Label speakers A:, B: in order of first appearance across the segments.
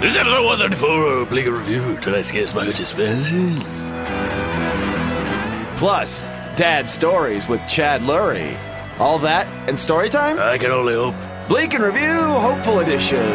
A: This episode 134 of Bleaker Review. Tonight's guest, my hottest fan.
B: Plus, Dad Stories with Chad Lurie. All that and story time?
A: I can only hope.
B: Bleak and Review, Hopeful Edition.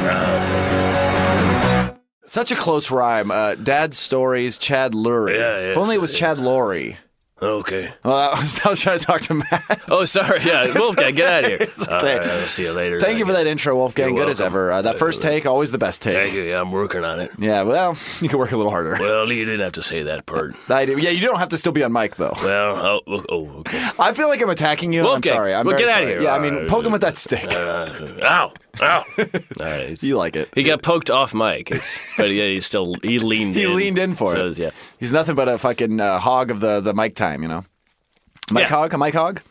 B: Such a close rhyme. Uh, Dad Stories, Chad Lurie.
A: Yeah, yeah,
B: if only it was
A: yeah.
B: Chad Lurie.
A: Okay.
B: Well, I was, I was trying to talk to Matt.
A: Oh, sorry. Yeah, Wolfgang, get out of here.
B: It's
A: All
B: okay.
A: right, I'll see you later.
B: Thank you for that intro, Wolfgang.
A: You're
B: Good as
A: welcome.
B: ever. Uh, that
A: Thank
B: first
A: you.
B: take, always the best take.
A: Thank you. Yeah, I'm working on it.
B: Yeah, well, you can work a little harder.
A: Well, you didn't have to say that part.
B: I do. Yeah, you don't have to still be on mic though.
A: Well, oh, oh okay.
B: I feel like I'm attacking you. and
A: Wolfgang,
B: I'm sorry. I'm
A: well,
B: very
A: get outta
B: sorry.
A: here.
B: Yeah, I
A: Uh,
B: mean, poke him with that stick.
A: Uh, ow, ow. All right.
B: you like it?
A: He got poked off mic, it's, but yeah, he still he leaned.
B: He
A: in.
B: leaned in for
A: so
B: it.
A: it's- Yeah.
B: He's nothing but a fucking uh, hog of the the mic time, you know. Mike
A: Yeah.
B: Hog, a Mike Hog.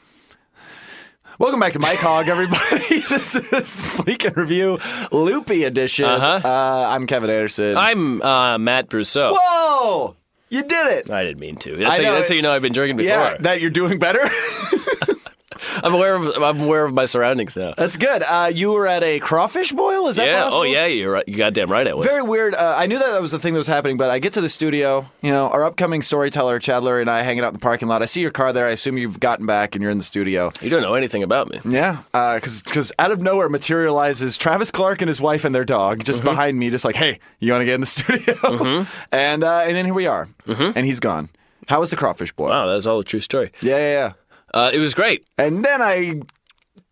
B: Welcome back to Mike Hog, everybody. this is Fleek and Review Loopy Edition.
A: Uh-huh.
B: Uh, I'm Kevin Anderson.
A: I'm uh, Matt Brousseau.
B: Whoa, you did it!
A: I didn't mean to. That's,
B: I
A: how,
B: know
A: that's
B: it-
A: how you know I've been drinking before.
B: Yeah, that you're doing better.
A: I'm aware of I'm aware of my surroundings now.
B: That's good. Uh, you were at a crawfish boil. Is that
A: yeah.
B: possible?
A: Oh yeah. You're right. You goddamn right. I was.
B: Very weird. Uh, I knew that that was the thing that was happening, but I get to the studio. You know, our upcoming storyteller, Chadler, and I hanging out in the parking lot. I see your car there. I assume you've gotten back and you're in the studio.
A: you don't know anything about me.
B: Yeah, because Uh, out of nowhere materializes Travis Clark and his wife and their dog
A: Uh-huh.
B: just behind me, just like, hey, you want to get in the studio? and uh, and then here we are, and he's gone. How was the crawfish boil?
A: Uh-huh. Wow. That was all a true story.
B: Yeah, yeah, yeah.
A: Uh, it was great.
B: And then I,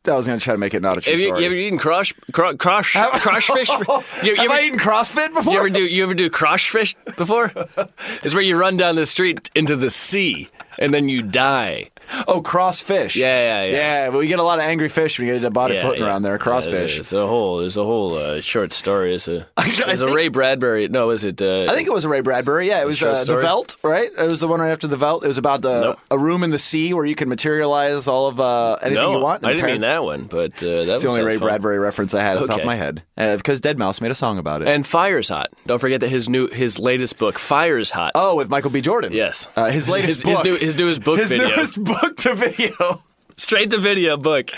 B: I was gonna try to make it not a true
A: Have you,
B: story. Oh,
A: you ever eaten crush cr- crush crush fish? You, you
B: Have
A: ever,
B: I eaten CrossFit before?
A: you ever do you ever do crush fish before? it's where you run down the street into the sea and then you die.
B: oh, crossfish.
A: Yeah, yeah, yeah.
B: Yeah, but we get a lot of angry fish when you get a body
A: Yeah,
B: floating
A: yeah.
B: around there. Crossfish.
A: Yeah, It's a whole. There's a whole uh, short story. It's a.
B: I
A: It's a
B: think-
A: Ray Bradbury. No, is it? Uh,
B: I think it was a Ray Bradbury. Yeah, it was
A: short
B: uh, the
A: story?
B: Velt, right? It was the one right after the Velt. It was about the
A: Nope.
B: a room in the sea where you can materialize all of uh, anything
A: no,
B: you want. and
A: I
B: the
A: didn't mean
B: parents-
A: that one, but uh, that was
B: It's the only
A: that was
B: Ray
A: fun.
B: Bradbury reference I had at the top
A: Okay.
B: of my head uh, because Dead Mouse made a song about it.
A: And Fire's Hot. Don't forget that his new his latest book, Fire's Hot.
B: oh, with Michael B. Jordan.
A: Yes.
B: uh, his
A: his,
B: latest book,
A: new, his newest book
B: his
A: video.
B: newest book to video,
A: Straight to video book.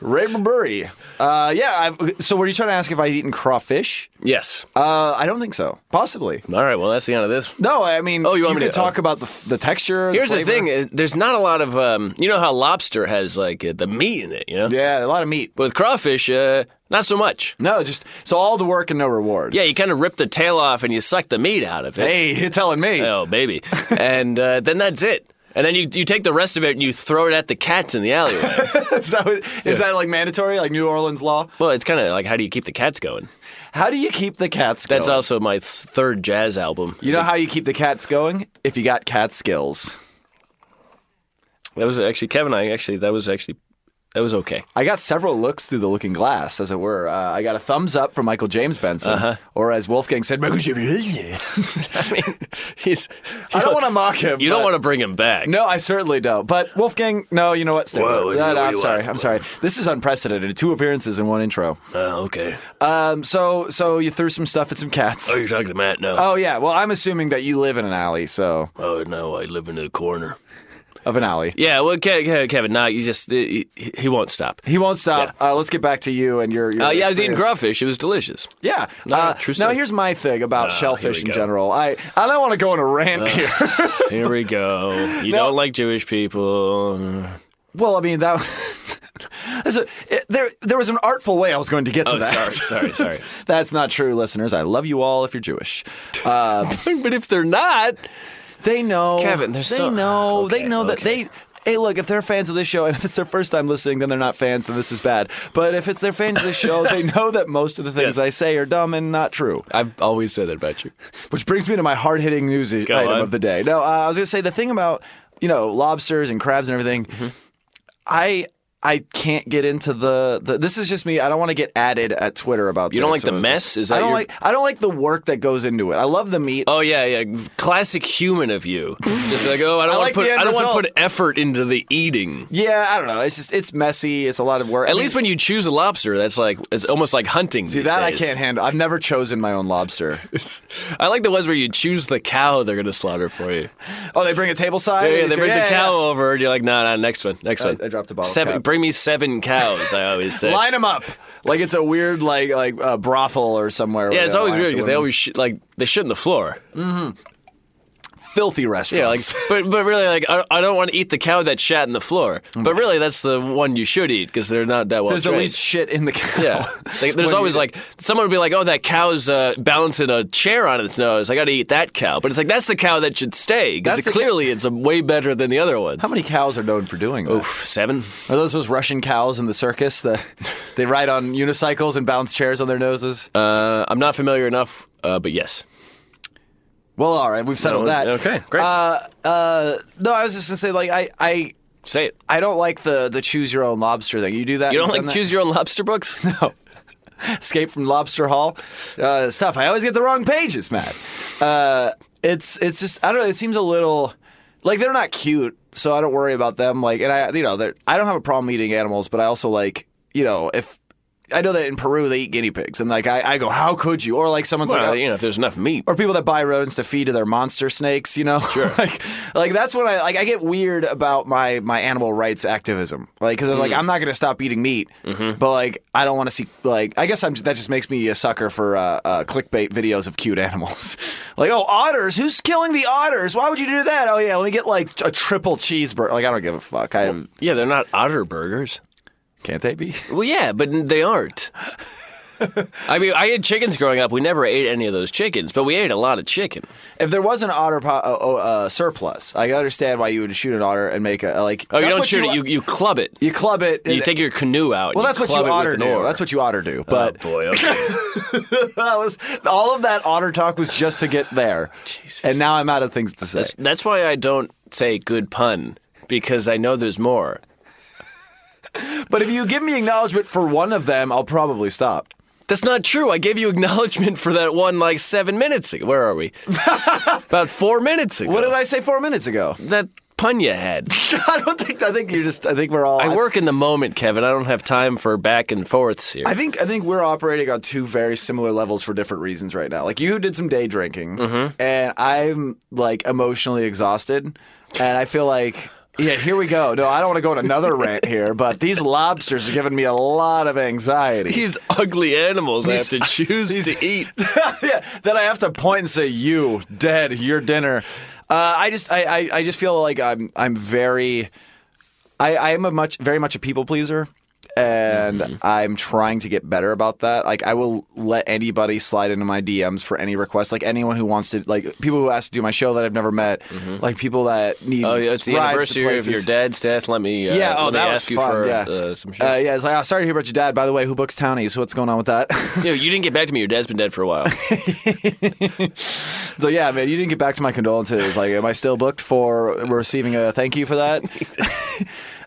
B: Ray Bradbury. Uh, yeah. I've, so, were you trying to ask if I'd eaten crawfish?
A: Yes.
B: Uh, I don't think so. Possibly.
A: All right, well, that's the end of this.
B: No, I mean,
A: Oh, you want me
B: could
A: to-
B: talk about the, f- the texture?
A: Here's the
B: flavor.
A: thing uh, there's not a lot of, um, you know how lobster has like uh, the meat in it, you know?
B: Yeah, a lot of meat.
A: But with crawfish, uh, not so much.
B: No, just so all the work and no reward.
A: Yeah, you kind of rip the tail off and you suck the meat out of it.
B: Hey, you're telling me.
A: Oh, baby. and uh, then that's it. And then you, you take the rest of it and you throw it at the cats in the alleyway.
B: Is, that, what- is that like mandatory, like New Orleans law?
A: well, it's kind of like how do you keep the cats going?
B: How do you keep the cats going?
A: That's also my th- third jazz album.
B: Oh. You know how you keep the cats going? If you got cat skills.
A: That was actually Kevin. I actually that was actually that was okay.
B: I got several looks through the looking glass, as it were. Uh, I got a thumbs up from Michael James Benson,
A: Uh-huh.
B: or as Wolfgang said, Michael James.
A: I mean, he's.
B: I don't want to mock him.
A: You don't
B: but-
A: want to bring him back.
B: No, I certainly don't. But Wolfgang, no, you know what? Stay
A: Whoa,
B: with it.
A: what do you- what do
B: I'm
A: you
B: sorry.
A: want?
B: I'm sorry. This is unprecedented. Two appearances in one intro.
A: Oh, okay.
B: Um, so, so you threw some stuff at some cats.
A: Oh, you're talking to Matt now.
B: Oh yeah. Well, I'm assuming that you live in an alley, so
A: oh no, I live in the corner.
B: of an alley.
A: Yeah, well, Ke- Ke- Kevin, nah, you just he, he won't stop.
B: He won't stop. Uh, let's get back to you and your. your
A: Uh, yeah, I was eating
B: experience.
A: crawfish. It was delicious.
B: Yeah.
A: yeah,
B: Uh,
A: true
B: now
A: story. Ah,
B: here's my thing about shellfish
A: we
B: in
A: go.
B: general. I I don't want to go on a rant here.
A: Here we go. You
B: No.
A: don't like Jewish people.
B: well, I mean that. that's a- it- there there was an artful way I was going to get to
A: Oh,
B: that.
A: sorry, sorry, sorry.
B: That's not true, listeners. I love you all if you're Jewish. Uh,
A: but if they're not,
B: they know.
A: Kevin, they're
B: they
A: so- Ah,
B: know. they
A: okay,
B: know that
A: okay.
B: they. Hey, look, if they're fans of this show, and if it's their first time listening, then they're not fans, then this is bad. But if it's their fans of the show, they know that most of the things
A: Yes.
B: I say are dumb and not true.
A: I've always said that about you.
B: Which brings me to my hard hitting news i- item
A: on.
B: of the day. No, uh, I was going to say the thing about you know lobsters and crabs and everything.
A: Mm-hmm.
B: I I can't get into the, the this is just me. I don't want to get added at Twitter about.
A: You don't
B: this.
A: like the
B: So-
A: mess? Is that
B: I don't
A: your-
B: like I don't like the work that goes into it. I love the meat.
A: Oh yeah, yeah. Classic human of you. Just like, oh, I don't
B: I
A: want
B: like
A: to put
B: the end
A: I don't want to
B: result.
A: put effort into the eating.
B: Yeah, I don't know. It's just it's messy. It's a lot of work.
A: At least when you choose a lobster, that's like it's almost like hunting.
B: See, that I can't handle. I've never chosen my own lobster.
A: I like the ones where you choose the cow they're gonna slaughter for you.
B: oh, they bring a table side.
A: Yeah, yeah,
B: He's
A: they
B: gonna-
A: bring the
B: yeah,
A: cow over, and you're like, no, nah, no, next one, next
B: I-
A: one.
B: I dropped a bottle
A: Seven,
B: cap.
A: bring me seven cows. I always say.
B: Line them up like it's a weird like like uh, brothel or somewhere.
A: yeah, it's always weird because they always sh- like they shit on the floor.
B: filthy
A: Yeah, like
B: restaurants.
A: but but really like I, I don't want to eat the cow that shat in the floor. But really, that's the one you should eat because they're not that well.
B: Mm. there's the
A: trained.
B: least shit in the cow.
A: Yeah, Like, there's
B: When
A: always
B: you-
A: like someone would be like, "Oh, that cow's uh, balancing a chair on its nose. I got to eat that cow." But it's like that's the cow that should stay
B: That's
A: because
B: the cow-
A: clearly it's a way better than the other ones.
B: How many cows are known for doing that?
A: Oof, seven.
B: Are those those Russian cows in the circus that they ride on unicycles and bounce chairs on their noses?
A: Uh, I'm not familiar enough, uh, but yes.
B: well, all right, we've settled
A: No,
B: that.
A: okay, great.
B: Uh, uh, no, I was just gonna say like I I
A: Say it.
B: I don't like the the choose your own lobster thing. You do that?
A: You don't
B: You've
A: like
B: done that?
A: choose your own lobster books?
B: Escape from Lobster Hall uh, stuff. I always get the wrong pages, Matt. Uh, it's it's just I don't know. It seems a little like they're not cute, so I don't worry about them. Like, and I you know they're- I don't have a problem eating animals, but I also like you know if I know that in Peru they eat guinea pigs, and like I, I go how could you? Or like someone's
A: well,
B: like.
A: you know, if there's enough meat.
B: or people that buy rodents to feed to their monster snakes, you know, sure. like, like that's what I like. I get weird about my my animal rights activism, like because I'm like
A: Hmm.
B: I'm not going to stop eating meat,
A: Mm-hmm.
B: but like I don't want to see like I guess I'm that just makes me a sucker for uh, uh, clickbait videos of cute animals, like oh otters, who's killing the otters? Why would you do that? Oh yeah, let me get like a triple cheeseburger. Like I don't give a fuck. I
A: Yeah, they're not otter burgers.
B: can't they be?
A: Well, yeah, but they aren't. I mean, I had chickens growing up. We never ate any of those chickens, but we ate a lot of chicken.
B: If there was an otter po- uh, oh, uh, surplus, I understand why you would shoot an otter and make a like.
A: Oh, you
B: that's
A: don't
B: what
A: shoot
B: li-
A: it. You you club it.
B: You club it.
A: You
B: and-
A: take your canoe out.
B: Well, that's what you
A: club it with
B: otter
A: an
B: do.
A: oar.
B: That's what you otter do.
A: Oh,
B: But
A: boy. Okay.
B: that was all of that otter talk was just to get there. And now I'm out of things to say.
A: That's why I don't say good pun because I know there's more.
B: But if you give me acknowledgement for one of them, I'll probably stop.
A: That's not true. I gave you acknowledgement for that one like seven minutes ago. Where are we? About four minutes ago.
B: What did I say four minutes ago?
A: That pun you had.
B: I don't think. I think you're just. I think we're all.
A: I work in the moment, Kevin. I don't have time for back and forths here.
B: I think I think we're operating on two very similar levels for different reasons right now. Like you did some day drinking,
A: Mm-hmm.
B: and I'm like emotionally exhausted, and I feel like yeah, here we go. No, I don't want to go on another rant here, but these lobsters are giving me a lot of anxiety.
A: These ugly animals I have to choose to eat.
B: yeah, then I have to point and say, "You dead, your dinner." Uh, I just, I, I, I just feel like I'm, I'm very, I, I am a much, very much a people pleaser, and
A: Mm-hmm.
B: I'm trying to get better about that. Like, I will let anybody slide into my DMs for any request. Like anyone who wants to, like people who ask to do my show that I've never met, like people that need.
A: Mm-hmm. Oh, yeah, it's the
B: rides to
A: anniversary of your
B: places.
A: dad's death. Let me. Uh,
B: Yeah, oh,
A: let me
B: that
A: ask
B: was
A: you
B: fun.
A: for
B: yeah,
A: uh, some shit.
B: uh, yeah. It's like, oh, sorry to hear about your dad. By the way, who books townies? What's going on with that?
A: You, know, you didn't get back to me. Your dad's been dead for a while.
B: So yeah, man, you didn't get back to my condolences. Like, am I still booked for receiving a thank you for that?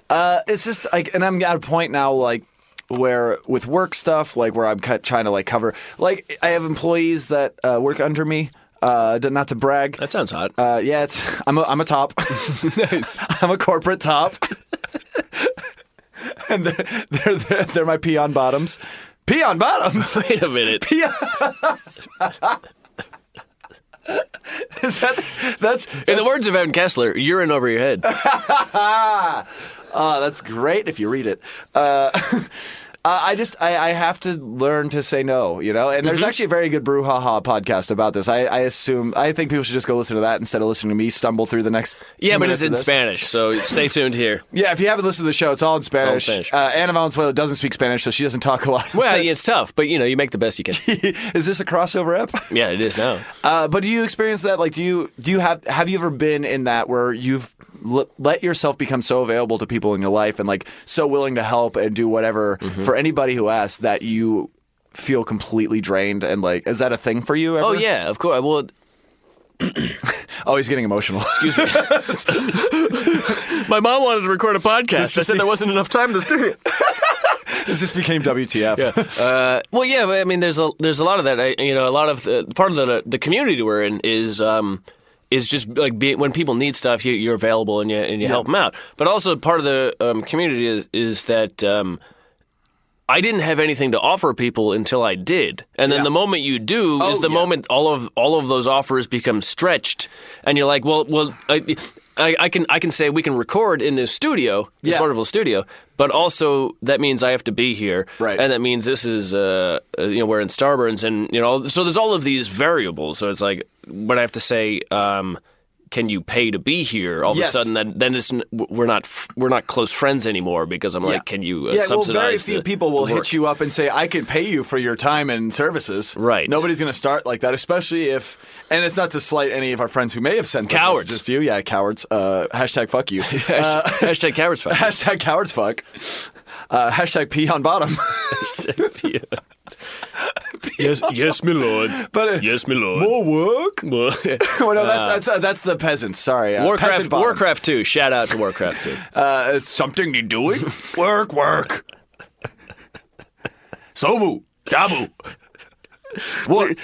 B: uh, it's just like, and I'm at a point now, like, where with work stuff, like, where I'm cut, trying to like cover, like, I have employees that uh, work under me. Uh, d- not to brag.
A: That sounds hot.
B: Uh, yeah, it's I'm a I'm a top. I'm a corporate top. and they're, they're they're they're my peon bottoms. Peon bottoms.
A: Wait a minute.
B: Is that that's
A: In the words of Evan Kessler, you're in over your head.
B: Ah, that's great if you read it. Uh, uh, I just I, I have to learn to say no, you know. And there's
A: Mm-hmm.
B: actually a very good brouhaha podcast about this. I, I assume I think people should just go listen to that instead of listening to me stumble through the next.
A: Yeah,
B: few
A: but
B: minutes
A: it's
B: of
A: in
B: this.
A: Spanish, so stay tuned here.
B: Yeah, if you haven't listened to the show, it's all in Spanish.
A: Spanish.
B: Uh, Ana Valenzuela doesn't speak Spanish, so she doesn't talk a lot.
A: Well, it's tough, but you know, you make the best you can.
B: Is this a crossover app?
A: Yeah, it is now.
B: Uh, but do you experience that? Like, do you do you have have you ever been in that where you've l- let yourself become so available to people in your life and like so willing to help and do whatever
A: Mm-hmm.
B: for anybody who asks that you feel completely drained and like is that a thing for you? Ever?
A: Oh yeah, of course. Well,
B: Oh, he's getting emotional.
A: my mom wanted to record a podcast. I said there wasn't enough time in the studio.
B: this just became WTF.
A: Uh, well, yeah, but I mean, there's a there's a lot of that. I, you know, a lot of the, part of the the community we're in is um is just like being when people need stuff, you, you're available and you and you help them out. But also part of the um, community is is that. Um, I didn't have anything to offer people until I did, and then
B: Yeah.
A: the moment you do is
B: Oh,
A: the
B: yeah.
A: moment all of all of those offers become stretched, and you're like, well, well, I, I, I can I can say we can record in this studio, this
B: Yeah.
A: wonderful studio, but also that means I have to be here,
B: Right.
A: And that means this is uh, uh, you know we're in Starburns, and you know so there's all of these variables. So it's like, but I have to say. Um, can you pay to be here? All
B: Yes.
A: of a sudden, then then it's, n- we're not f- we're not close friends anymore because I'm like, can you uh,
B: yeah, well,
A: subsidize
B: very few
A: the-
B: people
A: the
B: will
A: work?
B: hit you up and say, "I can pay you for your time and services."
A: Right.
B: Nobody's going to start like that, especially if. And it's not to slight any of our friends who may have sent those
A: Cowards.
B: messages to you. Yeah, cowards. Uh, hashtag fuck you. Uh,
A: Hashtag cowards fuck.
B: hashtag cowards fuck. Uh, hashtag pee on bottom.
A: yes, yes, my lord.
B: but uh,
A: Yes, my lord.
B: more work. well, no, that's that's, uh, that's the peasants. Sorry, uh, peasant
A: Warcraft,
B: bottom.
A: Warcraft Two. Shout out to Warcraft Two.
B: Uh, it's something you doing? work, work. Sobu, jabu. What?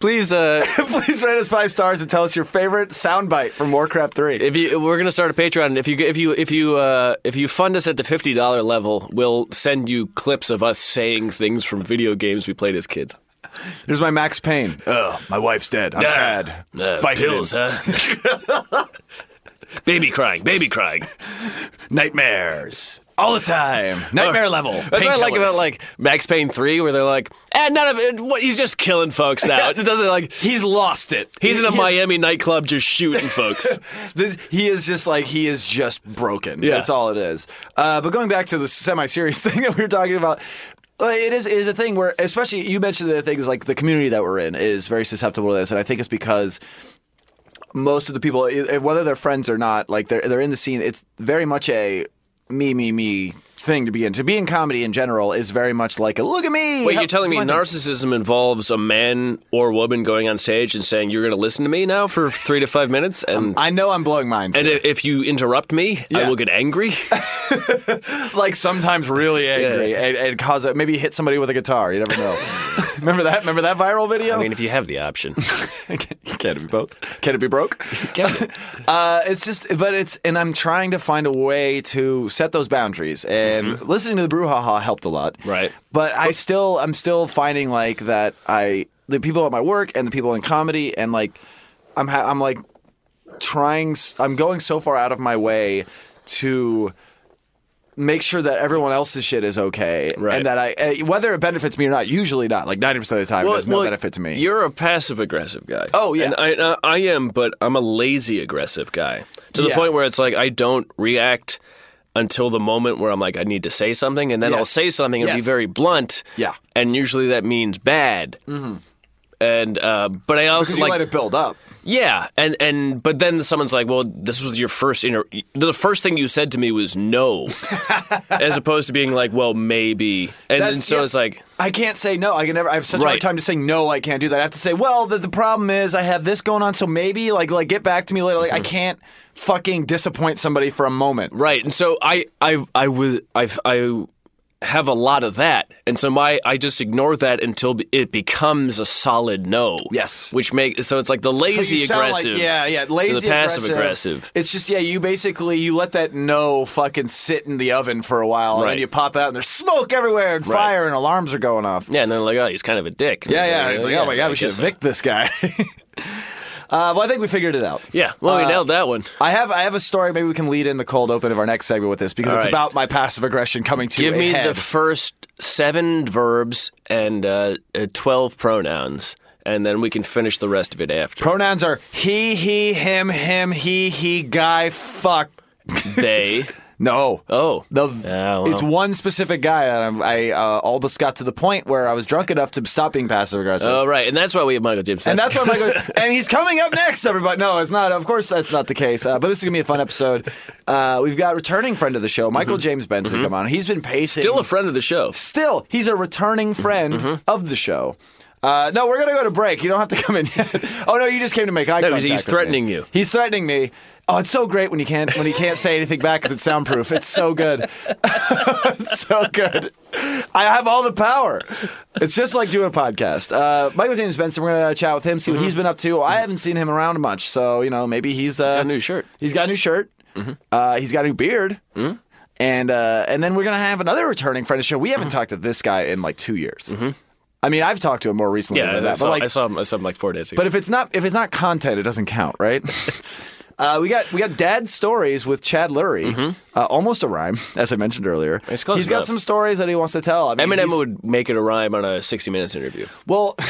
A: Please, uh,
B: Please rate us five stars and tell us your favorite soundbite from Warcraft 3.
A: if you we're gonna start a Patreon, if you if you if you uh, if you fund us at the fifty dollar level, we'll send you clips of us saying things from video games we played as kids.
B: Here's my Max Payne. Ugh, my wife's dead. I'm sad.
A: Uh,
B: Vicodin.
A: pills, huh? baby crying, baby crying.
B: Nightmares. All the time. Nightmare level.
A: That's what I like about like Max Payne three, where they're like, "Eh, none of it. What, he's just killing folks now. It doesn't like
B: He's lost it.
A: he's in a
B: He-
A: Miami nightclub just shooting folks."
B: This, he is just like he is just broken.
A: Yeah.
B: That's all it is. Uh, but going back to the semi-serious thing that we were talking about, uh, it is it is a thing where, especially you mentioned the things like the community that we're in is very susceptible to this, and I think it's because most of the people, i- whether they're friends or not, like they're they're in the scene. It's very much a me me me thing to be in. To be in comedy in general is very much like a look at me.
A: Wait,
B: help,
A: you're telling
B: do
A: me
B: my thing."
A: narcissism involves a man or woman going on stage and saying, "You're going to listen to me now for three to five minutes," and
B: I know I'm blowing minds.
A: and i- if you interrupt me, I
B: Yeah.
A: will get angry.
B: like sometimes really angry and, and cause a, maybe hit somebody with a guitar. You never know. remember that? Remember that viral video?
A: I mean, if you have the option,
B: Can it be both? Can it be broke?
A: Can it?
B: uh, it's just, but it's, and I'm trying to find a way to set those boundaries. And listening to the brouhaha helped a lot,
A: Mm-hmm. Right.
B: But I still, I'm still finding like that. I the people at my work and the people in comedy and like, I'm, ha- I'm like trying. s- I'm going so far out of my way to make sure that everyone else's shit is okay,
A: Right.
B: and that I eh, whether it benefits me or not. Usually not. Like ninety percent of the time, it has no benefit to me.
A: You're a passive aggressive guy.
B: Oh, yeah.
A: and I, I I am, but I'm a lazy aggressive guy to the
B: Yeah.
A: point where it's like I don't react until the moment where I'm like I need to say something, and then I'll
B: Yes.
A: say something and
B: Yes.
A: be very blunt.
B: Yeah.
A: and usually that means bad. Mm-hmm. And uh, but I also
B: you
A: like
B: let it build up.
A: yeah, and and but then someone's like, "Well, this was your first inter- the first thing you said to me was no," as opposed to being like, "Well, maybe," and then
B: That's-
A: so
B: yes.
A: it's like,
B: I can't say no. I can never. I have such a
A: Right.
B: hard time to say no. I can't do that. I have to say, well, the, the problem is I have this going on, so maybe like like get back to me later. Like
A: Mm-hmm.
B: I can't fucking disappoint somebody for a moment.
A: right, and so I I I was I I have a lot of that, and so my I just ignore that until it becomes a solid no.
B: Yes.
A: which make so it's like the
B: So
A: lazy
B: you sound
A: aggressive,
B: Like, yeah, yeah. Lazy
A: to the passive
B: aggressive.
A: aggressive.
B: It's just yeah. You basically you let that no fucking sit in the oven for a while, and
A: Right.
B: then you pop out and there's smoke everywhere and fire and alarms are going off.
A: Yeah, and they're like, "Oh, he's kind of a dick."
B: Yeah, yeah. It's like, oh my
A: I
B: god, we should
A: guess so.
B: evict this guy. uh, well, I think we figured it out.
A: Yeah, well, we nailed that one.
B: I have I have a story. Maybe we can lead in the cold open of our next segment with this because
A: All
B: it's
A: right.
B: about my passive aggression coming to
A: Give
B: a
A: me the
B: head.
A: first seven verbs and uh, uh, 12 pronouns, and then we can finish the rest of it after.
B: Pronouns are he, he, him, him, he, he, guy, fuck.
A: they.
B: No.
A: Oh.
B: The,
A: Ah, well.
B: It's one specific guy, and i I uh, almost got to the point where I was drunk enough to stop being passive aggressive.
A: Oh, right. And that's why we have Michael James.
B: and that's
A: Fast.
B: why Michael. and he's coming up next, everybody. No, it's not. Of course, that's not the case. Uh, but this is gonna be a fun episode. Uh, we've got returning friend of the show, Michael James Benson, come on. He's been pacing.
A: Mm-hmm. Still a friend of the show.
B: still, he's a returning
A: Mm-hmm.
B: friend of the show. Uh, no, we're gonna go to break. You don't have to come in yet. oh no, you just came to make eye
A: No, he's-
B: contact.
A: he's
B: with
A: threatening
B: me.
A: you.
B: He's threatening me. Oh, it's so great when he can't when he can't say anything back because it's soundproof. It's so good. it's so good. I have all the power. It's just like doing a podcast. Uh, Michael James Benson. We're gonna chat with him, see
A: Mm-hmm.
B: what he's been up to. I haven't seen him around much, so you know maybe he's, uh,
A: got a new shirt. Mm-hmm.
B: He's got a new shirt. Uh, he's got a new beard. and uh, and then we're gonna have another returning friend of the show. We haven't
A: Mm-hmm.
B: talked to this guy in like two years. I mean, I've talked to him more recently
A: Yeah,
B: than
A: I,
B: that,
A: saw,
B: but like
A: I saw him. I saw him like four days ago.
B: but if it's not if it's not content, it doesn't count, right? uh, we got we got dad stories with Chad Lurie, uh, almost a rhyme, as I mentioned earlier.
A: It's close
B: He's got
A: enough.
B: some stories that he wants to tell. I mean,
A: Eminem
B: he's-
A: would make it a rhyme on a 60 Minutes interview,
B: well,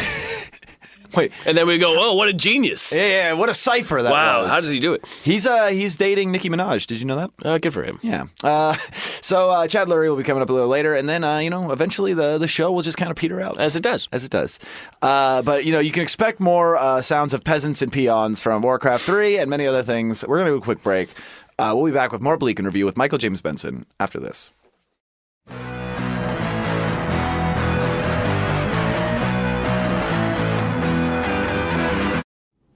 B: wait,
A: and then we go, "Oh, what a genius!
B: yeah, yeah, what a cipher that
A: wow,
B: was.
A: how does he do it?
B: He's uh he's dating Nicki Minaj. Did you know that?
A: Uh, good for him."
B: Yeah. Uh, so uh, Chad Lurie will be coming up a little later, and then uh, you know eventually the the show will just kind of peter out.
A: As it does.
B: as it does. Uh, but you know, you can expect more uh, sounds of peasants and peons from Warcraft 3 and many other things. We're going to do a quick break. Uh, we'll be back with more Bleak and Review with Michael James Benson after this.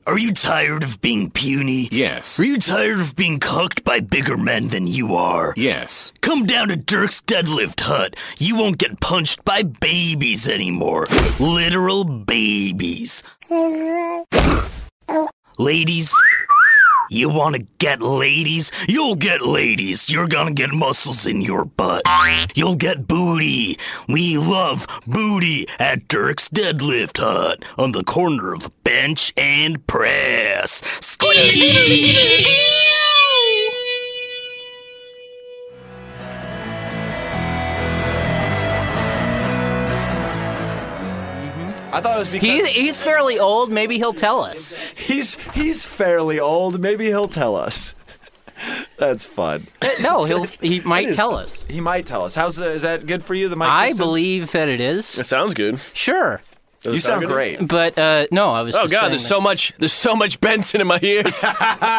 C: Are you tired of being puny?
D: Yes.
C: Are you tired of being cucked by bigger men than you are?
D: Yes.
C: Come down to Dirk's Deadlift Hut. You won't get punched by babies anymore. Literal babies. ladies, you want to get ladies? You'll get ladies. You're going to get muscles in your butt. You'll get booty. We love booty at Dirk's Deadlift Hut on the corner of bench and press.
B: I thought it was because
E: He's, he's fairly old. Maybe he'll tell us.
B: he's he's fairly old. Maybe he'll tell us. That's fun.
E: Uh, No, he'll he might
B: is-
E: tell us.
B: He might tell us. How's the, is that good for you? The mic.
E: I
B: distance?
E: believe that it is.
A: It sounds good.
E: Sure,
A: Does
B: you
A: it sound
B: sound
A: good?
B: great.
E: but uh, no, I was.
A: Oh
E: just
A: God,
E: saying
A: there's
E: that-
A: so much. There's so much Benson in my ears.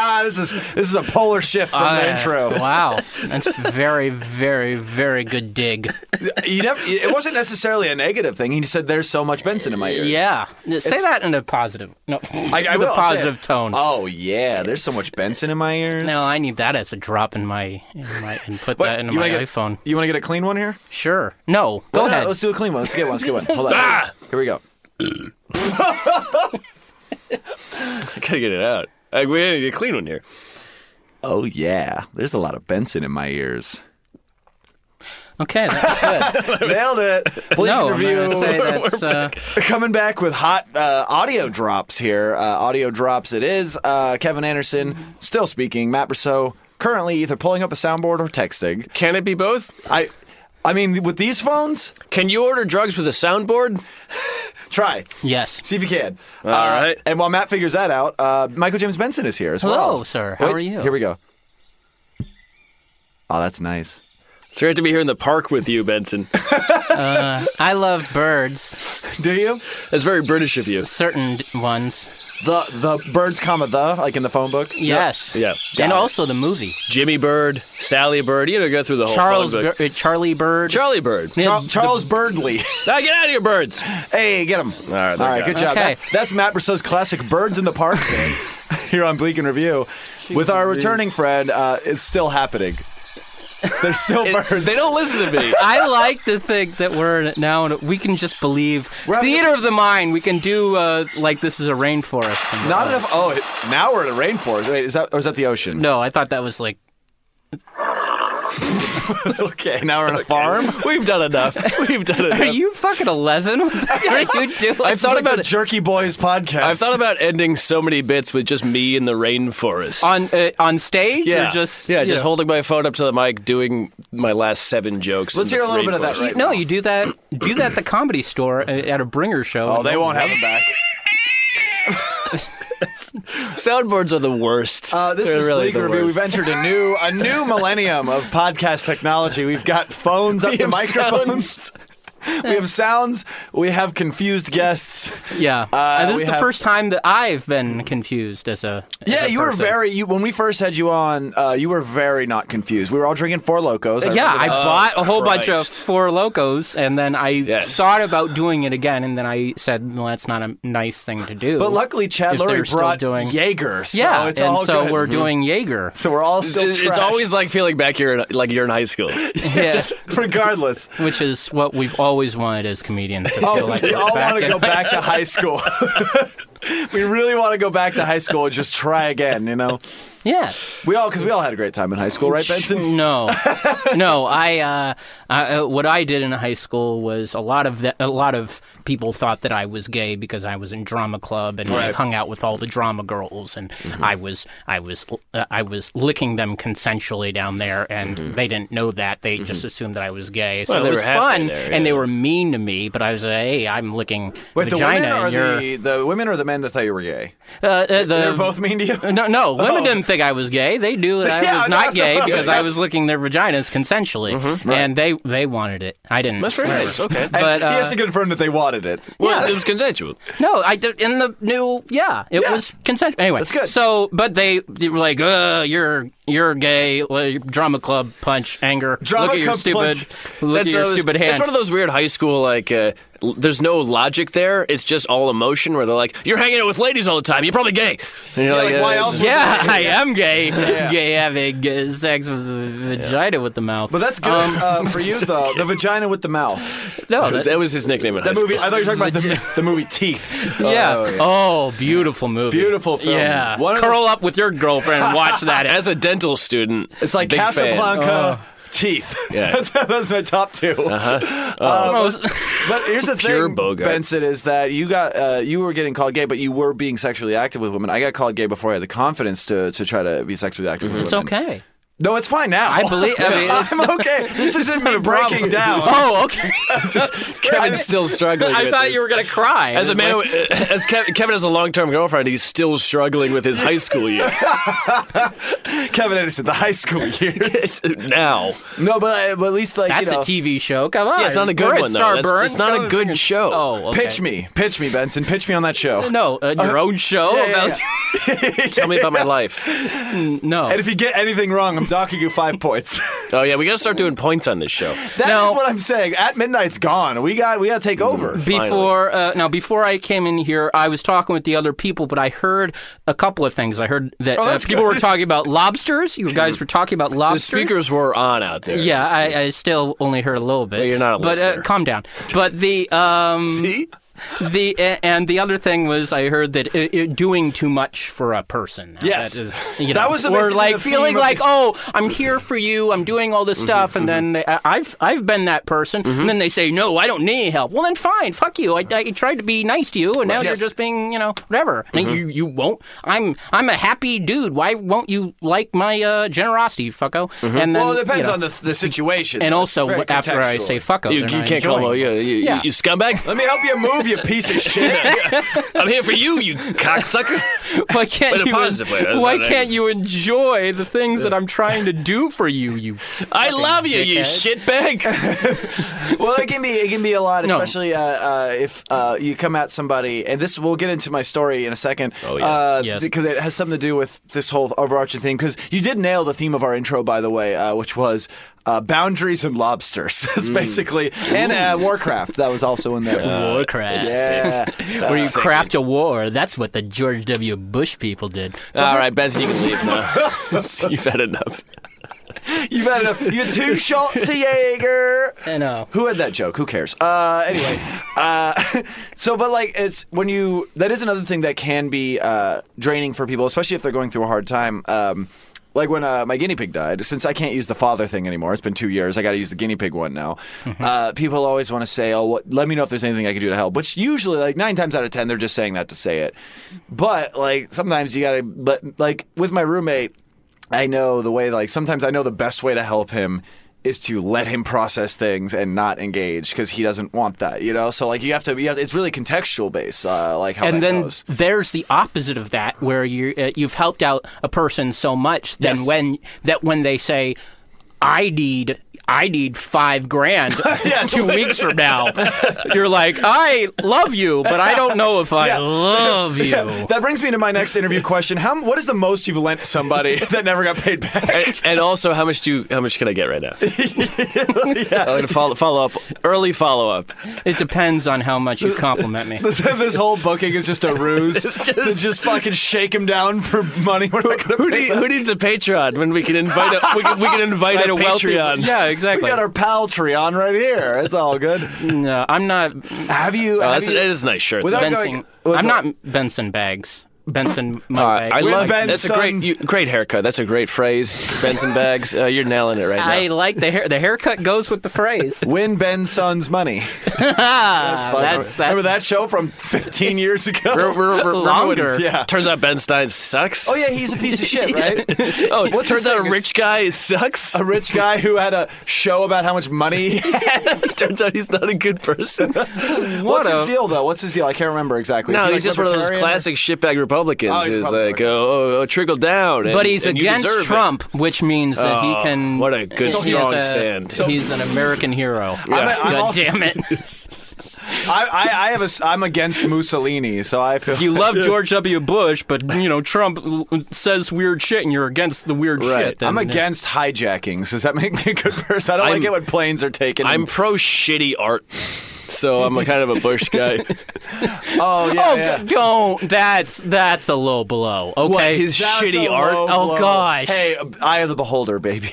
B: Ah, this is this is a polar shift from the
E: Uh,
B: intro.
E: Wow, that's very, very, very good dig.
B: You never, it wasn't necessarily a negative thing. He just said, "There's so much Benson in my ears."
E: Yeah, say that in a positive. No,
B: I, I
E: with
B: will say it.
E: a positive tone.
B: Oh yeah, there's so much Benson in my ears.
E: no, I need that as a drop in my, in my and put
B: What,
E: that into
B: you
E: my
B: wanna get-
E: iPhone.
B: You want to get a clean one here?
E: Sure. No, go
B: Well, no,
E: ahead.
B: let's do a clean one. Let's get one. Let's get one. Hold on.
A: Ah!
B: Here we go.
A: I gotta get it out. Like, we gotta get a clean one here.
B: Oh yeah, there's a lot of Benson in my ears.
E: okay. That's good.
B: Nailed it. Bleak
E: no, I'm
B: review.
E: gonna say that's. Uh,
B: Coming back with hot uh, audio drops here. Uh, audio drops. It is uh, Kevin Anderson still speaking. Matt Brousseau currently either pulling up a soundboard or texting.
A: Can it be both?
B: I, I mean, with these phones,
A: Can you order drugs with a soundboard?
B: try.
E: yes.
B: See if you can. All right.
A: right.
B: And while Matt figures that out, uh, Michael James Benson is here as
E: Hello,
B: well.
E: sir. How are you?
B: Here we go. Oh, that's nice.
A: It's great to be here in the park with you, Benson.
E: I love birds,
B: Do you?
A: That's very British of you.
E: certain d- ones.
B: The the birds, comma the like in the phone book.
E: Yes.
A: Yeah.
E: And
A: Got it.
E: also the movie
A: Jimmy Bird, Sally Bird. You know, go through the whole
E: Charles
A: phone
E: Bir-
A: book.
E: uh, Charlie Bird.
A: Charlie Bird.
E: Yeah,
B: Char-
E: the-
B: Charles Birdley.
A: Now get out of here, birds.
B: hey, get him. All
A: right, there you
B: good
A: go.
B: job.
E: Okay.
B: That- that's Matt Brousseau's classic "Birds in the Park" here on Bleak and Review. With our returning friend, uh, it's still happening. There's still birds.
A: They don't listen to me.
E: I like to think that we're now in a- we can just believe
B: having-
E: theater of the mind. We can do uh, like this is a rainforest. and
B: Not
E: whatnot.
B: enough. Oh, it- now we're in a rainforest. Wait, is that or is that the ocean?
E: No, I thought that was like
B: Okay, now we're in a farm.
A: We've done enough. We've done enough.
E: Are you fucking 11? What are you doing?
A: I've thought
B: It's like
A: about
B: the
A: it.
B: Jerky Boys podcast.
A: I've thought about ending so many bits with just me in the rainforest.
E: on uh, on stage
A: yeah,
E: or just
A: yeah,
E: you
A: just
E: know?
A: holding my phone up to the mic, doing my last seven jokes.
B: Let's
A: in
B: hear
A: the
B: a little bit of that
A: rainforest.
B: right
E: No, you do that. Do that at the comedy store uh, at a bringer show.
B: Oh, they won't have it back.
A: Soundboards are the worst.
B: Uh, this
A: They're
B: is
A: really
B: Bleak
A: the
B: Review.
A: worst.
B: We've entered a new a new millennium of podcast technology. We've got phones up
A: We
B: to
A: have
B: microphones. we have sounds. We have confused guests.
E: Yeah, Uh, this
B: we
E: is the
B: have-
E: first time that I've been confused as a. as
B: Yeah,
E: a
B: you were
E: person.
B: very. You, when we first had you on, uh, you were very not confused. We were all drinking Four Locos. I
E: Yeah,
B: remember
E: I
B: that.
E: bought a whole bunch of
A: Christ.
E: Four Locos, and then I
A: Yes.
E: thought about doing it again, and then I said, "Well, that's not a nice thing to do."
B: but luckily Chad
E: If they're
B: Lurie
E: still
B: brought
E: doing-
B: Jaeger. So
E: yeah,
B: it's
E: and
B: all
E: so
B: good.
E: we're
A: Mm-hmm.
E: doing Jaeger.
B: So we're all still.
A: It's, it's
B: trash,
A: always like feeling back you're in, like you're in high school.
E: Yeah,
B: regardless.
E: which is what we've always wanted as comedians. To feel
B: Oh,
E: like
B: we
E: we're
B: all
E: back
B: want to
E: in
B: go
E: high
B: back to high school. we really want to go back to high school and just try again, you know?
E: Yeah.
B: We all, because we all had a great time in high school, right, Benson?
E: No, no. I, uh, I uh, what I did in high school was a lot of that, a lot of people thought that I was gay because I was in drama club and I
B: Right. Mm-hmm.
E: hung out with all the drama girls and I was I was uh, I was licking them consensually down there and
B: Mm-hmm.
E: they didn't know that they just assumed that I was gay. So
A: Well, they
E: it was
A: were halfway
E: fun
A: there,
E: and they
A: yeah.
E: were mean to me, but I was like, hey, I'm licking
B: Wait, the
E: vagina
B: women, or
E: and you're
B: the, the women or the men that thought you were gay?
E: uh, uh, the,
B: They're both mean to you?
E: Uh, No, no. Women didn't think I was gay. They knew that I
B: Yeah,
E: was
B: no,
E: not
B: that's
E: gay
B: what I
E: because
B: was
E: I
B: gonna
E: was licking their vaginas consensually, and they they wanted it. I didn't.
A: That's very nice. Okay.
E: But,
B: And he has
E: uh,
B: to confirm that they wanted it.
A: Well,
E: Yeah.
A: it was consensual.
E: No, I did in the new. Yeah, it
B: Yeah.
E: was consensual. Anyway,
B: That's good.
E: So, but they, they were like, "Uh, you're you're gay." Like, drama club punch anger.
B: Drama
E: look at your
B: club
E: stupid.
B: punch.
E: Look at
A: uh,
E: your
A: it was-
E: stupid
A: That's
E: hand.
A: one of those weird high school like. Uh, l- there's no logic there. It's just all emotion. Where they're like, "You're hanging out with ladies all the time. You're probably gay." And you're
B: Yeah, like, why
A: uh,
B: else would
E: yeah, I am gay. Gay having uh, sex with the vagina with the mouth.
B: But that's good
E: Um,
B: uh, for you, though. The vagina with the mouth.
E: no,
A: That was,
E: that-
A: that was his nickname in high
B: That
A: school.
B: movie. I thought you were talking about the, the movie Teeth.
E: Yeah.
B: Oh,
E: Oh, beautiful movie.
B: Beautiful film.
E: Yeah.
B: One of
E: Curl up with your girlfriend and watch that.
A: As a dental student,
B: It's like
A: big fan.
E: Uh,
B: Casablanca. Teeth.
A: Yeah.
B: that's, that's my top 2 Um,
E: Almost-
B: But here's the
A: Pure
B: thing,
A: Bogart.
B: Benson, is that you got uh, you were getting called gay, but you were being sexually active with women. I got called gay before I had the confidence to to try to be sexually active with
E: it's
B: women.
E: okay.
B: No, it's fine now.
E: I believe- I mean, it's
B: am okay. This isn't me breaking
E: Problem.
B: down.
E: Oh, okay.
A: Kevin's still struggling.
E: I
A: with
E: thought
A: this.
E: you were gonna cry.
A: As a
E: It's
A: man, uh,
E: like-
A: as Kev- Kevin has a long-term girlfriend, he's still struggling with his high school years
B: Kevin Edison, the high school years.
A: now.
B: no, but, but at least like
E: that's
B: you know,
E: a TV show. Come on.
A: Yeah, it's not a good
E: We're at
A: one, though.
E: Star
A: That's-
E: Burns.
A: it's not a
E: Go-
A: good show.
E: Oh, okay.
B: Pitch me, pitch me, Benson. Pitch me on that show.
E: No, uh, your own show
B: yeah, yeah,
E: about
A: Tell me about my life.
E: no.
B: And if you get anything wrong, I'm docking you five points.
A: Oh yeah, we got to start doing points on this show.
B: That's
E: Now-
B: what I'm saying. At midnight's gone. We got we got to take over.
E: before uh, now before I came in here, I was talking with the other people, but I heard a couple of things. I heard that
B: Oh,
E: uh,
B: that's
E: people
B: good.
E: were talking about lobsters. You guys were talking about
A: The
E: lobsters.
A: speakers were on out there.
E: Yeah, I, I still only heard a little bit.
A: you're not a
E: but uh,
A: listener.
E: calm down. But the um, the a- and the other thing was I heard that i i doing too much for a person. Now,
B: Yes.
E: that, is, you know,
B: That was
E: or
B: basically
E: like
B: the theme
E: feeling
B: of
E: like
B: the- Mm-hmm,
E: oh I'm here for you I'm doing all this stuff and then they, I- I've I've been that person and then they say no I don't need any help. Well then fine fuck you I, I tried to be nice to you and now
B: Yes. Mm-hmm.
E: you're just being you know whatever. And you you won't. I'm I'm a happy dude. Why won't you like my uh, generosity, fucko? And then
B: Mm-hmm. Well, it
E: you
B: depends
E: know.
B: on the, the situation.
E: And also,
B: Very
E: after I
B: contextual.
E: say fuck up,
A: you, you can't call them. You, you,
E: Yeah.
A: you scumbag!
B: let me help you move, you piece of shit.
A: I'm here for you, you cocksucker.
E: Why can't
A: But in
E: you?
A: a positive way, that's
E: why
A: not
E: can't
A: angry.
E: you enjoy the things that I'm trying to do for you? You.
A: I love you, you
E: dickhead.
A: shitbag.
B: well, it can be it can be a lot,
E: No.
B: especially uh, uh, if uh, you come at somebody. And this we'll get into my story in a second.
A: Oh, yeah.
B: uh,
E: Yes.
B: because it has something to do with this whole overarching thing. Because you did nail the theme of our intro, by the way, uh, which was. Uh, boundaries and lobsters, That's basically, and uh, Warcraft. That was also in there.
E: Warcraft.
B: yeah,
E: Where Uh, you craft a war. That's what the George W. Bush people did.
A: All right, Benson, you can leave now. You've had enough.
B: you've had enough. You had two shots of Jaeger.
E: I know.
B: Who had that joke? Who cares? Uh, anyway, uh, so but like it's when you that is another thing that can be uh, draining for people, especially if they're going through a hard time. Um, like when uh, my guinea pig died, since I can't use the father thing anymore, it's been two years. I got to use the guinea pig one now. Uh, people always want to say, "Oh, what, let me know if there's anything I can do to help." Which usually, like nine times out of ten, they're just saying that to say it. But like sometimes you got to, but like with my roommate, I know the way, like, sometimes I know the best way to help him is to let him process things and not engage because he doesn't want that, you know? So, like, you have to, you have, it's really contextual based, uh, like, how
E: and
B: that
E: then
B: goes.
E: there's the opposite of that where you uh, you've helped out a person so much then
B: Yes.
E: when that when they say I need I need five grand two weeks from now. You're like, I love you, but I don't know if I love you.
B: That brings me to my next interview question. How, what is the most you've lent somebody that never got paid back?
A: And, and also, how much do you, how much can I get right now? I'm gonna follow, follow up early follow up.
E: It depends on how much you compliment me.
B: This, this whole booking is just a ruse to just fucking shake him down for money. We're not gonna
A: Who,
B: pay
A: need,
B: them.
A: who needs a Patreon when we can invite a we can, we can invite a,
E: Invite a wealthy-
A: Patreon?
E: Yeah, exactly.
B: We got our pal tree on right here. It's all good. Uh,
E: No, I'm not
B: Have you?
A: Oh,
B: have
A: that's,
B: you-
A: that is a nice shirt.
B: Without-
A: though.
B: I'm
E: Benson.
B: going-
E: I'm not Benson bags. Benson my
A: Uh,
E: bag.
A: I love
B: Benson.
A: that's a great you, great haircut. That's a great phrase, Benson bags. Uh, you're nailing it right now.
E: I like the hair. The haircut goes with the phrase.
B: Win Ben's son's money.
E: that's
B: Fun.
E: That's that's
B: remember that show from 15 years ago.
A: Re- re- re- remember when-
E: Longer.
B: Yeah.
A: Turns out Ben Stein sucks.
B: Oh yeah, he's a piece of shit, right?
A: Oh,
B: What's his
A: turns out
B: thing
A: a
B: is-
A: rich guy sucks.
B: A rich guy who had a show about how much money. he had.
A: turns out he's not a good person.
B: What's his
E: a-
B: deal though? What's his deal? I can't remember exactly. Is
A: No,
B: he,
A: he's
B: like,
A: just one of those
B: libertarian?
A: classic shitbag Republicans.
B: Oh, he's
A: is like,
B: Republican.
A: oh, oh, oh, trickle down. and-
E: But he's
A: and you
E: against
A: deserve it.
E: Trump, which means that
A: Oh,
E: he can.
A: what a good
E: he is
A: strong
E: a-
A: stand. So-
E: he's an American hero.
B: I'm, I'm
E: God
B: also-
E: damn it!
B: I, I, I have a. s- I'm against Mussolini, so I feel.
E: You love George W. Bush, but you know Trump l- says weird shit, and you're against the weird
A: Right.
E: shit.
B: I'm
E: then-
B: against hijackings. Does that make me a good person? I don't
A: I'm-
B: like it when planes are taken.
A: I'm pro shitty art, so I'm a kind of a Bush guy.
B: oh yeah.
E: Oh,
B: yeah.
E: d- don't. That's that's a low blow. Okay,
A: his
B: That's
A: shitty
B: a
A: art.
B: low
E: Oh,
B: blow.
E: gosh.
B: Hey, Eye of the Beholder, baby.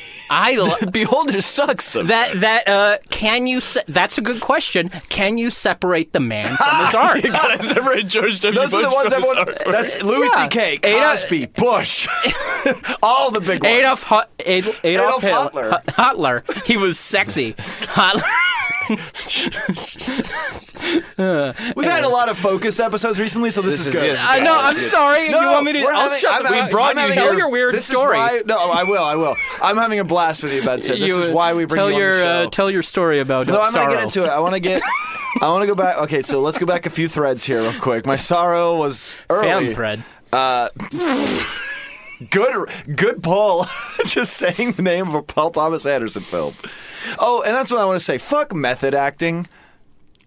E: I lo-
A: Beholder sucks. sometimes.
E: that that uh, can you? Se- that's a good question. Can you separate the man from his art?
A: you gotta separate George W.
B: Those
A: Bush
B: are the ones
A: from his
B: everyone.
A: art.
B: That's Louis
E: Yeah.
B: C.K.,
E: Ada-
B: Cosby, Bush, all the big ones.
E: Adolf, Hut Ad- Adolf,
B: Adolf
E: Hitler.
B: Hitler.
E: Hot- Hotler. He was sexy. Hotler.
B: We've had a lot of focused episodes recently, so this,
A: This
B: is,
A: is-
B: good.
A: yes.
E: I know. I'm sorry.
B: No,
E: you
B: no,
E: want me to?
B: we're
E: I'll
B: having-
E: shut
B: I'm
E: the-
B: having-
E: we brought
B: I'm
E: you
B: having-
E: here. Tell your weird
B: this
E: story.
B: Is why, no, I will. I will. I'm having a blast with you, Benson. This
E: You,
B: is why we bring
E: tell
B: you
E: your
B: on the show.
E: Uh, tell your story about
B: no, I'm
E: sorrow.
B: gonna get into it. I want to get. I want to go back. Okay, so let's go back a few threads here, real quick. My sorrow was early.
E: Fam thread.
B: Good, good pull. Just saying the name of a Paul Thomas Anderson film. Oh, and that's what I want to say. Fuck method acting.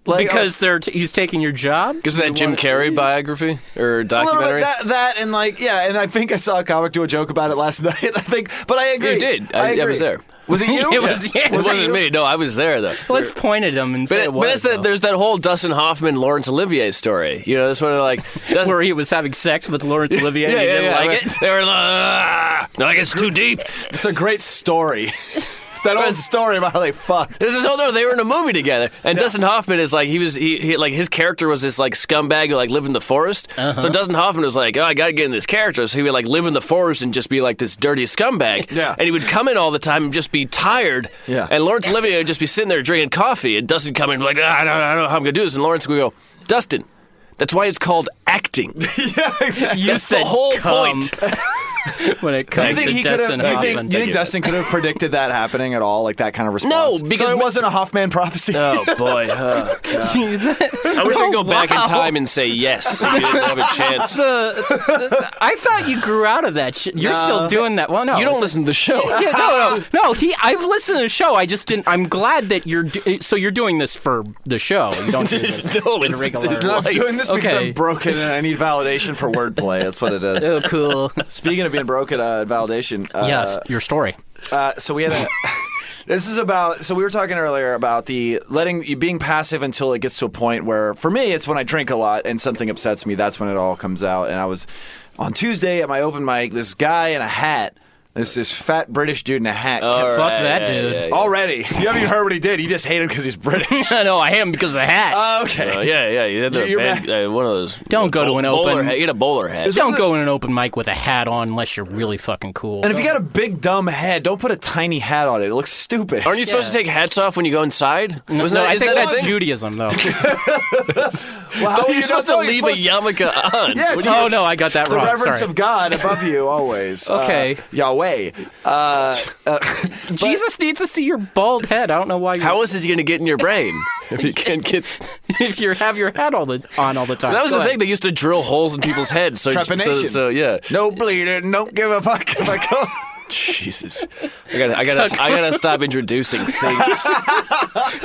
B: Like, uh, oh.
E: Because they're t- he's taking your job.
A: Isn't that Jim Carrey biography or
B: Well,
A: documentary?
B: that, that and like yeah, and I think I saw a comic do a joke about it last night. I think, but I agree.
A: You did. I- I was
B: agree.
A: there.
B: Was it you?
E: It was- yeah,
A: it wasn't me. No, I was there though.
E: Let's point at him and say
A: But,
E: it
A: but
E: was,
A: it's that
E: though.
A: there's that whole Dustin Hoffman, Laurence Olivier story. You know, this one like Dustin,
E: where he was having sex with Laurence Olivier. and he didn't like it.
A: They were like, "Ah, like it's too deep.
B: It's a great story. that old story about how they fucked.
A: This is oh no, they were in a movie together, and Dustin Hoffman is like he was he, he like his character was this like scumbag who like lived in the forest. So Dustin Hoffman was like, oh, I gotta get in this character, so he would like live in the forest and just be like this dirty scumbag.
B: Yeah.
A: and he would come in all the time and just be tired.
B: Yeah.
A: and Lawrence Olivier would just be sitting there drinking coffee, and Dustin would come in and be like, "Ah, I don't, I don't know how I'm gonna do this, and Lawrence would go, Dustin. That's why it's called acting.
B: yeah, exactly.
E: You
A: That's the
E: said
A: whole
E: come
A: point.
E: when it comes
B: You think
E: to
B: he could have?
E: Dustin
B: You
E: Hoffman.
B: think, you think Dustin could have predicted that happening at all? Like that kind of response?
A: because
B: so it
A: we-
B: wasn't a Hoffman prophecy.
A: Oh boy! Oh, God. I wish I could go back in
E: wow.
A: time and say yes. If you didn't have a chance.
E: I thought you grew out of that shit. You're still doing that. Well, no,
A: You don't listen to the show.
E: yeah, no, no, no. He, I've listened to the show. I just didn't. I'm glad that you're. Do, so you're doing this for the show. You don't do this.
A: no, it's,
E: regular
A: it's
B: I'm
A: not
B: doing this because
E: okay.
B: I'm broken and I need validation for wordplay. That's what it is.
E: Oh, cool.
B: Speaking of being broken, uh, validation. Uh,
E: yes, your story.
B: Uh, so we had a. this is about. So we were talking earlier about the letting you being passive until it gets to a point where, for me, it's when I drink a lot and something upsets me. That's when it all comes out. And I was on Tuesday at my open mic. This guy in a hat. This this fat British dude in a hat.
E: Fuck that
A: yeah,
E: dude.
A: yeah, yeah.
B: Already, you haven't even heard what he did. You just hate him because he's British.
E: no, I hate him because of the hat.
B: Uh, okay.
A: Oh, yeah, yeah. You had the
B: You're
A: van- uh, one of those.
E: Don't go to
A: bowl-
E: an
A: bowler
E: open-
A: Hat. You had a bowler hat.
E: don't go in an open mic with a hat on unless you're really fucking cool.
B: And if you got a big dumb head, don't put a tiny hat on it. It looks stupid.
A: Aren't you supposed to take hats off when you go inside?
E: no,
A: Wasn't
E: no,
A: that-
E: I
A: isn't
E: think
A: that a
E: that's
A: thing?
E: Judaism, though.
B: Well, how
A: Oh,
B: do
A: you're
B: you
A: supposed
B: know?
A: to
B: You're
A: leave
B: supposed
A: a yarmulke on.
B: Yeah,
A: What do you-
E: oh no, I got that
B: the
E: wrong.
B: reverence
E: Sorry.
B: of God above you always.
E: Okay.
B: Uh, Yahweh. Uh, uh,
E: Jesus needs to see your bald head. I don't know why. you
A: How else is he going to get in your brain if you can't get?
E: if you have your hat all the on all the time.
A: That was
E: Go
A: the
E: ahead.
A: thing they used to drill holes in people's heads. So, so,
B: Trepanation.
A: so yeah.
B: no bleeding, don't give a fuck if I go.
A: Jesus, I gotta, I gotta, I gotta stop introducing things.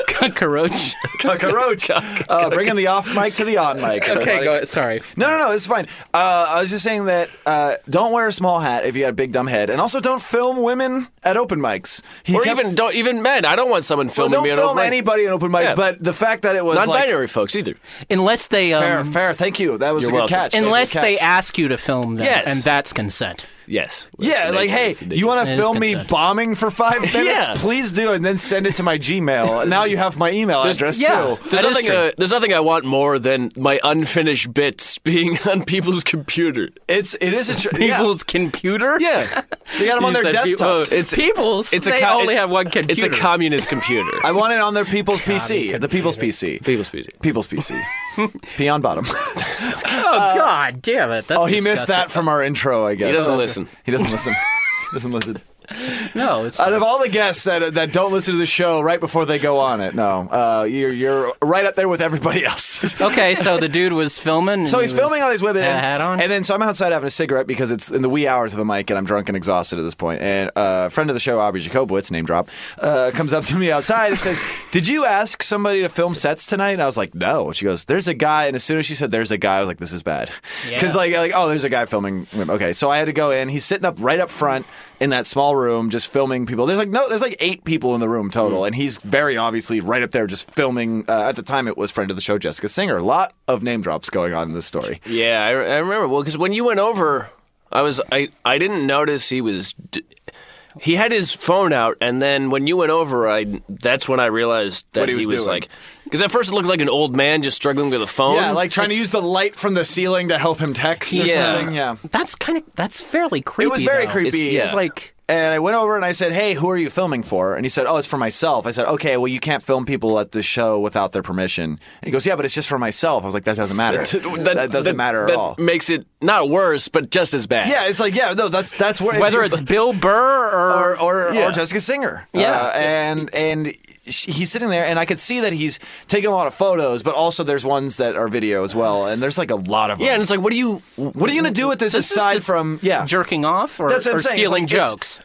E: cockroach.
B: Cockroach. Uh, bringing the off mic to the on mic.
E: okay,
B: everybody.
E: go. Sorry.
B: No, no, no, it's fine. Uh, I was just saying that uh, don't wear a small hat if you got a big dumb head, and also don't film women at open mics. He
A: or
B: kept-
A: even don't even men. I don't want someone
B: Well,
A: filming
B: don't
A: me on
B: film
A: open mic.
B: anybody at open mic.
A: Yeah.
B: But the fact that it was like
A: Non-binary folks either.
E: Unless they,
B: fair,
E: um,
B: fair. Thank you. That was a
A: You're
B: good
A: welcome.
B: catch. That was a
E: unless
B: good
E: they
B: catch.
E: ask you to film them,
A: Yes.
E: and that's consent.
A: Yes.
B: yeah, like, hey, you want to
E: It is
B: film me
E: consent.
B: bombing for five minutes?
A: Yeah.
B: Please do, and then send it to my Gmail. Now you have my email address
E: yeah.
B: too.
A: There's
E: That is
A: nothing,
E: true.
A: uh, there's nothing I want more than my unfinished bits being on people's computer.
B: It's it is a tr- yeah.
E: People's computer?
A: Yeah.
B: They got them on
E: You
B: their
E: said peop- oh,
B: desktops.
A: It's-
E: people's.
A: it's a
E: they
A: co-
E: only
A: it-
E: have one
A: It's
E: computer.
A: a communist computer.
B: I want it on their people's PC. The people's PC.
A: People's computer.
B: People's PC. Peon bottom.
E: oh God, damn it! That's
B: Oh, he missed that from our intro, I guess.
A: He doesn't listen.
B: He doesn't listen. He doesn't listen.
E: No, it's
B: Out of all the guests that that don't listen to the show right before they go on it, no, uh, you're you're right up there with everybody else.
E: okay. So the dude was filming.
B: So he's filming all these women,
E: Had a hat on.
B: and then so I'm outside having a cigarette because it's in the wee hours of the mic, and I'm drunk and exhausted at this point. And uh, a friend of the show, Aubrey Jacobowitz, name drop, uh, comes up to me outside and says, "Did you ask somebody to film sets tonight?" And I was like, "No." And she goes, "There's a guy," and as soon as she said, "There's a guy," I was like, "This is bad," because
E: Yeah.
B: like like oh, there's a guy filming. women. Okay, so I had to go in. He's sitting up right up front in that small room, just filming people. There's like no, there's like eight people in the room total, and he's very obviously right up there, just filming. Uh, at the time, it was friend of the show, Jessica Singer. A lot of name drops going on in this story.
A: Yeah, I, I remember. Well, because when you went over, I was I I didn't notice he was. D- he had his phone out, and then when you went over, I that's when I realized that
B: What he was doing.
A: like. Because at first it looked like an old man just struggling with a phone.
B: Yeah, like trying to use the light from the ceiling to help him text or
A: Yeah.
B: something. Yeah.
E: That's kind of that's fairly creepy.
B: was very
E: though.
B: creepy.
E: It's,
A: Yeah.
E: it's like
B: And I went over and I said, "Hey, who are you filming for?" And he said, "Oh, it's for myself." I said, "Okay, well, you can't film people at the show without their permission." And he goes, "Yeah, but it's just for myself." I was like, "That doesn't matter. that, doesn't matter at
A: that
B: all."
A: Makes it not worse, but just as bad.
B: Yeah, it's like, yeah, no, that's that's where
E: whether it's Bill Burr or,
B: or or,
A: Yeah.
B: or Jessica Singer.
E: Yeah.
B: Uh, and and sh he's sitting there, and I could see that he's taking a lot of photos, but also there's ones that are video as well, and there's like a lot of them.
A: Yeah, and it's like, what do you?
B: what are you gonna do with this,
E: This is
B: aside
E: just
B: from yeah?
E: jerking off or,
B: That's what I'm
E: or
B: saying. It's
E: stealing
B: like, it's-
E: jokes.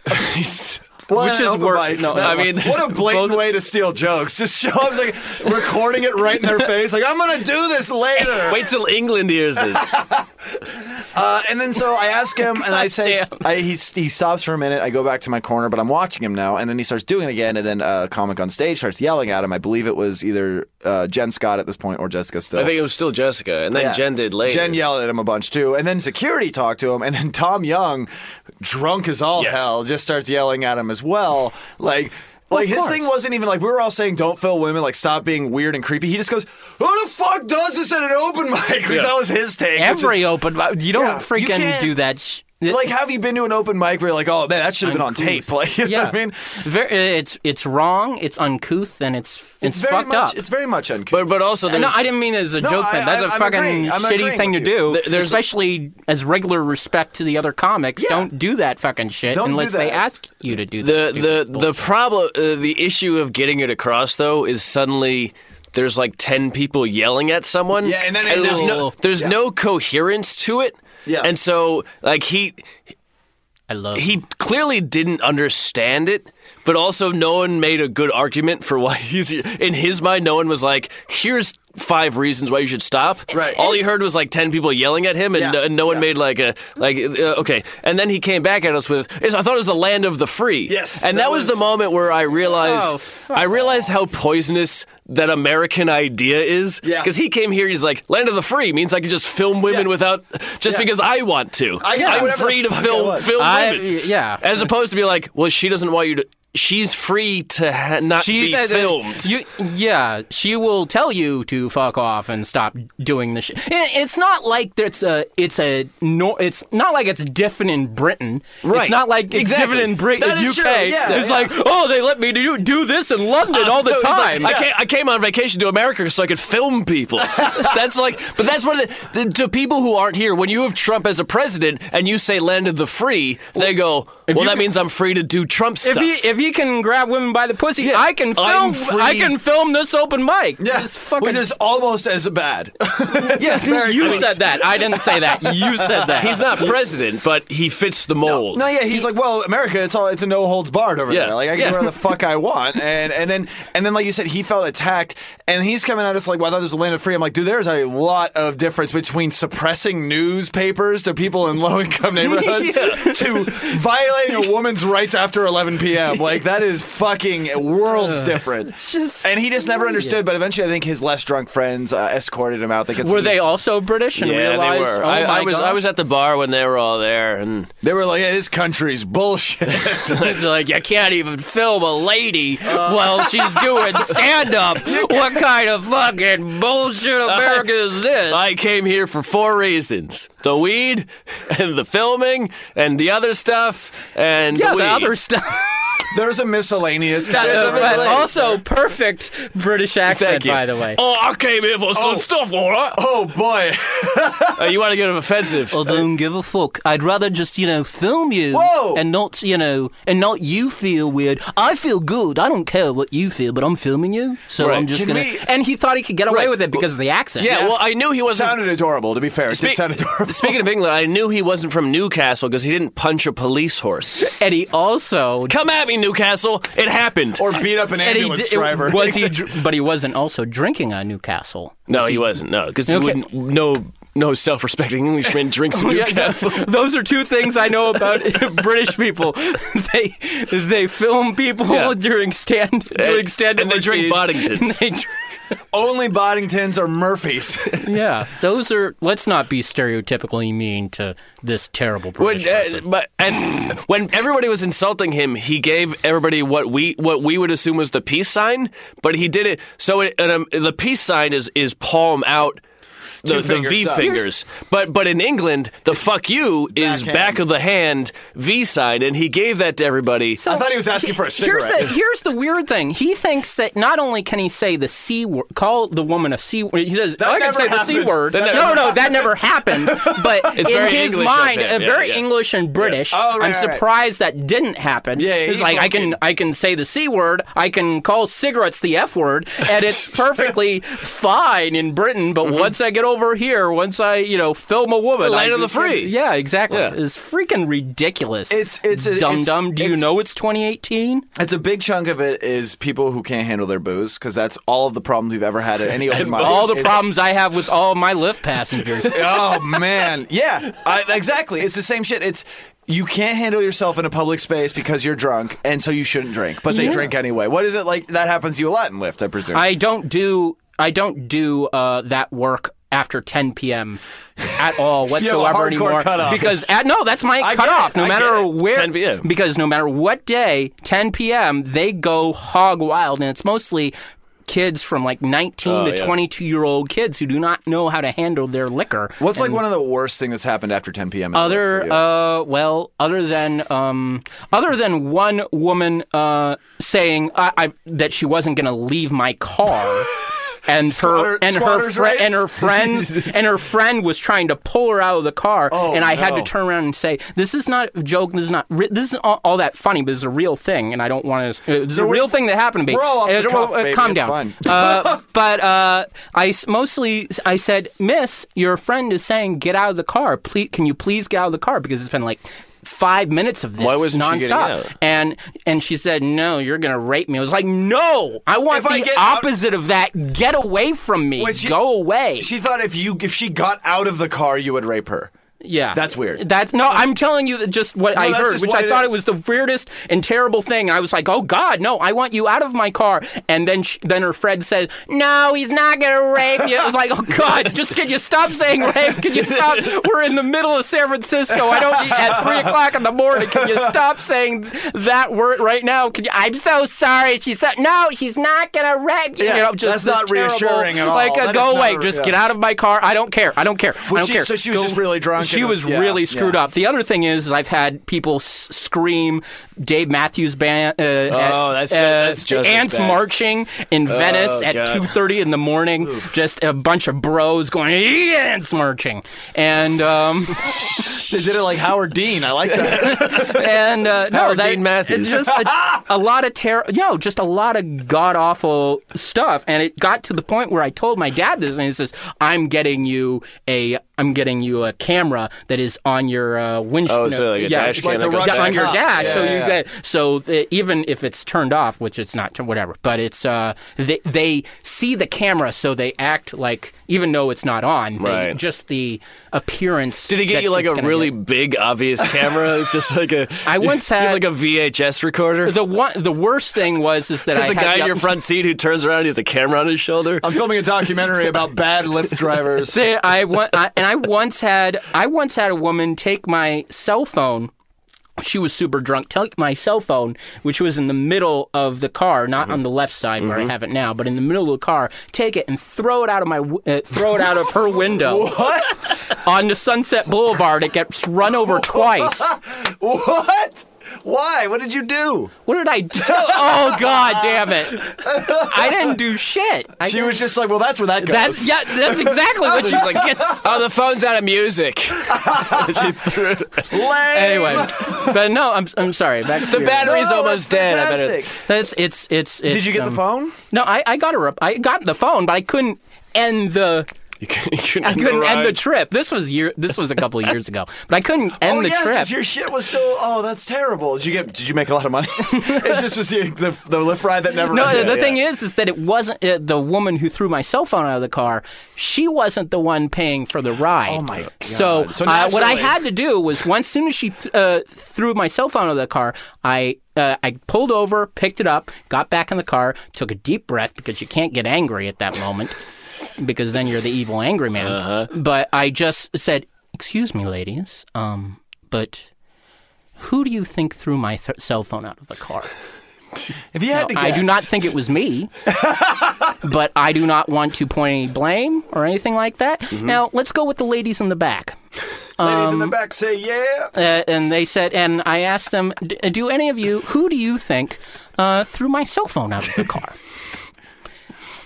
B: Well,
E: Which
B: an
E: is
B: open
E: wor-
B: mic,
E: no,
B: that's-
A: I mean-
B: what a blatant way to steal jokes. Just show up, like recording it right in their face, like I'm gonna do this later.
A: Wait till England hears this.
B: Uh, and then so I ask him, and I say, I, he, he stops for a minute. I go back to my corner, but I'm watching him now. And then he starts doing it again. And then a comic on stage starts yelling at him. I believe it was either uh, Jen Scott at this point or Jessica still.
A: I think it was still Jessica, and then
B: Yeah.
A: Jen did later.
B: Jen yelled at him a bunch too, and then security talked to him, and then Tom Young, drunk as all hell, just starts yelling at him as well. Like, like his thing wasn't even like we were all saying don't fill women, like stop being weird and creepy. He just goes, "Who the fuck does this at an open mic?" Like, That was his take. which is-
E: Every open, uh, you don't
B: Yeah, you
E: freaking
B: can't-
E: do that. Sh-
B: like, have you been to an open mic where you're like, "Oh man, that should have been on tape"? Like, you know
E: yeah,
B: what I mean,
E: Ver- it's it's wrong. It's uncouth, and it's it's,
B: very
E: fucked
B: much,
E: up.
B: It's very much uncouth.
A: but but also there's,
E: no, I didn't mean it as a
B: No,
E: joke.
B: I-
E: thing. That's a
B: I- I'm
E: fucking
B: agreeing. I'm
E: shitty
B: agreeing
E: thing to
B: with you.
E: do.
A: There- there's-
E: especially as regular respect to the other comics. Don't do that fucking shit
B: Don't do
E: unless they
B: that.
E: ask you to do that.
A: the the the problem uh, the issue of getting it across though is suddenly there's like 10 people yelling at someone
B: Yeah, and then- and
A: there's
B: then-
A: no there's
B: Yeah.
A: no coherence to it
B: Yeah.
A: and so like he
E: I love.
A: he clearly didn't understand it but also no one made a good argument for why he's in his mind no one was like here's five reasons why you should stop
B: Right.
A: all he
B: It's-
A: heard was like 10 people yelling at him and,
B: Yeah.
A: no, and no one
B: Yeah.
A: made like a like uh, okay and then he came back at us with i thought it was the land of the free
B: Yes,
A: and
B: that
A: that, was,
B: was-
A: the moment where i realized
E: Oh, fuck
A: i realized how poisonous that american idea is
B: Yeah.
A: because he came here he's like land of the free means i can just film women
B: Yeah.
A: without just
B: Yeah.
A: because i want to
B: I can do
A: i'm
B: whatever
A: free to
B: the fuck I
A: film
B: want.
A: film
E: I-
A: women
E: yeah.
A: as opposed to be like well she doesn't want you to she's free to ha- not
E: She's
A: be filmed
E: You, yeah, she will tell you to fuck off and stop doing the shit. And It's not like it's a, it's a, no, it's not like it's different in Britain.
A: Right.
E: It's not like it's
A: Exactly.
E: different in Britain,
B: That
E: UK.
B: is true, yeah,
E: it's
B: yeah.
E: like, oh, they let me do do this in London all the
A: Uh, No, it's like,
E: time.
A: I, came, I came on vacation to America so I could film people. that's like, but that's what it- the, to people who aren't here. When you have Trump as a president and you say "land of the free," they go, "Well, that
E: can-
A: means I'm free to do Trump
E: if
A: stuff."
E: he if he can grab women by the pussy, I can
A: I'm
E: film I
A: free.
E: can film this open mic.
B: yeah,
E: This fucking
B: which is almost as bad.
E: yes, you said that. I didn't say that. You said that.
A: He's not president, but he fits the mold.
B: No, yeah, he's like, well, America, it's all it's a no holds barred over
A: Yeah,
B: there. Like I can
A: yeah.
B: do whatever the fuck I want, and and then and then like you said, he felt attacked, and he's coming at us like, well, I thought this was a land of free. I'm like, dude, there's a lot of difference between suppressing newspapers to people in low income neighborhoods to violating a woman's rights after 11 p.m. Like that is fucking worlds different.
E: just
B: and he just never understood. But eventually, I think his less drunk friends uh, escorted him out. They could
E: Were they also British and
A: yeah,
E: realized?
A: they were.
E: Oh
A: I,
E: my
A: I was
E: God.
A: I was at the bar when they were all there, and
B: They were like, "Yeah, this country's bullshit."
E: It's like you can't even film a lady
A: Uh.
E: while she's doing stand up. what kind of fucking bullshit America is this?
A: I came here for four reasons: the weed, and the filming, and the other stuff, and
E: yeah,
A: the,
E: the
A: weed.
E: other stuff.
B: There's a miscellaneous.
E: That
A: is
E: is-
A: a
E: but
A: relate,
E: also perfect British accent,
A: Thank you.
E: by the way.
A: Oh, I came here for some stuff, all right.
B: oh boy!
A: Uh, you want to get him offensive?
D: I don't give a fuck. I'd rather just, you know, film you
B: Whoa!
D: and not, you know, and not you feel weird. I feel good. I don't care what you feel, but I'm filming you, so
A: Right.
D: I'm just
B: Can
D: gonna.
B: we-
E: And he thought he could get away
A: Right.
E: with it because of the accent.
A: yeah, Well, I knew he wasn't.
B: sounded adorable. To be fair, it
A: Spe-
B: did sound adorable.
A: Speaking of England, I knew he wasn't from Newcastle because he didn't punch a police horse.
E: And he also.
A: Come at me, Newcastle! It happened.
B: or beat up an
E: And he
B: ambulance
E: di-
B: driver.
E: Was he? dr- But he wasn't also drinking on Newcastle.
A: no, he wasn't. No, because
E: Okay.
A: wouldn't. no no self-respecting Englishman drinks in Newcastle.
E: those are two things I know about British people. They they film people
A: Yeah.
E: during stand doing stand
A: and they drink Boddingtons.
B: Only Boddingtons or Murphys.
E: yeah, those are. Let's not be stereotypically mean to this terrible British
A: When, uh,
E: person.
A: but and when everybody was insulting him, he gave everybody what we what we would assume was the peace sign, but he did it so it, and, um, the peace sign is is palm out. The, the
B: fingers
A: V
B: up.
A: fingers, but but in England, the "fuck you" is
B: Backhand.
A: back of the hand V sign, and he gave that to everybody.
E: So,
B: I thought he was asking for a cigarette.
E: Here's the, here's the weird thing. He thinks that not only can he say the c word, call the woman a c word. He says "Oh,
B: That
E: I can
B: never
E: say the c
B: happened.
E: word.
B: That
E: no,
B: never
E: no, no, that never happened. But
A: It's
E: in
A: very
E: his
A: English of
E: mind,
A: him.
E: uh,
A: Yeah,
E: very
A: yeah.
E: English and British.
B: Oh, right,
E: I'm
B: right, right.
E: surprised that didn't happen.
B: Yeah,
E: he's
B: he
E: like I can
B: fucking-
E: I can say the c word. I can call cigarettes the f word, and it's perfectly fine in Britain. But
B: Mm-hmm.
E: once I get over here, once I you know film a woman,
A: Land
E: I
A: of the
E: became-
A: free.
E: Yeah, exactly.
A: Yeah.
E: It's freaking ridiculous.
B: It's- it's a-
E: dumb
B: it's-
E: dumb. Do you
B: it's-
E: know it's 2018?
B: It's a big chunk of it is people who can't handle their booze because that's all of the problems we've ever had at any open mic.
E: all the
B: It's-
E: problems I have with all my lift passengers.
B: oh man, yeah, I, exactly. It's the same shit. It's you can't handle yourself in a public space because you're drunk, and so you shouldn't drink. But they drink anyway. What is it like? That happens to you a lot in Lyft, I presume.
E: I don't do I don't do uh, that work after 10 p.m. at all
B: have a
E: whatsoever
B: hardcore
E: anymore
B: cutoff.
E: because at, no that's my
B: I get
E: cutoff
B: it,
E: no
B: I get
E: matter
B: it.
E: where
A: 10 p.m..
E: because no matter what day 10 p.m. they go hog wild and it's mostly kids from like 19
A: Oh,
E: to
A: yeah.
E: 22 year old kids who do not know how to handle their liquor
B: What's like one of the worst things that's happened after 10 p.m. in Lyft for
E: other
B: you?
E: uh well other than um other than one woman uh saying I, I that she wasn't gonna leave my car and her
B: Squatter-
E: and her
B: squatters
E: fri-
B: rights?
E: and her friends and her friend was trying to pull her out of the car
B: Oh,
E: and I had to
B: no.
E: turn around and say this is not a joke this is not ri- this is all, all that funny but it's a real thing and I don't want to it's a
B: we-
E: real thing that happened to me
B: we're all off
E: And-
B: the cuff,
E: uh,
B: baby,
E: calm
B: it's
E: down
B: fine.
E: uh, but uh, I s- mostly I said, "Miss, your friend is saying get out of the car. Please, can you please get out of the car because it's been like five minutes of this
A: Why wasn't she
E: nonstop."
A: getting out?
E: And and she said, "No, you're gonna rape me." I was like, "No, I want
B: If I
E: the
B: get out-
E: opposite of that. Get away from me.
B: Wait, she-
E: Go away."
B: She thought if you if she got out of the car, you would rape her.
E: Yeah,
B: That's weird.
E: That's no. I'm telling you that just what I
B: that's
E: heard,
B: just
E: which
B: what
E: I
B: it
E: thought
B: is.
E: it was the weirdest and terrible thing. I was like, "Oh God, no! I want you out of my car." And then she, then her friend said, "No, he's not gonna rape you." I was like, "Oh God, just can you stop saying rape? Can you stop? We're in the middle of San Francisco. I don't need at three o'clock in the morning. Can you stop saying that word right now? Can you? I'm so sorry." She said, "No, he's not gonna rape you."
B: Yeah,
E: you know,
B: that's
E: just this
B: not
E: terrible,
B: reassuring at all.
E: Like, uh,
B: That
E: go
B: is
E: away.
B: not-
E: just
B: yeah.
E: get out of my car. I don't care. I don't care. I
B: Was
E: don't
B: she-
E: care.
B: so she was just really drunk
E: She
B: and
E: was
B: was- yeah,
E: really
B: yeah.
E: screwed up. The other thing is, is I've had people s- scream Dave Matthews Band. Uh,
A: Oh, that's ju- that's just as
E: ants
A: bad. Oh,
E: marching in Venice at
A: God.
E: two thirty in the morning. Just a bunch of bros going ants marching, and um,
B: They did it like Howard Dean. I like that.
E: and uh, no,
A: Howard
E: that,
A: Dean Matthews.
E: it's just a, a lot of terror. You know, just a lot of god awful stuff. And it got to the point where I told my dad this, and he says, "I'm getting you a I'm getting you a camera that is on your uh, windshield.
A: Oh, so like a
E: yeah,
A: dash cam
B: Like the
A: that goes
B: Russian
E: yeah, on
A: back.
E: your
B: cop.
E: dash.
B: Yeah,
E: so you
B: yeah, yeah.
E: get so uh, even if it's turned off, which it's not, whatever. But it's uh, they they see the camera, so they act like even though it's not on, they-
A: Right.
E: just the appearance.
A: Did he get
E: that
A: you like
E: it's
A: a
E: gonna
A: really
E: get.
A: big, obvious camera? It's just like a.
E: I once
A: you have,
E: had-
A: like a VHS recorder.
E: The one, the worst thing was is that
A: There's
E: I
A: a
E: had
A: guy
E: the-
A: in your front seat who turns around. and He has a camera on his shoulder.
B: I'm filming a documentary about bad Lyft drivers.
E: Say, I want, I, and I once had, I once had a woman take my cell phone. She was super drunk. Take my cell phone, which was in the middle of the car,
A: Mm-hmm.
E: not on the left side where I have it now, but in the middle of the car. Take it and throw it out of my, wi- uh, throw it out of her window. what? On the Sunset Boulevard, it gets run over twice.
B: What? Why? What did you do?
E: What did I do? Oh God, damn it! I didn't do shit. I
B: She
E: didn't-
B: was just like, well, that's where that goes.
E: That's yeah. That's exactly what she's like. Gets
A: Oh, the phone's out of music.
E: anyway, but no, I'm I'm sorry. Back to the
A: Battery's almost dead. I bet it-
B: Oh, fantastic.
E: That's it's it's. it's
B: Did you get the
E: um,
B: phone?
E: No, I, I got her. I got the phone, but I couldn't end the.
A: You couldn't, you couldn't
E: I couldn't end the
A: ride.
E: trip. This was year. This was a couple of years ago, but I couldn't end
B: oh
E: the
B: yeah, 'cause
E: trip.
B: your shit was still. Oh, that's terrible. Did you get? Did you make a lot of money? it's just was the, the the lift ride that never.
E: No,
B: ended.
E: the thing is, is that it wasn't uh, the woman who threw my cell phone out of the car. She wasn't the one paying for the ride. Oh
B: my God.
E: So,
A: So
E: uh, what I
A: naturally-
E: had to do was, once soon as she th- uh, threw my cell phone out of the car, I. Uh, I pulled over, picked it up, got back in the car, took a deep breath because you can't get angry at that moment because then you're the evil angry man. But I just said, "Excuse me, ladies, um, but who do you think threw my th- cell phone out of the car?"
B: If you had to
E: No,
B: guess,
E: I do not think it was me, but I do not want to point any blame or anything like that. Now let's go with the ladies in the back,
B: Ladies in the back say yeah.
E: uh, and they said, and I asked them, D- uh, "Do any of you, who do you think uh, threw my cell phone out of the car?"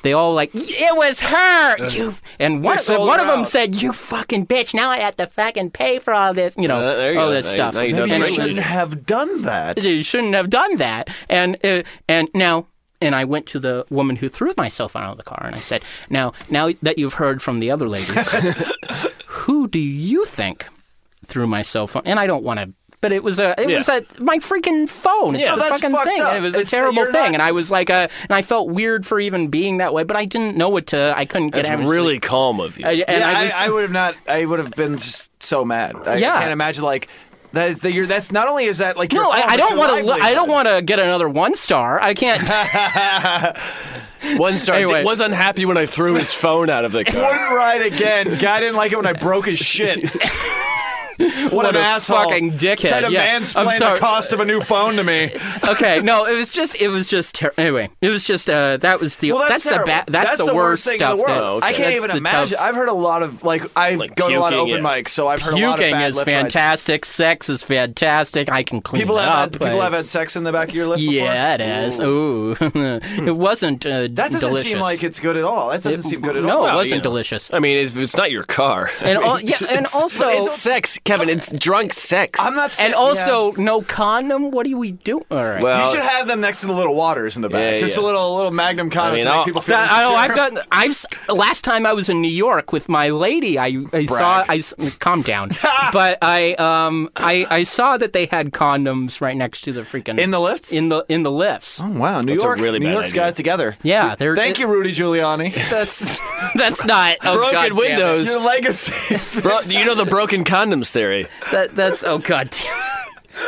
E: They all like it was her. You and one,
B: sold
E: one
B: her
E: of them
B: out.
E: said, "You fucking bitch! Now I have to fucking pay for all this, you know,
A: Uh, there you
E: all
A: go.
E: this
A: Now you-
E: stuff."
A: now you
E: And
A: done
E: it
A: the
B: Maybe you
A: right
E: was-
B: shouldn't
A: decision.
B: have done that.
E: you shouldn't have done that. And uh, and now and I went to the woman who threw myself out of the car and I said, now now that you've heard from the other ladies, who do you think threw my cell phone? And I don't want to. But it was a, it
A: Yeah.
E: was a my freaking phone. It's
A: Yeah,
E: the
B: that's
E: fucking
B: fucked
E: thing.
B: up.
E: It was a
B: It's that
E: terrible
B: you're
E: thing,
B: not-
E: and I was like, uh, and I felt weird for even being that way, but I didn't know what to. I couldn't get.
A: That's
E: out of it.
A: really calm of you.
E: I- and
B: yeah,
E: I
B: I,
E: was,
B: I would have not. I would have been just so mad. I, I
E: Yeah.
B: can't imagine like that is that you're that's not only is that like your
E: no, I,
B: phone,
E: I
B: but
E: don't
B: your
E: want to. I
B: livelihood.
E: don't want to get another one star. I can't.
A: One star
E: Anyway.
A: Dick was unhappy when I threw his phone out of the car.
B: Wouldn't ride again. Guy didn't like it when I broke his shit. What,
E: What
B: an
E: a
B: asshole!
E: fucking dickhead,
B: Trying to
E: yeah. I'm
B: mansplain
E: sorry.
B: the cost of a new phone to me.
E: okay, no, it was just, it was just. Ter- anyway, it was just. Uh, that was the.
B: Well, that's,
E: the
B: terrible.
E: ba- that's, the, worst
B: thing
E: stuff.
B: in the world.
E: that-
A: okay.
B: I can't
E: that's
B: even
E: the
B: imagine.
E: tough-
B: I've heard a lot of like I
A: Like
B: go to a lot of
A: puking,
B: open
A: yeah.
B: mics, so I've heard a lot of
E: Puking
B: bad
E: is
B: lift rides.
E: fantastic. Sex is fantastic. I can clean
B: People
E: it
B: have
E: up.
B: had, people have
E: but
B: had sex in the back of your lift. before?
E: Yeah, it is. Ooh, it wasn't uh,
B: That doesn't
E: delicious.
B: seem like it's good at all. That doesn't seem good at
E: no,
B: all.
E: it
A: Well,
E: wasn't
A: you know.
E: delicious.
A: Oh, I mean, if it's not your car.
E: And all, yeah, and also,
A: it's sex, Kevin. It's drunk sex.
B: I'm not. saying-
E: and also, no condom. What do we do? All right.
A: Well,
B: yeah. you should have them next to the little waters in the back.
A: Yeah,
B: Just a
A: yeah.
B: little, little Magnum condom
A: I mean,
B: to make
A: I'll-
B: people feel.
E: That, I know, Uh, oh, I've
B: insecure.
E: done. I've s- last time I was in New York with my lady. I, I saw. I s- calm down. but I um I I saw that they had condoms right next to the freaking
B: in the lifts.
E: in the in the lifts.
B: oh, wow, New
A: That's a
B: York.
A: really
B: New
A: bad
B: York's
A: idea.
B: got it together.
E: Yeah, they're.
B: Thank you, Rudy Giuliani.
E: That's that's not oh,
A: broken
E: God damn it.
A: windows.
B: Your legacy. is-
A: Bro, you know the broken condoms theory.
E: That that's oh god. damn.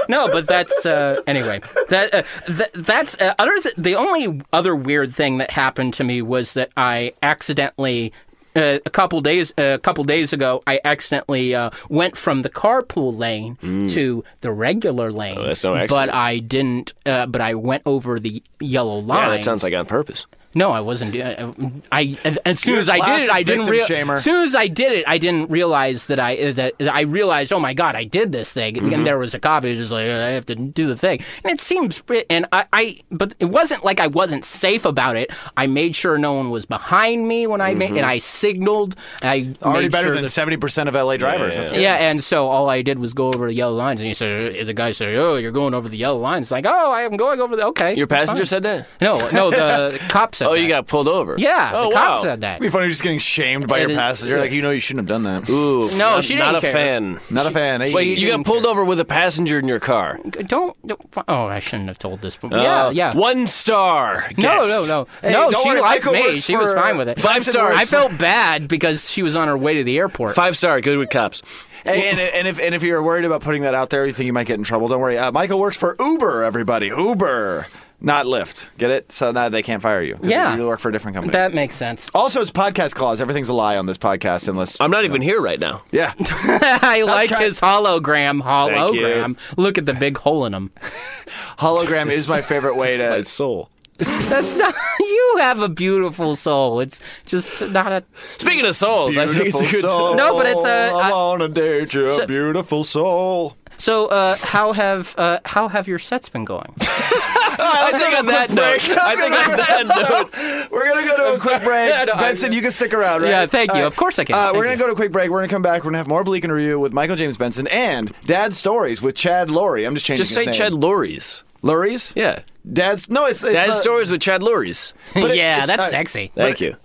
E: No, but that's uh, anyway. That, uh, that that's uh, other. Th- the only other weird thing that happened to me was that I accidentally. Uh, a couple days, a couple days ago, I accidentally uh, went from the carpool lane to the regular lane.
A: Mm. Oh, that's no
E: But
A: accident.
E: I didn't. Uh, but I went over the yellow line.
A: Yeah, that sounds like on purpose.
E: No, I wasn't. I, I as soon
B: You're
E: as I did it,
B: classic
E: I didn't
B: victim
E: realize.
B: shamer.
E: As soon as I did it, I didn't realize that I that that I realized. Oh my god, I did this thing,
B: Mm-hmm.
E: and there was a cop. who was like, "Uh, I have to do the thing, and it seems. pre- And I, I, but it wasn't like I wasn't safe about it. I made sure no one was behind me when I made, and I signaled. I
B: Mm-hmm. Already
E: made
B: better
E: sure
B: than
E: that-
B: seventy percent of LA drivers. That's
E: yeah, and so all I did was go over the yellow lines, and he said, uh, the guy said, "Oh, you're going over the yellow lines." Like, oh, I am going over the okay.
A: Your passenger
E: fine."
A: said that.
E: No, no, the cop said.
A: Oh, you
E: that.
A: got pulled over.
E: Yeah,
A: Oh,
E: the
A: wow.
E: cop said that.
B: It'd be funny just getting shamed by
E: It
B: your
E: is-
B: passenger. Like, you know, you shouldn't have done that.
A: Ooh,
E: No,
A: not,
E: she didn't
A: not a
E: care. Oh,
A: fan.
B: Not a fan. eh?
A: Wait, you got pulled over with a passenger in your car.
E: Don't, don't. Oh, I shouldn't have told this. But yeah,
A: Uh,
E: yeah.
A: One star.
E: No,
A: guest.
E: no, no,
B: Hey,
E: no.
B: don't
E: She
B: worry,
E: liked
B: Michael
E: me.
B: works
E: She was
B: for-
E: fine with it.
A: Five stars.
E: I felt bad because she was on her way to the airport.
A: Five star. Good with cops.
B: Hey, and, and if and if you're worried about putting that out there, you think you might get in trouble. Don't worry. Uh, Michael works for Uber. Everybody, Uber, not Lyft. Get it? So now they can't fire you. 'cause
E: Yeah.
B: you work for a different company.
E: That makes sense.
B: also, it's podcast clause. Everything's a lie on this podcast unless
A: I'm not even here right now.
B: yeah.
E: I like his hologram.
A: Thank you.
E: Hologram. Look at the big hole in him.
B: Hologram is my favorite way
A: My
B: to.
A: soul.
E: That's not. You have a beautiful soul. It's just not a.
A: Speaking of souls, I think it's a good.
B: soul.
E: No, but it's a-
B: I
E: I-
B: wanna date you,
E: So-
B: beautiful soul.
E: So, uh, how have uh, how have your sets been going?
A: I think on that note. I think on that note.
B: We're gonna go to a quick break.
E: No, no, I-
B: Benson, you can stick around, right?
E: Yeah, thank you.
B: All
E: Of course I can.
B: Uh,
E: Thank
B: we're gonna
E: you.
B: go to a quick break. We're gonna come back. We're gonna have more Bleak and Review with Michael James Benson and Dad's Stories with Chad Laurie. I'm just changing.
A: Just
B: his
A: say
B: name.
A: Chad Lurie's.
B: Lurie's.
A: Yeah.
B: Dad's. No, it's, it's
A: Dad's
B: the-
A: stories with Chad Lurie's.
B: but it-
E: yeah,
B: it's
E: that's
B: not-
E: sexy.
A: Thank you.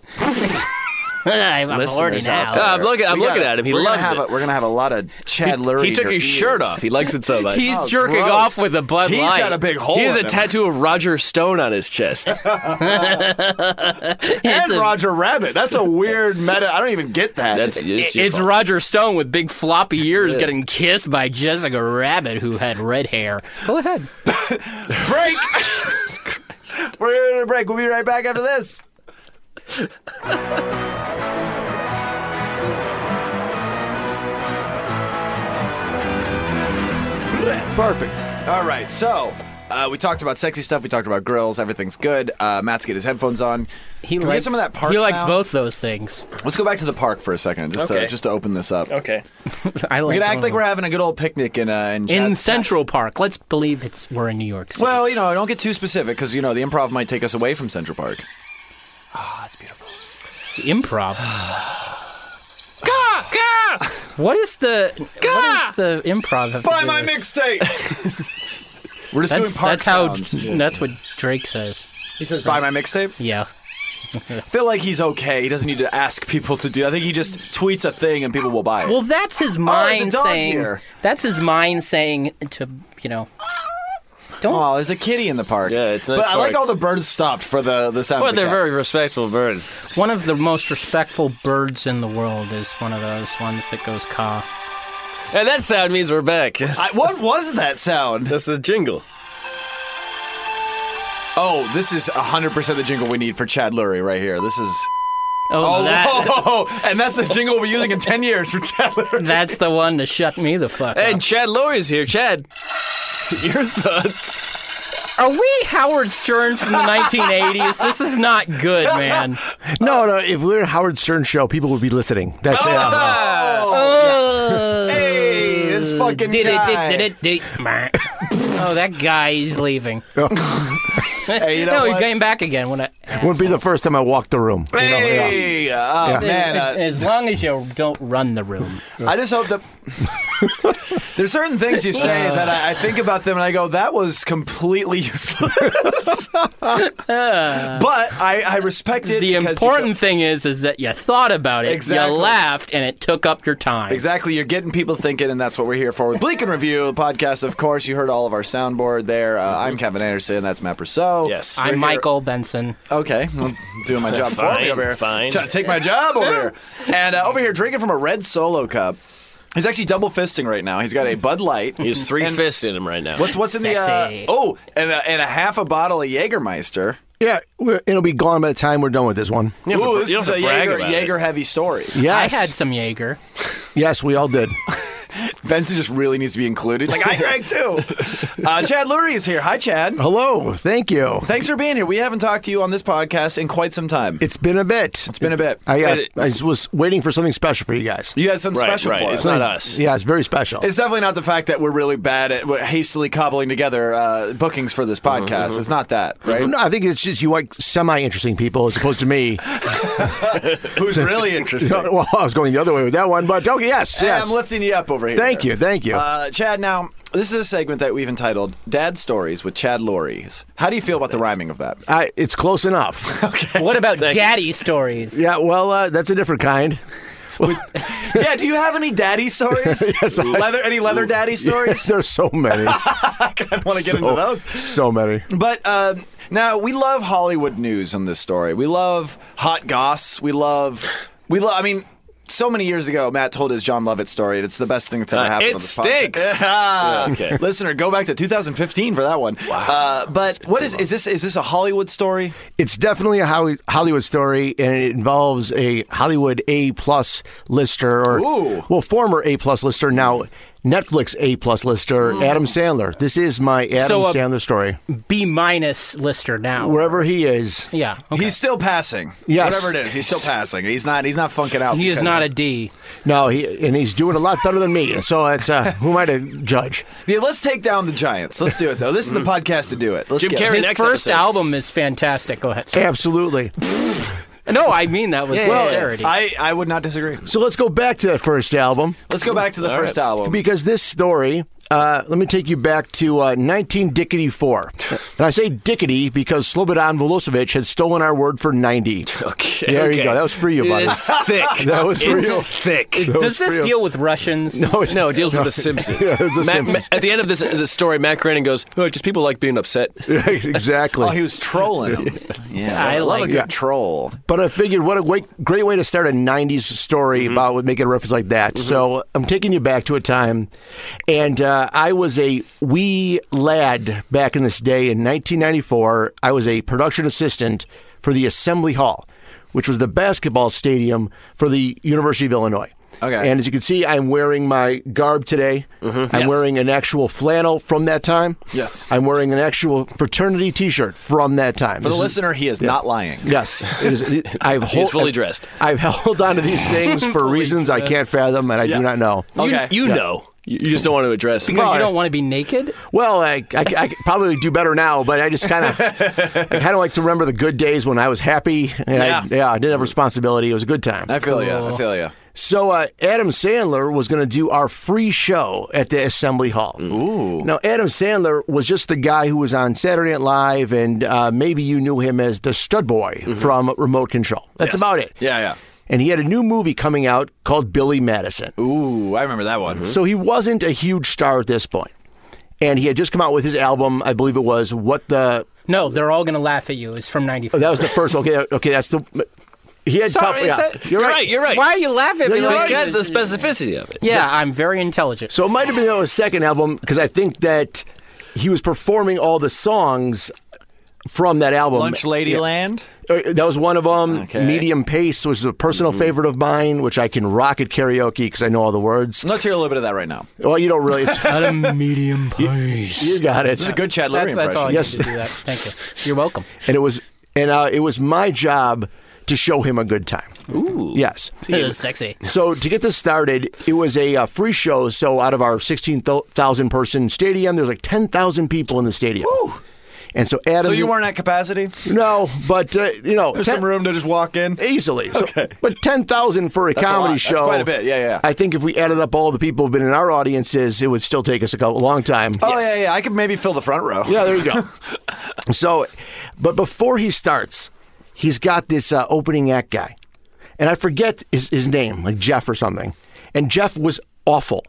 E: I'm horny
B: Listeners out
E: now.
B: there,
A: Uh, I'm looking- I'm
B: we
A: looking
B: gotta-
A: at him. He
B: we're gonna
A: loves
B: have
A: it.
B: A, we're gonna have a lot of Chad Lurie.
A: He
B: in
A: took
B: your
A: his shirt
B: ears.
A: off. He likes it so much.
E: He's
B: Oh,
E: jerking
B: gross.
E: off with a Bud
B: He's
E: Light.
B: got a big hole.
A: He has
B: in
A: a
B: him.
A: tattoo of Roger Stone on his chest.
B: and
E: It's a-
B: Roger Rabbit. That's a weird meta. I don't even get that.
A: That's
E: It's,
A: it's, your fault.
E: Roger Stone with big floppy ears getting kissed by Jessica Rabbit, who had red hair. Go ahead.
B: break. We're going to break. We'll be right back after this. Perfect. All right, so. Uh, we talked about sexy stuff. We talked about grills. Everything's good. Uh, Matt's get his headphones on.
E: He
B: Can we get
E: likes
B: some of that park.
E: He likes
B: sound?
E: both those things.
B: Let's go back to the park for a second, just
A: Okay.
B: to, just to open this up.
A: okay.
E: I like.
B: We're gonna
E: both.
B: act like we're having a good old picnic in uh, in,
E: in
B: Chad's-
E: Central Park. Let's believe it's we're in New York City.
B: Well, you know, don't get too specific because you know the improv might take us away from Central Park. Ah, it's beautiful.
E: improv. What is the what is the improv? Have to
B: Buy
E: do
B: my
E: with-
B: mixtape. We're just
E: That's
B: doing park
E: that's how
B: sounds.
E: that's what Drake says.
B: he says buy my mixtape.
E: Yeah.
B: I feel like he's okay. He doesn't need to ask people to do. I think he just tweets a thing and people will buy it.
E: Well, that's his mind
B: Oh, dog
E: saying.
B: here.
E: That's his mind saying to you know.
B: oh, there's a kitty in the park.
A: Yeah, it's a nice
B: But I like
A: park.
B: all the birds stopped for the the sound.
A: Well,
B: of the
A: they're
B: cat.
A: very respectful birds.
E: One of the most respectful birds in the world is one of those ones that goes caw.
A: And that sound means we're back.
B: I, what was that sound?
A: That's a jingle.
B: Oh, this is 100% the jingle we need for Chad Lurie right here. This is.
E: Oh,
B: Oh,
E: that,
B: whoa. and that's the jingle we'll be using in 10 years for Chad Lurie.
E: that's the one to shut me the fuck up.
A: And Chad Lurie's here. Chad, your thoughts?
E: Are we Howard Stern from the 1980s? This is not good, man.
F: No, no. If we were a Howard Stern show, people would be listening. That's it.
E: Oh.
B: Hey, this fucking
E: Did it,
B: guy.
E: did it, did it. Oh, that guy is leaving.
B: Hey, you know
E: no, he
B: what?
E: came back again. When I,
F: Wouldn't be the first time I walked the room. You know, yeah.
B: Hey, oh, man. uh,
E: as long as you don't run the room.
B: I just hope that there's certain things you say that I, I think about them and I go, that was completely useless. but I, I respect it.
E: The
B: because you
E: important thing is, is that you thought about it,
B: Exactly.
E: you laughed, and it took up your time.
B: go- Exactly, you're getting people thinking, and that's what we're here for. With Bleak and Review, the podcast, of course. You heard all of our soundboard there. Uh, I'm Kevin Anderson. That's Matt Brousseau.
A: Yes.
B: We're
E: I'm
B: here-
E: Michael Benson.
B: Okay, I'm doing my job for
A: Fine,
B: me over here.
A: fine.
B: Trying to take my job over here. And uh, over here, drinking from a red solo cup. He's actually double fisting right now. He's got a Bud Light.
A: He's three
B: And
A: fists in him right now.
B: What's what's in the
E: Sexy.
B: uh, oh and a, and a half a bottle of Jägermeister.
F: yeah we're, it'll be gone by the time we're done with this one.
A: You don't have
B: Ooh,
A: to-
B: this
A: you don't
B: is
A: have
B: a
A: to brag
B: Jaeger,
A: about it.
B: Jaeger heavy story.
F: Yes.
E: I had some Jaeger.
F: Yes, we all did.
B: Benson just really needs to be included. Like I drank too. Uh, Chad Lurie is here. Hi, Chad.
F: Oh. Hello. Thank you.
B: Thanks for being here. We haven't talked to you on this podcast in quite some time.
F: It's been a bit.
B: it's been a bit.
F: I, uh,
A: It-
F: I just was waiting for something special for you guys.
B: you had something
A: Right,
B: special
A: right.
B: for
A: It's
B: us.
A: not us.
F: Yeah, it's very special.
B: It's definitely not the fact that we're really bad at we're hastily cobbling together uh, bookings for this
F: Mm-hmm,
B: podcast. It's not that, right?
F: no, I think it's just you like semi-interesting people as opposed to me.
B: Who's really interesting?
F: well, I was going the other way with that one, but okay, yes,
B: Hey,
F: yes.
B: I'm lifting you up over here.
F: Thank you. Thank you.
B: Uh, Chad, now this is a segment that we've entitled "Dad Stories" with Chad Lorries. How do you feel about the rhyming of that?
F: I, it's close enough.
G: What about daddy stories?
F: yeah, well, uh, that's a different kind.
B: yeah, do you have any daddy stories?
F: Yes, I-
B: leather any leather daddy stories?
F: There's so many.
B: I want to get into those.
F: so many.
B: But um, now we love Hollywood news on this story. We love hot goss. We love. We love. I mean. So many years ago, Matt told his John Lovett story, and it's the best thing that's ever
A: Uh,
B: happened.
A: it
B: on this
A: stinks.
B: podcast.
A: okay.
B: Listener, go back to 2015 for that one. Uh, but what is is this? Is this a Hollywood story?
F: It's definitely a Holly- Hollywood story, and it involves a Hollywood A plus lister, or
B: Ooh.
F: well, former A plus lister, now Netflix A plus lister, Adam Sandler. This is my Adam
G: Hmm. So, uh,
F: Sandler story.
G: B minus lister now.
F: Wherever he is,
G: yeah. Okay.
B: He's still passing.
F: Yes.
B: Whatever it is, he's still passing. He's not. He's not funking out.
G: he is
B: because-
G: not a D.
F: no, he and he's doing a lot better than me. So it's uh, who am I to judge?
B: Yeah, let's take down the Giants. Let's do it though. This is the podcast to do it. Let's
A: Jim
B: get-
A: Carrey
G: His
A: next
G: first
A: episode.
G: album is fantastic. Go ahead. sir.
F: Absolutely.
G: No, I mean that with sincerity.
B: I, I would not disagree.
F: So let's go back to that first album.
B: Let's go back to the first album.
F: Because this story, uh, let me take you back to uh, 19 Dickety 4. And I say Dickety because Slobodan Milosevic had stolen our word for 90.
A: Okay.
F: There you
A: okay.
F: go. That was for you, buddy.
A: It's thick.
F: That was for you.
A: It's thick.
F: That
G: Does
F: was for
G: this
F: you.
G: deal with Russians? No.
A: No, it deals with The Simpsons.
F: Yeah, The
A: Matt-
F: Simpsons.
A: Matt- at the end of this, this story, Matt Groening goes, oh, just people like being upset.
F: exactly.
B: Oh, he was trolling him. Yeah,
G: I
B: love
G: like
B: a good
F: Yeah.
B: troll.
F: But I figured what a great, great way to start a 90s story
B: Mm-hmm.
F: about with making a reference like that. So I'm taking you back to a time, and uh, I was a wee lad back in this day in 1994. I was a production assistant for the Assembly Hall, which was the basketball stadium for the University of Illinois.
B: Okay. Mm-hmm.
F: And as you can see, I'm wearing my garb today. I'm wearing an actual flannel from that time.
B: Yes.
F: I'm wearing an actual fraternity t shirt from that time.
B: For the
F: This is-
B: listener, he is not lying.
F: Yes, it is. I've hol-
A: He's fully
F: I've-
A: dressed.
F: I've held on to these things for reasons I can't fathom and I do not know.
A: You-
B: Okay.
A: You, know. You you just don't want to address it.
G: Because you don't want to be naked?
F: Well, I, I, I could probably do better now, but I just kind of I kind of like to remember the good days when I was happy and
B: Yeah.
F: I, yeah, I didn't have responsibility. It was a good time.
B: I feel you. I feel you.
F: So uh, Adam Sandler was going to do our free show at the Assembly Hall. Ooh! Now Adam Sandler was just the guy who was on Saturday Night Live, and uh, maybe you knew him as the Stud Boy from Remote Control. That's about it.
B: Yeah,
F: and he had a new movie coming out called Billy Madison.
B: yeah. Ooh, I remember that one.
F: So he wasn't a huge star at this point. And he had just come out with his album, I believe it was What the
G: No, they're all going to laugh at you. It's from
F: oh,
G: 95.
F: that was the first okay okay that's the he had
G: Sorry,
F: couple- yeah.
G: so-
A: You're right. You're right.
G: Why are you laughing at me?
F: you're
G: like
F: right.
A: Because
G: that?
A: the specificity of it.
G: Yeah, I'm very intelligent.
F: So it might have been on his second album because I think that he was performing all the songs from that album.
B: Lunch Lady Land.
F: Uh, that was one of them.
B: Okay. Mm-hmm.
F: Medium Pace was a personal favorite of mine, which I can rock at karaoke because I know all the words.
B: Let's hear a little bit of that right now.
F: Well, you don't really. it's-
G: At a medium pace.
F: you got it.
B: It's a good Chad Leary
G: That's, that's all I
B: impression.
F: Yes.
G: need to do that. Thank you. You're welcome.
F: and it was and uh, it was my job to show him a good time. Ooh, yes.
G: It is sexy.
F: So to get this started, it was a uh, free show. So out of our sixteen thousand person stadium, there was like ten thousand people in the stadium. And so Adam,
B: So you weren't at capacity.
F: no, but uh, you know,
B: There's
F: 10
B: some room to just walk in.
F: easily. So, But ten thousand for a
B: a lot.
F: comedy
B: That's
F: show,
B: quite a bit. Yeah, yeah.
F: I think if we added up all the people who've been in our audiences, it would still take us a couple, a long time.
B: Oh yeah, yeah. I could maybe fill the front row.
F: Yeah, there you go. so, but before he starts, he's got this uh, opening act guy, and I forget his, his name, like Jeff or something. And Jeff was awful.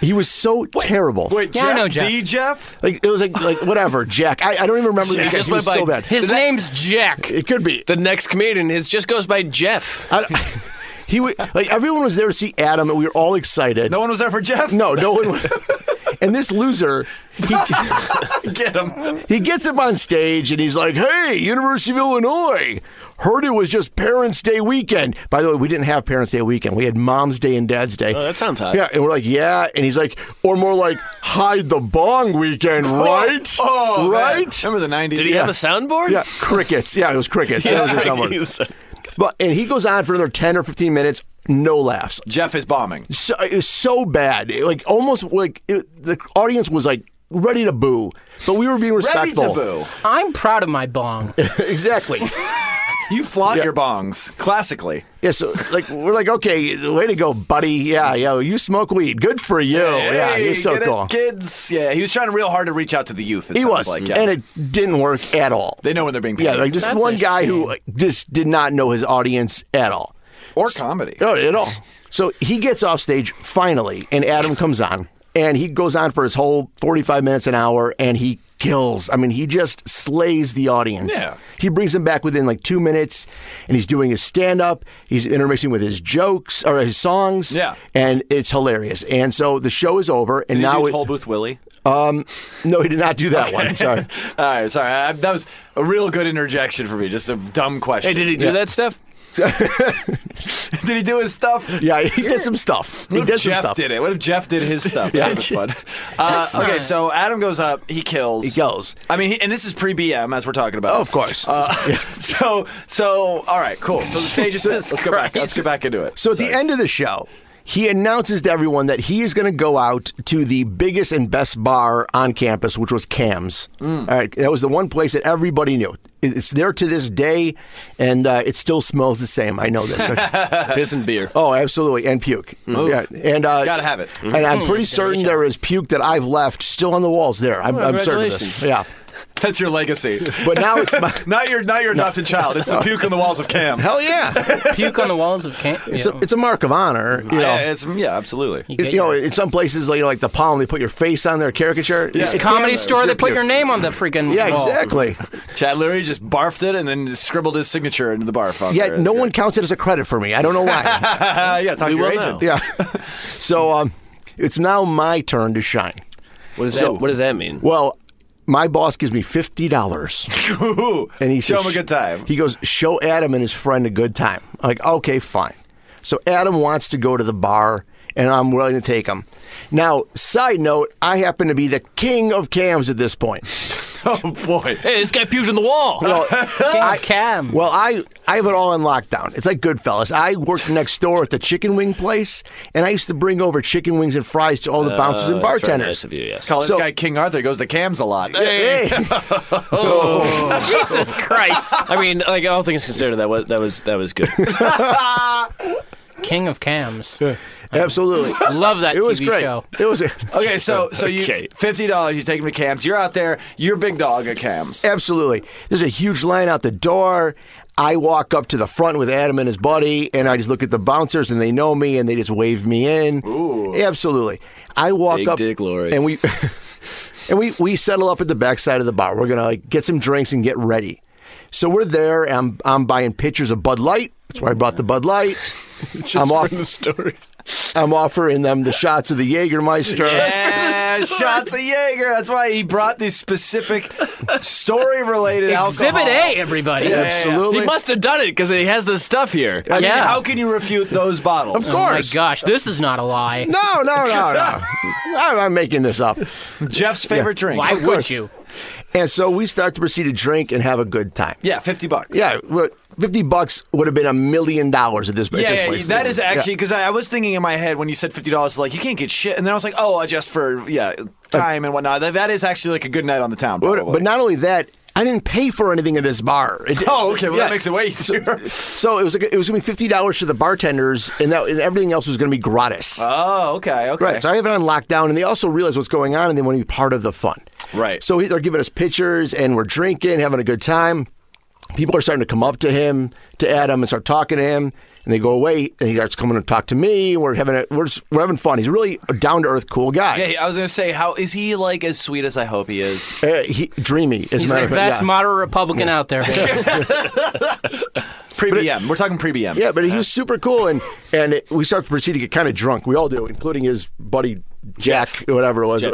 F: he was so terrible.
B: Wait,
G: Yeah, I
B: Jeff,
G: know Jeff.
B: the Jeff.
F: Like it was like like whatever, Jack. I, I don't even remember this
A: Jack.
F: guy.
A: Just
F: He
A: went
F: was
A: by
F: so bad.
G: His name's Jack.
F: it could be.
A: The next comedian his just goes by Jeff.
F: I, he was like everyone was there to see Adam, and we were all excited.
B: No one was there for Jeff.
F: no, no one. would- and this loser, he,
B: get him.
F: He gets up on stage and he's like, "Hey, University of Illinois, heard it was just Parents' Day weekend." By the way, we didn't have Parents' Day weekend; we had Mom's Day and Dad's Day.
A: Oh, that sounds hot.
F: Yeah, and we're like, "Yeah," and he's like, "Or more like hide the bong weekend, right?
B: Oh, man.
F: right."
B: Remember the nineties?
A: Did he have a soundboard?
F: Yeah, crickets. Yeah, it was crickets. That was his dumb one. But and he goes on for another ten or fifteen minutes, no laughs.
B: Jeff is bombing.
F: So, it was so bad, It, like almost like it, the audience was like ready to boo, but we were being
B: Ready
F: respectful.
B: to boo.
G: I'm proud of my bong.
F: exactly.
B: You flaunt your bongs classically.
F: Yeah, so like we're like, okay, way to go, buddy. Yeah, yo, you smoke weed. Good for you. Oh, yeah,
B: Hey,
F: you're so
B: get it,
F: cool.
B: kids. Yeah, he was trying real hard to reach out to the youth. It
F: he
B: sounds
F: was,
B: like, yeah.
F: and it didn't work at all.
B: they know when they're being paid.
F: Yeah, like just
G: That's
F: one
G: a
F: guy who like, just did not know his audience at all.
B: or comedy.
F: No, at all. So he gets off stage finally, and Adam comes on, and he goes on for his whole 45 minutes, an hour, and he kills. I mean, he just slays the audience.
B: Yeah.
F: He brings them back within like two minutes, and he's doing his stand up. He's intermixing with his jokes or his songs.
B: Yeah.
F: And it's hilarious. And so the show is over, and
B: Did
F: now
B: he do
F: it-
B: toll booth Willie.
F: no, he did not do that one. Sorry.
B: All right, sorry. I, that was a real good interjection for me. Just a dumb question.
A: Hey, did he do that stuff?
B: Did he do his stuff?
F: Yeah, he did some stuff. He
B: What
F: did
B: if
F: some
B: Jeff
F: stuff.
B: did it? What if Jeff did his stuff? yeah. fun. Uh, okay, so Adam goes up. He kills.
F: He kills.
B: I mean, he, and this is pre BM as we're talking about.
F: Oh, of course.
B: Uh, So, so all right, cool. So the stage is set. Let's go back. Let's get back into it.
F: So at the
B: Sorry.
F: end of the show, he announces to everyone that he is going to go out to the biggest and best bar on campus, which was Cam's. All right, that was the one place that everybody knew. It- It's there to this day, and uh, it still smells the same. I know this.
A: Piss and beer.
F: oh, absolutely, and puke. Yeah, and uh,
B: Gotta have it.
F: And I'm pretty certain there is puke that I've left still on the walls there. I'm, I'm certain of this.
A: Congratulations.
F: Yeah,
B: That's your legacy.
F: but now it's my.
B: not your not your adopted child. It's the puke on the walls of Cam.
F: Hell yeah!
G: Puke on the walls of camp.
F: It's a, it's a mark of honor, you know.
B: Yeah, it's, yeah, absolutely.
G: get
F: you know,
G: your-
F: in some places, you know, like the palm, they put your face on their caricature.
B: Yeah.
F: It-
G: comedy
F: yeah,
G: store. They put
F: puke.
G: your name on the freaking
F: Yeah,
G: wall.
F: exactly.
B: Chad Leary just barfed it and then scribbled his signature into the barf. on
F: Yeah,
B: there.
F: no one counts it as a credit for me. I don't know why.
B: Uh, yeah, talk
A: We
B: to your
A: will
B: agent.
A: now.
F: yeah. So um, it's now my turn to shine.
A: What, is that, what does that mean?
F: Well, my boss gives me fifty dollars,
B: Ooh,
F: and he
B: show
F: says,
B: him a good time.
F: He goes, "Show Adam and his friend a good time." I'm like, okay, fine. So Adam wants to go to the bar, and I'm willing to take him. Now, side note, I happen to be the king of cams at this point.
B: Oh boy.
A: Hey, this guy puked on the wall.
F: Well, I-
G: Cam.
F: Well, I I have it all on lockdown. It's like Goodfellas. I worked next door at the chicken wing place, and I used to bring over chicken wings and fries to all the bouncers and
A: Uh, that's very
F: bartenders.
A: nice of you, yes.
B: Call this
F: So-
B: guy King Arthur. He Goes to cams a lot.
F: Hey.
A: Oh, Jesus Christ! I mean, like all things considered, that was that was that was good.
G: King of Cams.
F: absolutely.
G: Love that
F: It was
G: TV
F: great.
G: show.
F: It was
B: Okay, so so
A: Okay.
B: you fifty dollars. You take him to cams. You're out there. You're big dog at cams.
F: absolutely. There's a huge line out the door. I walk up to the front with Adam and his buddy, and I just look at the bouncers, and they know me, and they just wave me in. Absolutely. I walk
A: Big
F: up,
A: dick Lori.
F: and we and we we settle up at the backside of the bar. We're gonna like, get some drinks and get ready. So we're there. And I'm I'm buying pitchers of Bud Light. That's why I brought the Bud Light. I'm off the story. I'm offering them the shots of the Jägermeister.
B: Yeah, shots of Jaeger. That's why he brought these specific story related alcohol.
G: Exhibit A, everybody.
B: Yeah.
F: Absolutely.
A: He must have done it because he has this stuff here.
F: I mean,
G: Yeah.
B: How can you refute those bottles?
F: Of
G: Oh my
F: course.
G: gosh, this is not a lie.
F: No, no, no, no. I'm not making this up.
B: Jeff's favorite drink.
G: Why would you?
F: And so we start to proceed to drink and have a good time.
B: Yeah, fifty bucks.
F: Yeah, well, fifty bucks would have been a million dollars at this, at
B: Yeah,
F: this
B: yeah,
F: place.
B: that is
F: Yeah.
B: actually because I, I was thinking in my head when you said fifty dollars, like you can't get shit, and then I was like, oh, uh, just for yeah time and whatnot. That, that is actually like a good night on the town.
F: But,
B: probably.
F: but not only that, I didn't pay for anything in this bar. It-
B: Oh, okay. Well,
F: Yeah.
B: that makes it way easier.
F: So it was it was gonna be fifty dollars to the bartenders, and that and everything else was gonna be gratis.
B: oh, okay, okay.
F: Right, so I have it on lockdown, and they also realize what's going on, and they want to be part of the fun.
B: Right.
F: So he- they're giving us pictures, and we're drinking, having a good time. People are starting to come up to him, to Adam, and start talking to him, and they go away, and he starts coming to talk to me. We're having a, we're just, we're having fun. He's a really down to earth, cool guy.
B: Yeah, I was gonna say, how is he like as sweet as I hope he is?
F: Uh, he, dreamy. As
G: He's
F: a matter
G: the
F: of fact,
G: best
F: yeah.
G: moderate Republican out there. baby.
B: Pre BM. We're talking pre BM.
F: Yeah, but he was super cool, and and it, we started to proceed to get kind of drunk. We all do, including his buddy Jack, or whatever it was.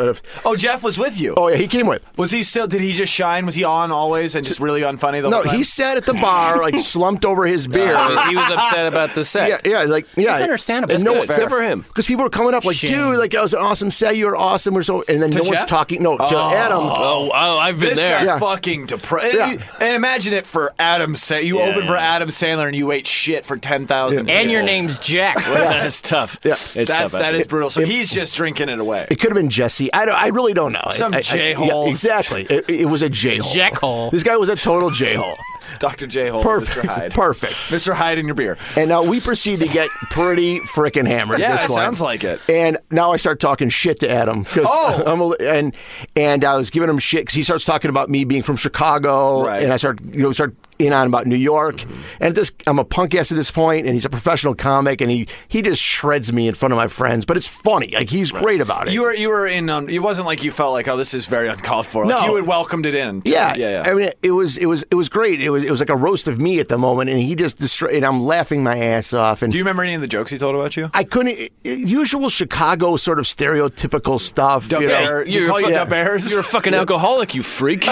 B: Oh, Jeff was with you.
F: Oh yeah, he came with.
B: Was he still? Did he just shine? Was he on always and just really unfunny the
F: No,
B: whole time?
F: he sat at the Uh, bar, like slumped over his beer.
A: he was upset about the set.
F: Yeah, yeah, like yeah,
G: It's understandable.
A: It's
G: No,
A: good.
F: one-
A: good for him.
F: Because people were coming up like,
G: Shame.
F: dude, like that was an awesome set. You were awesome. Or so, and then no one's
B: Jeff?
F: talking. No, to
B: Oh.
F: Adam.
A: Oh, oh, I've been
B: This
A: there.
B: guy
F: Yeah.
B: fucking depressed.
F: Yeah.
B: And, you- and imagine it for Adam. Sa- you
A: Yeah,
B: open
A: yeah,
B: for
A: yeah.
B: Adam Sandler and you ate shit for ten thousand.
G: and your name's Jack.
A: That's tough. Yeah, it's tough.
B: That's that is brutal. So he's just drinking it away.
F: It could have been Jesse. I don't. I really don't know. I-
B: Some
F: I- I-
B: J-hole.
F: yeah, exactly. It, it was a j hole.
G: Jack hole.
F: This guy was a total j hole.
B: Dr. J Hole, Mr. Hyde.
F: Perfect. Perfect.
B: Mr. Hyde in your beer.
F: And now we proceed to get pretty freaking hammered.
B: Yeah,
F: this
B: it
F: one.
B: sounds like it.
F: And now I start talking shit to Adam.
B: Oh!
F: I'm a, and and I was giving him shit because he starts talking about me being from Chicago,
B: Right. Mm-hmm.
F: and I start you know start in on about New York. And at this, I'm a punk ass at this point, and he's a professional comic, and he he just shreds me in front of my friends. But it's funny. Like he's great about it.
B: You were you were in. Um, it wasn't like you felt like, oh, this is very uncalled for. Like,
F: No.
B: you had welcomed it in.
F: Yeah,
B: yeah, yeah.
F: I mean, it was it was it was great. It was it was like a roast of me at the moment, and he just destroyed. And I'm laughing my ass off. And
B: Do you remember any of the jokes he told about you?
F: I couldn't. Usual Chicago sort of stereotypical stuff.
B: Dumb
F: you know.
B: bear.
A: You're
B: You call you
A: fucking-
B: dumb bears.
A: You're a fucking alcoholic, you freak.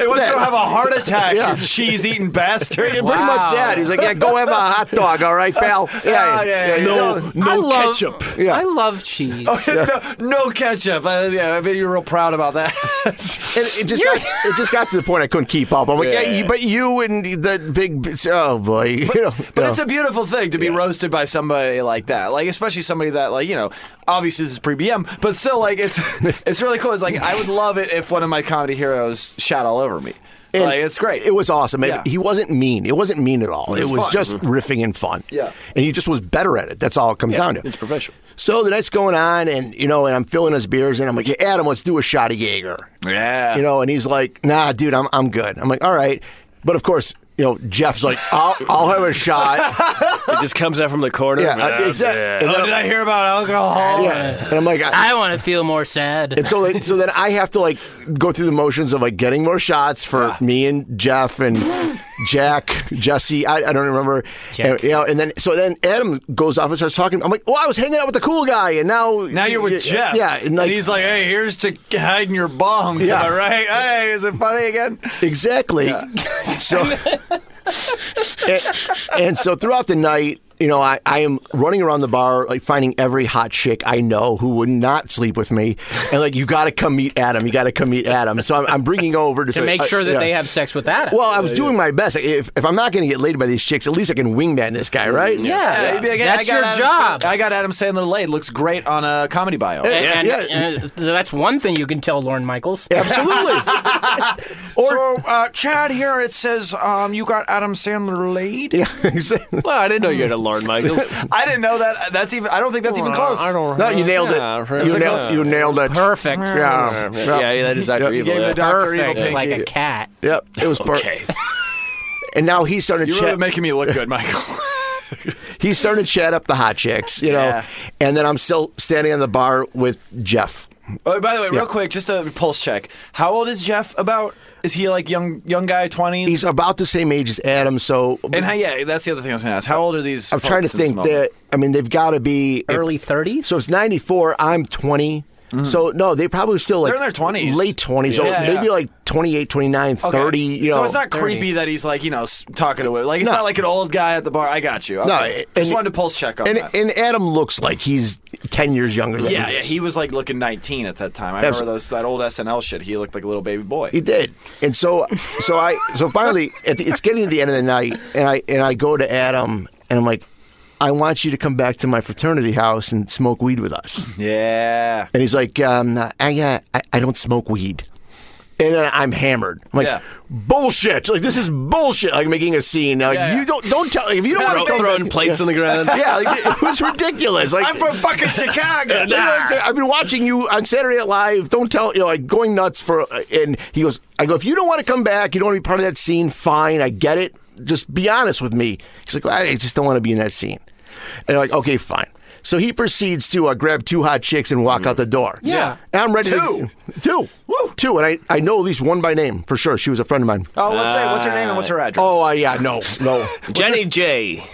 B: It was gonna have a heart attack.
F: Yeah.
B: You cheese eating bastard.
F: Pretty much that. He's like, yeah, go have a hot dog, all right, pal. Yeah,
B: Yeah, yeah, yeah.
F: No,
G: I love,
F: Yeah. Oh.
G: I love cheese.
B: no, no ketchup. I, yeah, I bet you were real proud about that.
F: And it just got, it just got to the point I couldn't keep up. I'm like, yeah,
B: Yeah.
F: you- but you and the big, oh boy, you know,
B: But
F: no.
B: it's a beautiful thing to be roasted by somebody like that, like especially somebody that, like you know, obviously this is pre-BM, but still, like it's it's really cool. It's like I would love it if one of my comedy heroes shot all over me.
F: And
B: like it's great.
F: It was awesome. It-
B: Yeah.
F: He wasn't mean. It wasn't mean at all. It was,
B: was fun.
F: just riffing and fun.
B: Yeah.
F: And he just was better at it. That's all it comes down to.
B: it's professional.
F: So the night's going on, and you know, and I'm filling his beers, and I'm like, "Hey, Adam, let's do a shot of Jaeger."
B: Yeah.
F: You know, and he's like, "Nah, dude, I'm I'm good." I'm like, "All right," but of course, you know, Jeff's like, "I'll I'll have a shot."
A: It just comes out from the corner.
F: yeah, uh, exactly. And,
B: Oh,
F: then-
B: did I hear about alcohol?
F: yeah. and I'm like, I-
G: I want to feel more sad.
F: and so, like, so then I have to like go through the motions of like getting more shots for me and Jeff and Jack, Jesse. I, I don't remember. And, you know, and then so then Adam goes off and starts talking. I'm like, well, I was hanging out with the cool guy, and now
B: Now you're with Jeff.
F: Yeah, and like
B: and he's like, hey, here's to hiding your bongs.
F: Yeah.
B: Am I right? Hey, is it funny again?
F: exactly. so and, and so throughout the night. You know, I, I am running around the bar, like finding every hot chick I know who would not sleep with me, and like you got to come meet Adam. You got to come meet Adam. So I'm, I'm bringing over to, uh,
G: to make sure that they have sex with Adam.
F: Well, I was doing my best. If, if I'm not going to get laid by these chicks, at least I can wingman this guy, right?
G: Mm, yeah,
B: Yeah, he'd be like, hey, I
G: that's
B: got
G: your
B: Adam
G: job.
B: Sandler- I got Adam Sandler laid. Looks great on a comedy bio.
G: and,
F: yeah.
G: and, uh, that's one thing you can tell Lauren Michaels.
F: Absolutely.
B: Or uh, Chad here, it says um, you got Adam Sandler laid.
F: yeah, exactly.
A: Well, I didn't know you had a Lauren Michaels.
B: I didn't know that. That's even. I don't think that's even close.
A: I don't.
F: No, you nailed
A: Yeah,
F: it. You nailed, you nailed it.
G: Perfect.
A: Yeah,
F: Yeah.
A: yeah, that is Doctor
B: You
A: Evil.
B: gave
A: yeah.
B: the Doctor Evil
G: Perfect.
B: pinky.
G: Like a cat.
F: Yep. It was perfect.
A: Okay.
F: And now he's starting to
B: You're
F: chat.
B: really making me look good, Michael.
F: he's starting to chat up the hot chicks, you know.
B: Yeah.
F: And then I'm still standing on the bar with Jeff.
B: oh, by the way, real quick, just a pulse check. How old is Jeff? About is he like young young guy, twenties?
F: He's about the same age as Adam, so
B: and how, yeah, that's the other thing I was going to ask. How old are these?
F: I'm trying to
B: folks in this
F: think
B: moment?
F: that. I mean, they've got to be if-
G: Early 30s?
F: So it's 94. I'm 20. So no, they probably were still like
B: Mm-hmm. They're in their 20s.
F: late 20s, so
B: Yeah, yeah.
F: maybe like 28, 29,
B: Okay.
F: 30. You know,
B: so it's not creepy that he's like you know s- talking to women. Like it's
F: No.
B: not like an old guy at the bar. I got you. Okay.
F: No, and-
B: just wanted to pulse check on
F: and
B: that.
F: and Adam looks like he's 10 years younger than
B: yeah,
F: he
B: yeah,
F: is.
B: he was like looking 19 at that time. I
F: Abs-
B: remember those that old SNL shit. He looked like a little baby boy.
F: He did, and so so I so finally at the, it's getting to the end of the night, and I and I go to Adam, and I'm like, I want you to come back to my fraternity house and smoke weed with us.
B: yeah.
F: And he's like, um, I, uh, I, I don't smoke weed. And then I'm hammered. I'm like,
B: Yeah.
F: bullshit. Like this is bullshit. Like making a scene. Like
B: Yeah,
F: you
B: yeah.
F: don't don't tell if you don't
A: Throw,
F: want to come
A: throwing plates on the ground.
F: Yeah, like, it was ridiculous. Like
B: I'm from fucking Chicago.
F: You know, it's- I've been watching you on Saturday Night Live. Don't tell you know, like going nuts for. uh, And he goes, I go, if you don't want to come back, you don't want to be part of that scene. Fine, I get it. Just be honest with me. He's like, I just don't want to be in that scene. And I'm like, okay, fine. So he proceeds to uh, grab two hot chicks and walk out the door.
G: Yeah.
F: And I'm ready.
B: Mm. Two?
F: to, two, Woo. two, and I, I know at least one by name for sure. She was a friend of mine.
B: Oh, let's say what's her name and what's her address?
F: Oh, uh, yeah, no, no,
A: Jenny J.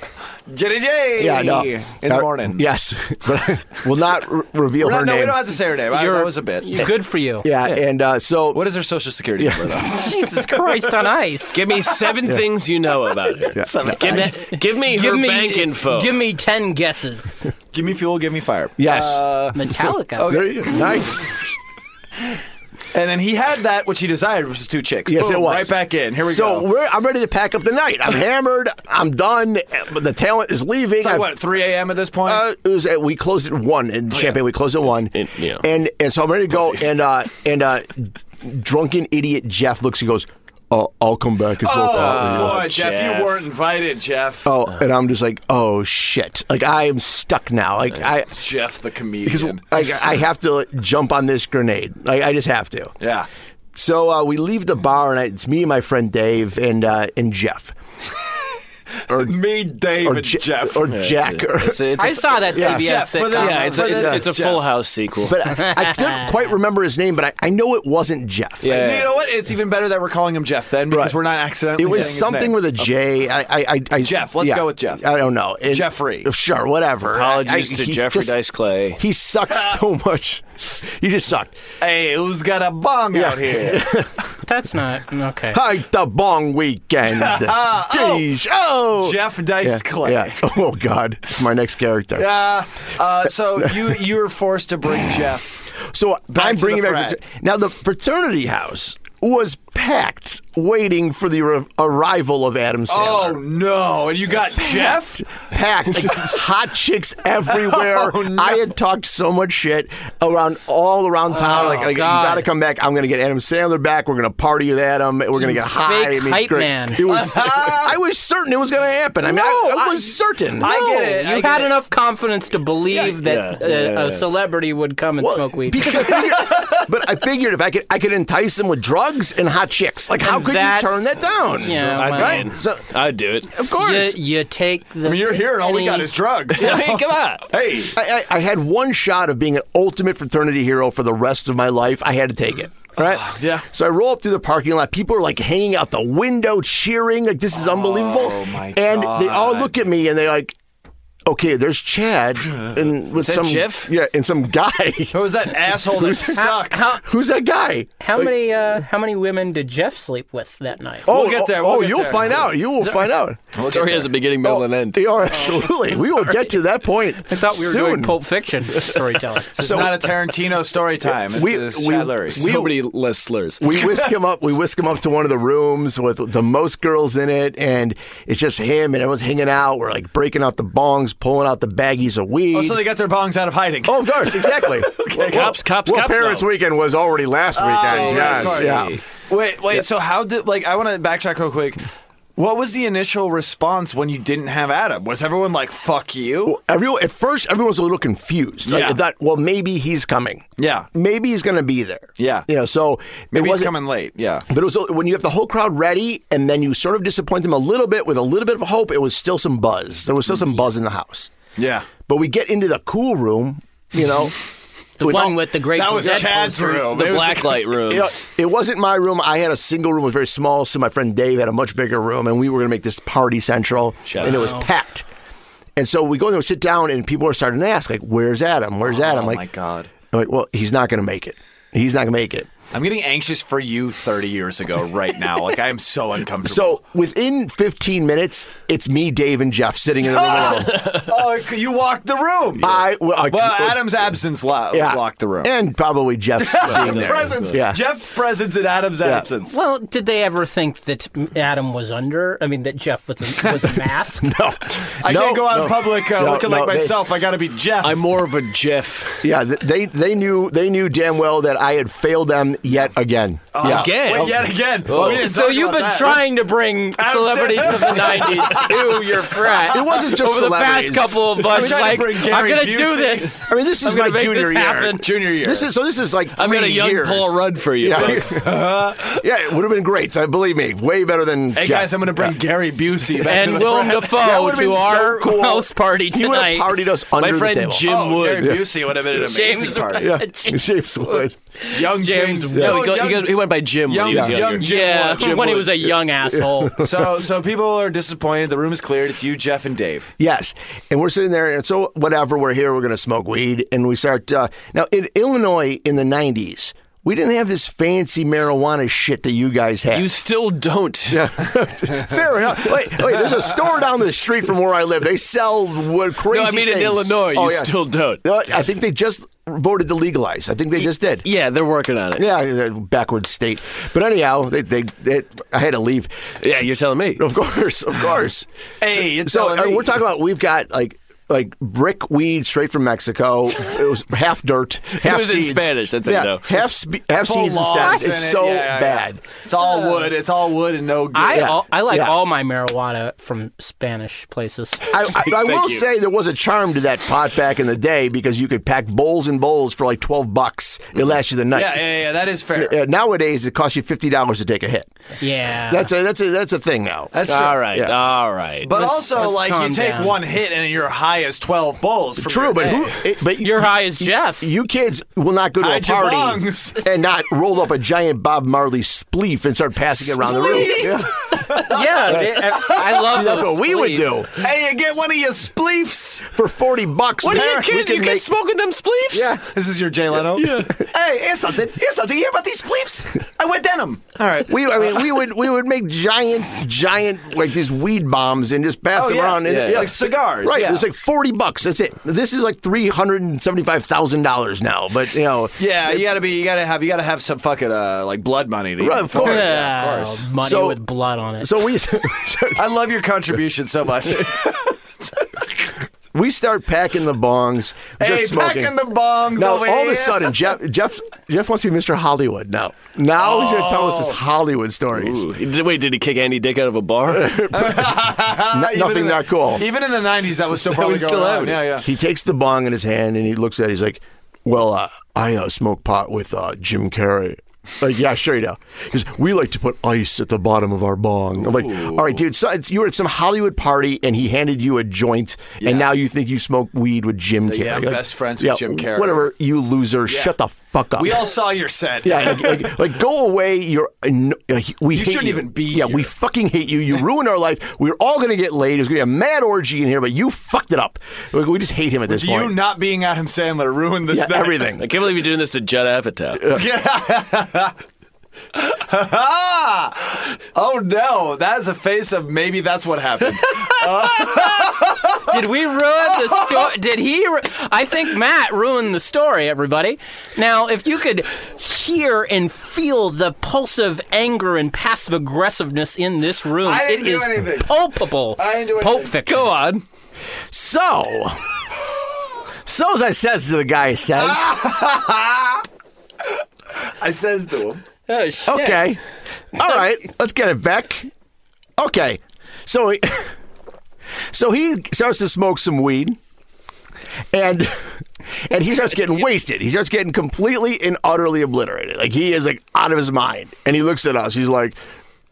B: Jenny J.
F: yeah, no.
B: In
F: Uh,
B: the morning.
F: Yes, but we'll not re- reveal
B: We're
F: her
B: not- no,
F: name.
B: we don't have to say her name. I, that was a bit.
G: You're good for you.
F: yeah, and uh, so
B: What is her social security number, though?
G: Jesus Christ on ice.
A: Give me seven things you know about her.
B: Seven.
A: Give me, give me her bank info.
G: Give me 10 guesses.
B: Give me fuel, give me fire.
F: Yes.
B: Uh,
G: Metallica.
F: There you go. Nice.
B: And then he had that which he desired, which was two chicks.
F: Yes,
B: Boom,
F: it was.
B: Right back in. Here we
F: so
B: go.
F: we're, I'm ready to pack up the night. I'm hammered. I'm done. But the talent is leaving.
B: It's like
F: I've-
B: what, Oh, 3 a.m. at this point?
F: Uh, it was at, we closed at one in Champagne. We closed at one,
A: it- yeah.
F: and and so I'm ready to go. And uh, and uh, drunken idiot Jeff looks. He goes, oh, I'll come back and help out.
B: Oh,
F: when you
B: boy,
F: want."
B: Jeff, you weren't invited, Jeff.
F: Oh, and I'm just like, oh shit! Like I am stuck now. Like I,
B: Jeff the
F: because
B: comedian.
F: like, I have to jump on this grenade. Like I just have to.
B: yeah.
F: So uh, we leave the bar, and I, it's me and my friend Dave and uh, and Jeff
B: Me, Dave,
F: or
B: and
F: Je-
B: Jeff.
F: or Jack. Or,
A: It's a, it's a-
G: I saw that
F: Yeah.
G: CBS
B: Jeff, for
G: sitcom.
B: this-
A: yeah, it's a,
B: but
A: it's,
B: this
A: it's a
B: is Jeff.
A: Full House sequel.
F: but I, I couldn't quite remember his name, but I, I know it wasn't Jeff.
A: yeah,
B: You know what? It's even better that we're calling him Jeff then because
F: Right.
B: we're not accidentally.
F: It was
B: saying his
F: something
B: name.
F: with a J. I, I, I, I
B: Jeff, let's
F: yeah.
B: go with Jeff.
F: I don't know. It-
B: Jeffrey.
F: Sure, whatever.
A: Apologies
F: I- I-
A: to
F: he
A: Jeffrey
F: just-
A: Dice Clay.
F: He sucks so much. He just sucked.
B: Hey, who's got a bong out here?
G: That's not okay.
F: Hi, the bong weekend. Jeez, oh.
B: Jeff Dice Clay.
F: Yeah. Oh God, it's my next character.
B: Uh, uh, so you you were forced to bring Jeff.
F: So I'm
B: to
F: bringing
B: the
F: back
B: frat.
F: now the fraternity house was packed, waiting for the ar- arrival of Adam Sandler.
B: Oh, no! And you got Jeff.
F: packed, like, hot chicks everywhere. I had talked so much shit around all around town. like, like, you got to come back. I'm going to get Adam Sandler back. We're going to party with Adam. We're going to get high.
G: fake
F: I mean,
G: hype
F: great.
G: man.
F: It was. I was certain it was going to happen. I mean, I, I was certain.
B: I get it. I
E: You
B: get
E: had
B: it.
E: enough confidence to believe that
A: yeah,
E: uh,
A: yeah,
E: a celebrity would come and
F: Well,
E: smoke weed.
F: because I figured, but I figured if I could, I could entice them with drugs and hot chicks. Like, how
E: And
F: could you
E: that's-
F: turn that down?
G: Yeah,
A: I'd,
G: well,
A: be in.
F: So,
A: I'd do it.
F: of course.
G: you, you take the.
B: I mean, you're here, and all we
G: any-
B: got is drugs.
A: I mean, come on.
B: hey,
F: I, I, I had one shot of being an ultimate fraternity hero for the rest of my life. I had to take it. All right.
B: Uh, Yeah.
F: So I roll up through the parking lot. People are like hanging out the window, cheering. Like this is unbelievable.
B: Oh, my
F: and they all
B: God.
F: look at me and they're like, "Okay, there's Chad and with
A: that
F: some
A: Jeff?
F: yeah, and some guy.
B: who was that asshole that sucked?
E: How,
F: Who's that guy?
E: how many uh, how many women did Jeff sleep with that night?
F: Oh,
B: We'll get there,
F: oh,
B: we'll get
F: you'll
B: there.
F: find out. You will find out.
A: Story has a beginning, middle, and end.
F: Oh, They are absolutely. we will get to that point.
E: I thought we were
F: soon.
E: doing Pulp Fiction storytelling.
B: This is not a Tarantino story time. This
F: We-
B: is
F: we-
B: Chad Lurie's.
A: So many less slurs.
F: we whisk him up. We whisk him up to one of the rooms with the most girls in it, and it's just him and everyone's hanging out. We're like breaking out the bongs, pulling out the baggies of weed.
B: Oh, so they got their bongs out of hiding.
F: Oh, of course, exactly. well,
A: Cops, cops,
F: well,
A: cops,
F: Parents'
A: though.
F: Weekend was already last weekend.
B: right, of
F: yes, yeah.
A: course.
B: Wait, wait. So how did like I want to backtrack real quick. What was the initial response when you didn't have Adam? Was everyone like "fuck you"?
F: Everyone at first, everyone was a little confused. Like,
B: Yeah.
F: I thought, well, maybe he's coming.
B: Yeah.
F: Maybe he's going to be there.
B: Yeah.
F: You know, so
B: Maybe
F: it
B: he's
F: wasn't,
B: coming late. Yeah.
F: But it was when you have the whole crowd ready, and then you sort of disappoint them a little bit with a little bit of hope. It was still some buzz. There was still some buzz in the house.
B: Yeah.
F: But we get into the cool room, you know.
G: the
F: with
G: one
F: all-
G: with the great. Dead posters.
A: The blacklight room.
F: you know, it wasn't my room. I had a single room. It was very small. So my friend Dave had a much bigger room, and we were going to make this party central,
A: Shout
F: and it
A: out.
F: was packed. And so we go in there, we sit down, and people are starting to ask, like, "Where's Adam? Where's Adam?"
B: oh
F: like,
B: my god.
F: I'm like, well, he's not going to make it. He's not going to make it.
B: I'm getting anxious for you 30 years ago right now. Like I am so uncomfortable.
F: So within 15 minutes, it's me, Dave, and Jeff sitting in the room. alone.
B: So oh, you walked the room.
F: ah! I well, I-
B: well, Adam's absence lo- locked the room.
F: and probably Jeff's being there.
B: presence.
F: Yeah.
B: Jeff's presence in Adam's absence.
G: Well, did they ever think that Adam was under? I mean, that Jeff was a, was a mask.
F: No,
B: I
F: No,
B: can't go out
F: no.
B: in public uh,
F: No,
B: looking
F: no,
B: like
F: they-
B: myself. I got to be Jeff.
A: I'm more of a Jeff.
F: Yeah, th- they they knew they knew damn well that I had failed them yet again. yeah.
A: Oh, Again?
B: Wait, yet again. Oh.
A: Oh.
B: We didn't
E: so
B: talk
E: you've
B: about
E: been
B: that.
E: trying to bring celebrities
B: Sandler.
E: of the '90s to your frat.
F: It wasn't just
E: over the
F: celebrities.
E: past couple of months.
B: trying to
E: Like
B: bring
E: I'm
B: Gary
E: gonna
B: Busey.
E: do this.
F: I mean, this is
E: I'm
F: my
E: gonna make
F: junior
E: this
F: year.
E: happen.
B: Junior year.
F: This is so. This is like
A: I've got a
F: three
A: young
F: years.
A: Paul Rudd for you.
F: Yeah,
A: folks.
F: yeah, it would have been great. I believe me, way better than.
B: hey
F: Jeff.
B: guys, I'm going to bring Gary Busey back to
E: And
B: the
E: Willem
B: frat.
F: That
E: Dafoe
F: would've been
E: to
F: so
E: our
F: cool.
E: house party
F: He would
E: tonight.
F: have partied us under
A: My
F: the
A: friend
F: table.
A: Jim
B: Oh,
A: Wood.
B: Gary Busey would have been an amazing
E: James
B: party.
F: yeah,
E: James
F: James Wood.
B: Young
E: James
B: James.
E: Wood.
A: No,
B: Oh,
A: he, go, he,
B: young-
A: goes, he went by Jim when he was
B: young,
A: younger.
B: young Jim
E: yeah,
B: Wood. Jim
E: when he
B: Wood.
E: was a young asshole.
B: So, so people are disappointed. The room is cleared. It's you, Jeff, and Dave.
F: Yes, and we're sitting there, and so whatever. We're here. We're going to smoke weed, and we start. Uh, now in Illinois in the '90s, we didn't have this fancy marijuana shit that you guys had.
A: You still don't.
F: Fair enough. Wait, wait. There's a store down the street from where I live. They sell what crazy.
A: No, I mean in
F: things.
A: Illinois, you
F: Oh, yeah.
A: still don't.
F: No, I think they just voted to legalize. I think they just did.
A: Yeah, they're working on it.
F: Yeah, they're a backward state. But anyhow, they, they, they, I had to leave.
A: Yeah, you're telling me.
F: Of course, of course.
B: Hey,
F: so,
B: you're
F: so uh,
B: telling
F: I mean,
B: me.
F: we're talking about we've got like like brick weed straight from Mexico. it was half dirt, half
A: was in
F: seeds.
A: Spanish, that's how you
F: yeah,
A: know.
F: half, spe- half
B: Full
F: seeds
B: logs
F: and stems.
B: in
F: It's
B: it.
F: so
B: Yeah, yeah, yeah.
F: bad.
B: It's all wood. It's all wood and no good.
G: I,
F: Yeah.
G: all, I like
F: Yeah.
G: all my marijuana from Spanish places.
F: I, I, I will
A: you.
F: say there was a charm to that pot back in the day because you could pack bowls and bowls for like twelve bucks. It lasts you the night.
B: yeah, yeah, yeah. That is fair.
F: Uh, nowadays, it costs you fifty dollars to take a hit.
G: Yeah.
F: That's a that's a that's a thing now.
B: That's true.
A: All right,
F: Yeah.
A: all right.
B: But
G: Let's-
B: also,
G: let's
B: like,
G: calm
B: you take
G: down.
B: one hit and you're high as 12 bowls. from
F: True,
B: your
F: but
B: day.
F: who? It, but
E: You're high as Jeff.
F: You kids will not go to
B: Hide
F: a
B: your
F: party
B: lungs.
F: and not roll up a giant Bob Marley spleef and start passing it around the room. Yeah.
E: yeah, I I love
F: That's
E: those
F: what we would
E: sleeves.
F: do
B: Hey, you get one of your spleefs.
F: for forty bucks.
A: what are
F: man,
A: you
F: we
A: kidding?
F: can
A: You kids
F: make-
A: smoking them spleefs?
F: Yeah.
B: This is your Jay Leno. hey, here's something. Here's something. You hear about these spleefs? I wear denim. All right.
F: We, I mean, we would we would make giant, giant like these weed bombs and just pass
B: Oh,
F: them
B: yeah.
F: around. And,
B: Yeah, yeah. Like cigars,
F: right?
B: yeah.
F: It's like forty bucks. That's it. This is like three hundred and seventy-five thousand dollars now. But you know,
B: Yeah, you gotta be. You gotta have. You gotta have some fucking uh, like blood money. To
F: Right,
B: even
F: of course.
B: afford it.
G: yeah,
B: Yeah, of course.
G: money
F: So-
G: with blood on it.
F: so we
B: I love your contribution so much.
F: we start packing the bongs.
B: hey,
F: just smoking.
B: packing the bongs.
F: Now,
B: over
F: all of
B: here.
F: a sudden, Jeff, Jeff, Jeff wants to be Mr. Hollywood. Now, now he's going to tell us
B: Oh.
F: his Hollywood stories.
A: Ooh. Did- Wait, did he kick Andy Dick out of a bar?
F: N-
B: Even
F: nothing
B: in the-
F: that cool.
B: Even in the '90s, that was still probably
A: was
B: going
A: still
B: on.
A: out.
B: Yeah, yeah.
F: He takes the bong in his hand and he looks at. it. He's like, "Well, uh, I uh, smoke pot with uh, Jim Carrey." Like, yeah, sure you do. He says, we like to put ice at the bottom of our bong. I'm like, all right, dude. So it's, you were at some Hollywood party and he handed you a joint, and now you think you smoke weed with Jim Carrey.
B: yeah, I'm
F: Like,
B: best friends with
F: yeah,
B: Jim Carrey.
F: Whatever, you loser. Shut the fuck up.
B: We all saw your set.
F: Yeah, like, like, like, go away. You're no, like, we hate
B: shouldn't even be
F: Yeah, we
B: here.
F: fucking hate you. You ruined our life. We're all gonna get laid. There's gonna be a mad orgy in here, but you fucked it up. Like, we just hate him at this
B: You
F: point.
B: not being Adam Sandler ruined this.
F: yeah,
B: night.
F: everything.
A: I can't believe you're doing this to Judd Apatow.
B: Ah! Oh no, that is a face of maybe that's what happened.
E: Did we ruin the story? Did he? Ru- I think Matt ruined the story, everybody. Now, if you could hear and feel the pulse of anger and passive aggressiveness in this room,
B: I didn't
E: it
B: do
E: is
B: anything.
E: palpable.
B: I didn't do
E: Pulp
B: anything.
E: Fiction. Go on.
F: So, so as I says to the guy, he says,
B: I says to him.
E: Oh, shit.
F: okay, all right, let's get it back. Okay, so he, so he starts to smoke some weed, and and he starts getting wasted. He starts getting completely and utterly obliterated. Like he is like out of his mind. And he looks at us. He's like,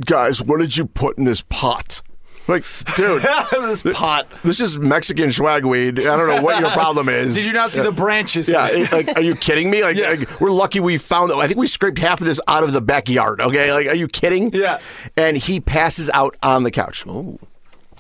F: "Guys, what did you put in this pot?" Like, dude,
B: this pot.
F: this is Mexican swag weed. I don't know what your problem is.
B: Did you not see the branches? in
F: Yeah,
B: it?
F: it- like, are you kidding me? Like,
B: Yeah.
F: like, we're lucky we found. I think we scraped half of this out of the backyard. Okay, like, are you kidding?
B: Yeah.
F: And he passes out on the couch. Oh.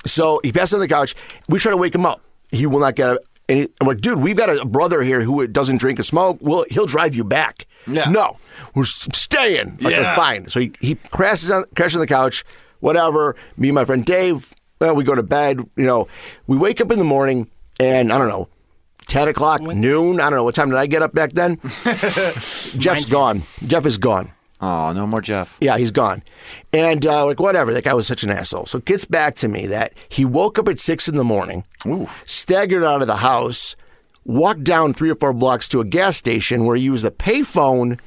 F: So he passes out on the couch. We try to wake him up. He will not get up. And he, I'm like, dude, we've got a brother here who doesn't drink or smoke. Well, he'll drive you back.
B: Yeah.
F: No, we're s- staying. Like,
B: Yeah.
F: Fine. So he, he crashes on crashes on the couch. Whatever. Me and my friend Dave. Well, we go to bed. You know, we wake up in the morning, and I don't know. 10 o'clock, noon. I don't know. What time did I get up back then? Jeff's gone. Jeff is gone.
B: Oh, no more Jeff.
F: Yeah, he's gone. And uh, like, whatever. That guy was such an asshole. So it gets back to me that he woke up at six in the morning, staggered out of the house, walked down three or four blocks to a gas station where he used the payphone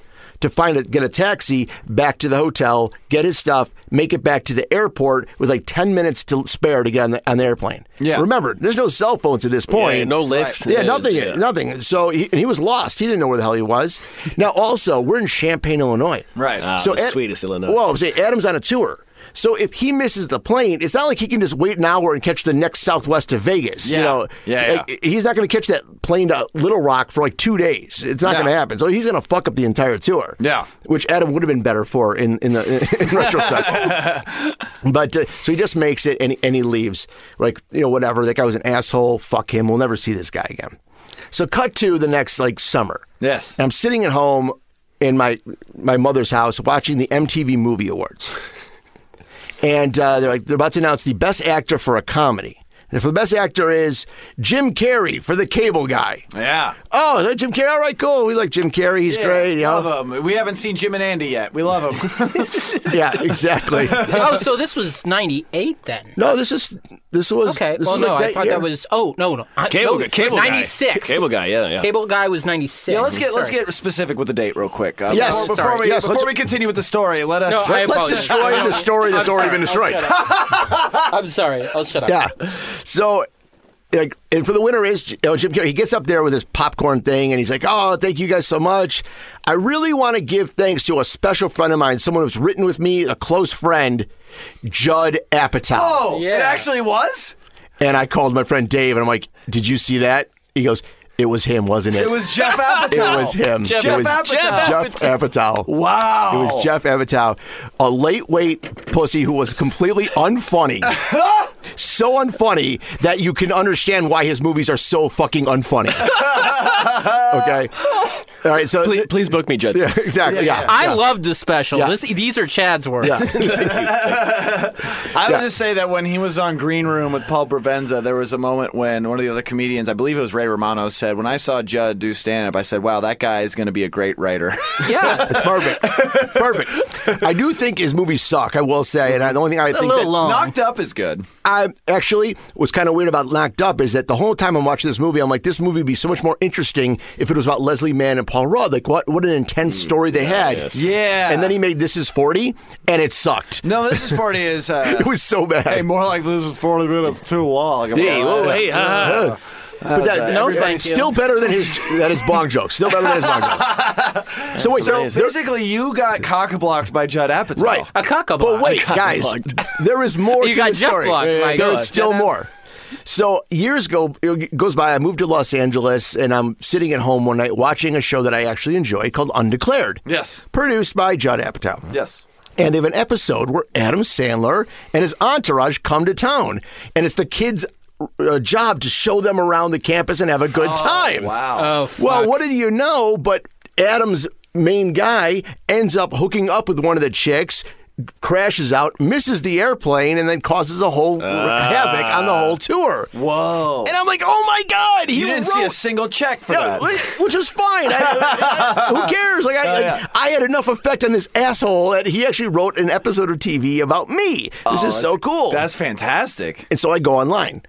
F: to find a, get a taxi back to the hotel, get his stuff, make it back to the airport with like 10 minutes to spare to get on the, on the airplane.
B: Yeah.
F: Remember, there's no cell phones at this point.
A: Yeah, no lift.
F: Yeah, nothing, nothing. So he, and he was lost. He didn't know where the hell he was. Now, also, we're in Champaign, Illinois.
B: Right. Ah,
A: the sweetest Illinois.
F: Well, I'm saying Adam's on a tour. So if he misses the plane, it's not like he can just wait an hour and catch the next Southwest to Vegas. You
B: Yeah.
F: know,
B: Yeah, yeah.
F: Like, he's not going to catch that plane to Little Rock for like two days. It's not
B: No.
F: going to happen. So he's going to fuck up the entire tour.
B: Yeah.
F: which Adam would have been better for in in, the, in retrospect. But uh, so he just makes it and, and he leaves. Like, you know, whatever. That guy was an asshole. Fuck him. We'll never see this guy again. So cut to the next like summer.
B: Yes.
F: And I'm sitting at home in my my mother's house watching the MTV Movie Awards. And uh, they're like they're about to announce the best actor for a comedy. And for the best actor is Jim Carrey for The Cable Guy.
B: Yeah.
F: Oh, is that Jim Carrey? All right, cool. We like Jim Carrey. He's great. You know?
B: Love him. We haven't seen Jim and Andy yet. We love him.
F: Yeah, exactly.
G: oh, so this was '98 then.
F: no, this is this was
G: Okay.
F: This
G: well,
F: was
G: no,
F: like
G: I thought
F: year.
G: that was. Oh no, no. I-
A: Cable,
G: no,
A: guy-
G: it was
A: cable guy.
G: '96.
A: Cable guy. Yeah, yeah.
G: Cable guy was '96.
B: yeah, let's get let's
G: Sorry.
B: get specific with the date real quick. Uh,
F: Yes.
B: Before, before
F: Sorry.
B: we
F: Yes, let's-
B: before we continue with the story, let us.
G: No, I
F: Let's
G: apologize.
F: destroy the story that's already been destroyed.
G: I'm sorry.
E: Oh,
G: I'll shut up.
F: Yeah. So, like, and for the winner is you know, Jim Carrey. He gets up there with his popcorn thing, and he's like, "Oh, thank you guys so much. I really want to give thanks to a special friend of mine, someone who's written with me, a close friend, Judd Apatow."
B: oh,
G: Yeah.
B: it actually was.
F: And I called my friend Dave, and I'm like, "Did you see that?" He goes, "It was him, wasn't it?"
B: It was Jeff
F: It
B: Apatow.
F: was him.
A: Jeff-
F: it was
B: Jeff Apatow.
F: Jeff Apatow.
B: Wow.
F: It was Jeff Apatow, a late weight pussy who was completely unfunny. so unfunny that you can understand why his movies are so fucking unfunny. okay. All right, so
A: Please, please book me, Judd.
F: yeah, exactly. Yeah.
E: I loved this special.
F: Yeah.
E: This, these are Chad's words.
F: Yeah.
B: I
F: Yeah.
B: would just say that when he was on Green Room with Paul Provenza, there was a moment when one of the other comedians, I believe it was Ray Romano, said, "When I saw Judd do stand up, I said, wow, that guy is going to be a great writer."
E: Yeah.
F: It's perfect. Perfect. I do think his movies suck, I will say. And I, the only thing I think
E: little
F: that,
E: long.
B: Knocked Up is good.
F: I actually was kind of weird about Knocked Up is that the whole time I'm watching this movie, I'm like, this movie would be so much more interesting if it was about Leslie Mann and Paul Rudd. Like, what, what an intense story they had.
B: Yeah.
F: And then he made This Is 40, and it sucked.
B: No, this is forty is. Uh,
F: It was so bad.
B: hey, more like this is forty minutes too long. I'm
A: Hey,
B: like,
A: whoa, hey, ha, ha, ha.
F: but that,
G: No,
F: everybody-
G: thank you.
F: still better than his that is bong joke. Still better than his bong joke. So wait, so there-
B: Basically, you got cock blocked by Judd Apatow.
F: right?
G: A cock a
F: But
G: block.
F: wait, guys, there is more.
E: You
F: to
E: got
F: the
E: Jeff
F: story.
E: blocked, my
F: There's
E: God.
F: still more. So years go it goes by. I moved to Los Angeles, and I'm sitting at home one night watching a show that I actually enjoy called Undeclared.
B: Yes.
F: produced by Judd Apatow.
B: Yes.
F: And they have an episode where Adam Sandler and his entourage come to town, and it's the kids' uh, job to show them around the campus and have a
E: Oh,
F: good time.
E: Uh,
B: Wow.
G: Oh, fuck.
F: Well, what did you know? But Adam's main guy ends up hooking up with one of the chicks, crashes out, misses the airplane, and then causes a whole r- havoc on the whole tour.
B: Whoa.
F: And I'm like, oh my god, he
B: Ah. You didn't see a
F: wrote-
B: single check for
F: yeah,
B: that. Oh,
F: which is fine. I, who cares? Like, I, like,
B: yeah.
F: I had enough effect on this asshole that he actually wrote an episode of TV about me. This
B: Oh,
F: is so
B: that's-
F: cool.
B: That's fantastic.
F: And so I go online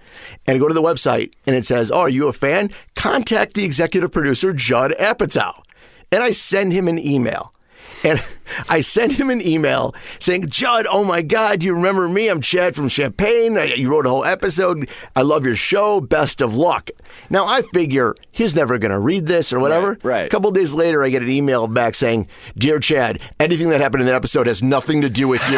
F: and I go to the website and it says, Oh, are you a fan? Contact the executive producer, Judd Apatow. And I send him an email. And I send him an email saying, Judd, oh my God, you remember me? I'm Chad from Champagne. I, you wrote a whole episode. I love your show. Best of luck. Now, I figure he's never going to read this or whatever.
B: Right, right.
F: A couple days later, I get an email back saying, Dear Chad, anything that happened in that episode has nothing to do with
E: Oh.
F: you.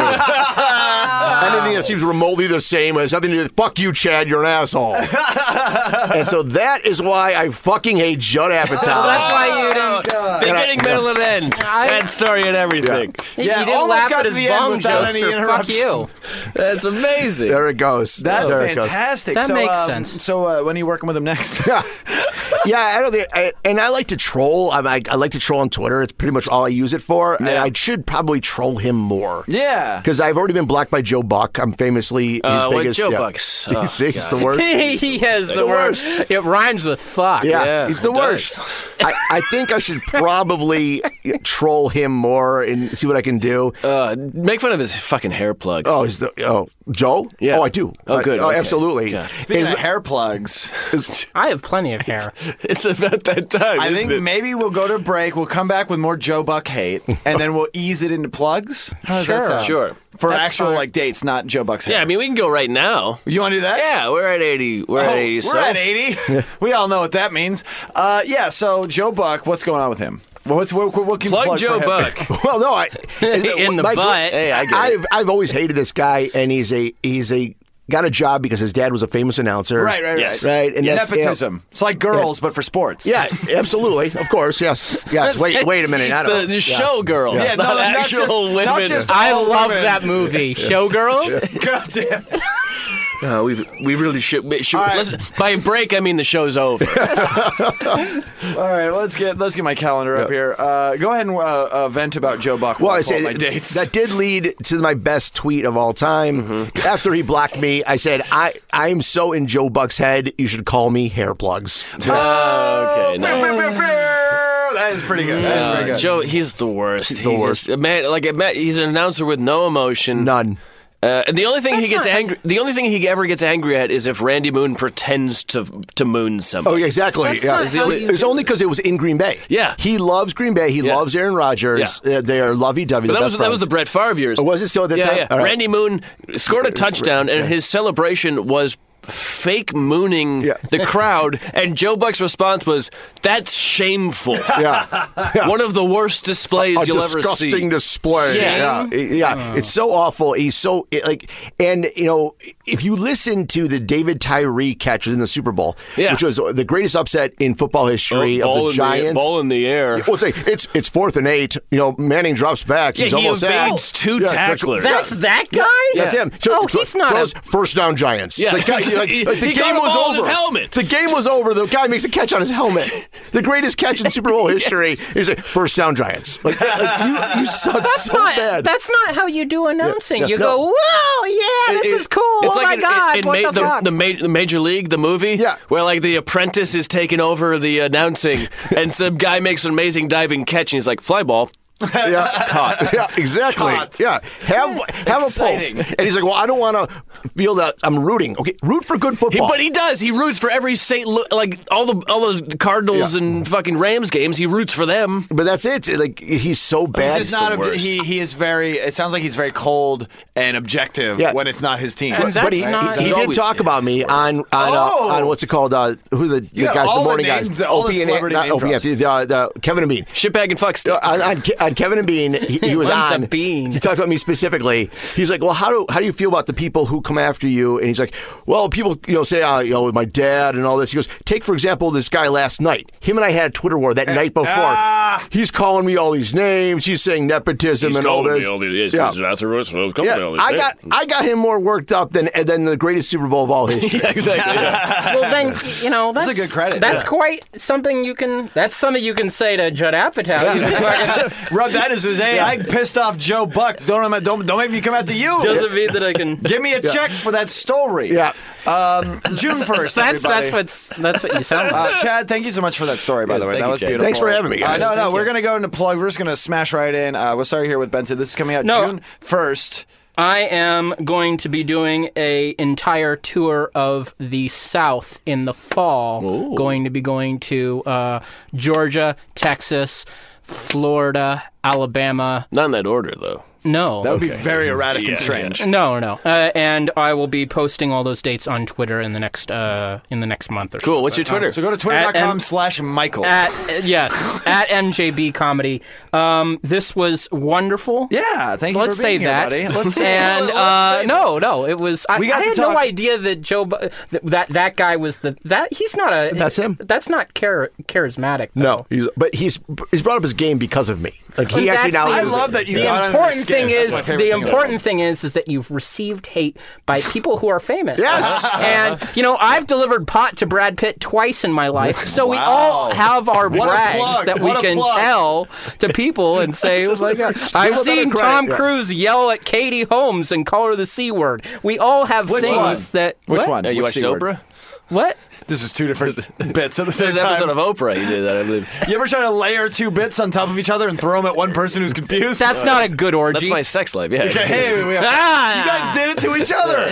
F: Anything that seems remotely the same has nothing to do with fuck you, Chad, you're an asshole. and so that is why I fucking hate Judd
E: That's
F: Apatow.
E: why
F: Oh,
E: you didn't.
A: Beginning, middle, and end. Bad story and everything.
B: Yeah,
E: you didn't
B: almost
E: laugh
B: got
E: at
B: to
E: his
B: the end
E: bong
B: without
E: jokes.
B: any
E: or fuck
B: interruption.
E: you.
A: That's amazing.
F: there it goes.
B: That's
F: there it goes.
B: fantastic.
E: That
B: so,
E: makes
B: um,
E: sense.
B: So uh, when are you working with him next?
F: yeah, I don't think, I, and I like to troll. I'm- I, I like to troll on Twitter. It's pretty much all I use it for. And I should probably troll him more.
B: yeah.
F: Because I've already been blocked by Joe Buck. I'm famously his
A: Uh, wait,
F: biggest.
A: Joe
F: yeah.
A: Buck sucks.
F: he's, he's the worst.
G: he has the, worst. It rhymes with fuck.
F: Yeah,
A: Yeah,
F: he's the
A: it
F: worst. I, I think I should probably troll him more and see what I can do.
A: Uh, make fun of his fucking hair plug.
F: Oh, is the oh Joe?
A: Yeah.
F: Oh, I do.
A: Oh,
F: I-
A: good.
F: Oh,
A: Okay.
F: absolutely.
A: Gosh.
B: Speaking
F: Is-
B: of hair plugs,
G: I have plenty of hair.
A: It's about that time.
B: I
A: isn't
B: think
A: it?
B: maybe we'll go to break. We'll come back with more Joe Buck hate, and then we'll ease it into plugs. How does that
A: Sure.
B: sound?
A: Sure.
B: For actual like dates, not Joe Buck's hate.
A: Yeah, I mean, we can go right now.
B: you want to do that?
A: Yeah, we're at 80. We're
B: Oh,
A: at 80.
B: we're
A: so.
B: at eighty. we all know what that means. Uh, yeah. So Joe Buck, what's going on with him? What's what, what can you
A: Plug,
B: plug for
A: Joe
B: him?
A: Buck.
F: Well, no, I
E: In the
F: my-
E: butt.
A: Hey, I get it.
F: I've I've always hated this guy, and he's a he's a got a job because his dad was a famous announcer.
B: Right. Right.
A: Yes.
B: Right.
F: Right, and that's
B: Nepotism. It's like girls, but for sports.
F: Yeah, yeah, absolutely. Of course, yes, yes. Wait, wait a minute. I
A: She's the,
F: don't.
A: the showgirl.
B: Yeah, no,
A: not
B: not
A: actual
B: just-
A: women.
B: not just
E: I
B: all
E: love
B: women.
E: that movie, Showgirls.
B: God damn.
A: Uh, we we really should. we should
B: All right.
A: listen, by break, I mean the show's over.
B: All right, let's get let's get my calendar up here. Uh, go ahead and uh, uh, vent about Joe Buck. Well, I
F: said-
B: my dates.
F: that did lead to my best tweet of all time.
A: Mm-hmm.
F: After he blocked me, I said, "I I am so in Joe Buck's head. You should call me hair plugs."
A: Oh, okay, no.
B: that is pretty good. That is pretty
A: Uh,
B: good.
A: Joe, he's the worst. He's the
F: worst.
A: man, like a man, he's an announcer with no emotion.
F: None.
A: Uh, and the only thing he gets
E: That's not-
A: angry, the only thing he ever gets angry at is if Randy Moon pretends to to moon
F: Oh,
A: somebody.
F: yeah, exactly.
E: That's
F: yeah.
E: not how you
F: it was
E: do
F: only because it was in Green Bay.
A: Yeah.
F: he loves Green Bay. He loves Aaron Rodgers. Uh, they are lovey-dovey.
A: But
F: the
A: that was
F: best
A: that was the
F: friends.
A: Brett Favre years.
F: Oh, was it still at that
A: yeah,
F: time?
A: yeah.
F: All right.
A: Randy Moon scored a touchdown, and his celebration was fake mooning
F: Yeah.
A: the crowd. and Joe Buck's response was, "That's shameful."
F: yeah.
A: One of the worst displays
F: a
A: you'll ever
F: disgusting
A: see.
F: display.
A: Yeah.
F: Yeah, yeah.
E: Oh.
F: It's so awful. He's so it- like, and you know, if you listen to the David Tyree catch in the Super Bowl,
A: Yeah. Oh,
F: which was the greatest upset in football history
A: ball,
F: of the
A: in the,
F: Giants.
A: ball in the air.
F: well, it's, like, it's it's fourth and eight. You know, Manning drops back.
A: Yeah,
F: he's
A: he
F: almost
A: evades
F: out.
A: two
F: Yeah,
A: tacklers.
E: That's that guy.
F: That's him.
E: Oh, he's not
F: Throws
E: a-
F: first down Giants.
A: Yeah.
F: the, guy, like,
A: He-
F: like, the
A: he got
F: game
A: a
F: was
A: ball in
F: over.
A: his helmet.
F: The game was over. The guy makes a catch on his helmet. The greatest catch in Super Bowl history. He's like first down Giants. Like, like, you, you suck
E: That's
F: so
E: not.
F: bad.
E: That's not how you do announcing.
F: yeah,
E: you
F: no.
E: go, whoa, yeah, this
A: It-
E: is cool.
A: It's
E: oh
A: like
E: my
A: in-
E: god,
A: in- in
E: what
A: Ma-
E: the, fuck?
A: the, ma- the Major League, the movie,
F: Yeah.
A: where like the apprentice is taking over the announcing, and some guy makes an amazing diving catch, and he's like, "Fly ball."
F: yeah, Yeah, exactly. Yeah, have have
A: Exciting.
F: a pulse. And he's like, well, I don't want to feel that I'm rooting. Okay, root for good
A: He,
F: football.
A: but he does. He roots for every Saint, Lu- like all the all the Cardinals
F: Yeah.
A: and fucking Rams games. He roots for them.
F: But that's it. Like he's so
B: He's
F: bad.
B: just not.
A: the
B: ob-
A: worst.
B: he he is very. It sounds like he's very cold and objective
F: Yeah.
B: when it's not his team.
E: And
F: but he,
E: That's not-
F: he, he
A: He's
F: did
A: always-
F: talk about me on on,
B: Oh!
F: uh, on what's it ccalled uh, who the, the
B: Yeah,
F: guys
B: all
F: the
B: the
F: morning
B: names,
F: guys
B: the- all the
F: Opie and
B: celebrity
F: not
B: name
F: Opie
B: drops.
F: and Anthony, uh, the Kevin and Bean
A: Shitbag and fuckstick.
F: Uh, on, on, Ke- on Kevin and Bean he, he was
E: One's a
F: on
E: bean.
F: he talked about me specifically he's like well how do how do you feel about the people who come after you and he's like well people you know say uh, you know my dad and all this he goes take for example this guy last night him and I had a Twitter war that night before
B: ah!
F: he's calling me all these names he's saying nepotism and all this yeah. Yeah, I got I got him more worked up than than the greatest Super Bowl of all history.
A: exactly. yeah.
E: well, then y- you know that's,
B: a good credit,
E: That's
B: yeah.
E: quite something you can. That's something you can say to Judd Apatow. You fucking-
B: Rub that as his. Hey, I pissed off Joe Buck. Don't don't don't make me come after you.
E: Doesn't mean that I can.
B: Give me a check for that story.
F: Yeah.
B: Um, June first.
E: That's
B: everybody.
E: that's what's that's what you sound like.
B: Uh, Chad, thank you so much for that story, by the way.
A: thank
B: That
A: you,
B: was
A: Chad.
B: beautiful.
F: Thanks for having me,
B: Uh,
F: guys.
B: no, no, we're going to go into plug. We're just going to smash right in. Uh, we'll start here with Benson. This is coming out
E: No.
B: June 1st.
E: I am going to be doing a entire tour of the South in the fall. Going to be going to uh, Georgia, Texas, Florida, Alabama.
A: Not in that order though.
E: No,
B: That would be very erratic and strange.
E: no, no. Uh, and I will be posting all those dates on Twitter in the next uh, in the next month or so.
A: Cool. What's your Twitter?
B: Uh, So go to
E: At-
B: twitter.com
E: and-
B: slash Michael.
E: At uh, yes, at MJB comedy. Um, this was wonderful.
B: yeah, thank you
E: Let's
B: for
E: say
B: being
E: that.
B: here, buddy. Let's say
E: and uh, no, no, it was. I,
B: We got
E: I
B: to
E: had
B: talk-
E: no idea that Joe Bu- th- that that guy was the that he's not a
F: That's him.
E: That's not char- charismatic. though.
F: No, he's, but he's he's brought up his game because of me. Like he
E: But
F: actually
E: that's
F: now.
E: the-
B: I love that you
E: The
B: got under
E: important
B: his skin.
E: thing
B: That's
E: is
B: my favorite
E: the
B: thing about
E: important thing is is that you've received hate by people who are famous.
F: Yes.
E: and you know I've delivered pot to Brad Pitt twice in my life, so we
B: Wow.
E: all have our
B: What a
E: brags
B: plug.
E: that
B: What a
E: we can
B: plug.
E: tell to people and say, "Oh my God,
F: Give
E: I've
F: another
E: seen
F: credit,
E: Tom
F: yeah.
E: Cruise yell at Katie Holmes and call her the c word." We all have
B: Which
E: things
B: one?
E: that
B: Which
E: what?
B: one?
A: Uh, you
B: What's
A: watched
B: the word?
A: Oprah?
E: What?
B: This was two different bits at the same
A: There's an
B: time.
A: episode of Oprah. He did that, I believe.
B: you ever try to layer two bits on top of each other and throw them at one person who's confused?
E: That's not a good orgy.
A: That's my sex life. Yeah.
B: Hey, we- we- you guys
E: ah,
B: did it to each other.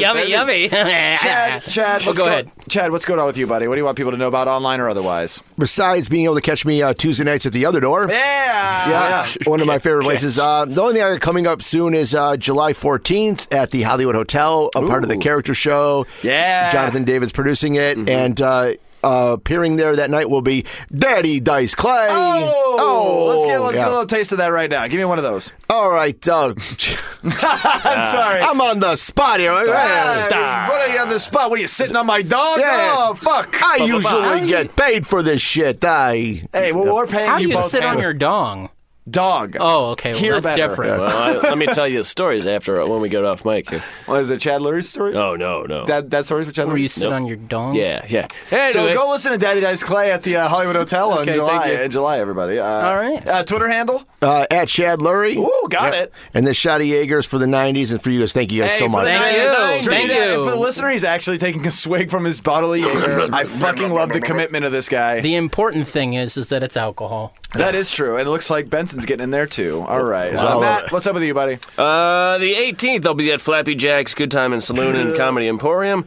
E: yummy, yummy.
B: Chad, Chad,
E: Well,
B: what's
E: Oh, go
B: going-
E: ahead.
B: Chad, what's going on with you, buddy? What do you want people to know about online or otherwise?
F: Besides being able to catch me uh, Tuesday nights at the other door.
B: Yeah.
F: Yeah, one of my favorite places. Uh, the only thing I got coming up soon is uh, July 14th at the Hollywood Hotel, a part of the character show.
B: Yeah. Mm-hmm.
F: Jonathan David's producing it. And uh, uh, appearing there that night will be Daddy Dice Clay.
B: Oh, let's get let's
F: yeah.
B: get a little taste of that right now. Give me one of those.
F: All right. Uh,
B: I'm sorry.
F: I'm on the spot here.
B: Ah, what are you on the spot? What are you sitting on my dog?
F: Yeah.
B: Oh fuck!
F: I usually get paid for this shit. I.
B: Hey, well, we're paying
E: How do
B: you
E: you
B: both.
E: sit on
B: hands-
E: your dong?
B: Dog.
G: Oh, okay. Well,
B: Hear
G: that's
B: better.
G: different.
A: Well, I, let me tell you the stories after uh, when we get off mic. Here.
B: What is it? Chad Lurie's story?
A: Oh no, no.
B: That that story's with Chad
G: Where you
B: Lurie.
G: sit on your dong.
A: yeah, yeah. Anyway,
B: So go listen to Daddy Dice Clay at the uh, Hollywood Hotel
G: Okay,
B: in
G: thank
B: July.
G: you.
B: In July, everybody. Uh, All
G: right.
B: Uh, Twitter handle.
F: Uh, at Chad Lurie.
B: Ooh, got it.
F: And this shot of Jaegers for the 90s and for you guys. Thank you guys
B: Hey,
F: so
B: for
F: much.
B: the
G: Thank
B: nine-
G: you.
B: Drink
G: Thank
B: it.
G: you.
B: And For the listener, he's actually taking a swig from his bottle of Jaeger. I fucking love the commitment of this guy.
G: The important thing is, is that it's alcohol.
B: that is true. And it looks like Benson's getting in there too. All right. Uh,
F: Wow.
B: Matt, what's up with you, buddy?
A: Uh, the 18th, I'll be at Flappy Jack's Good Time and Saloon and Comedy Emporium.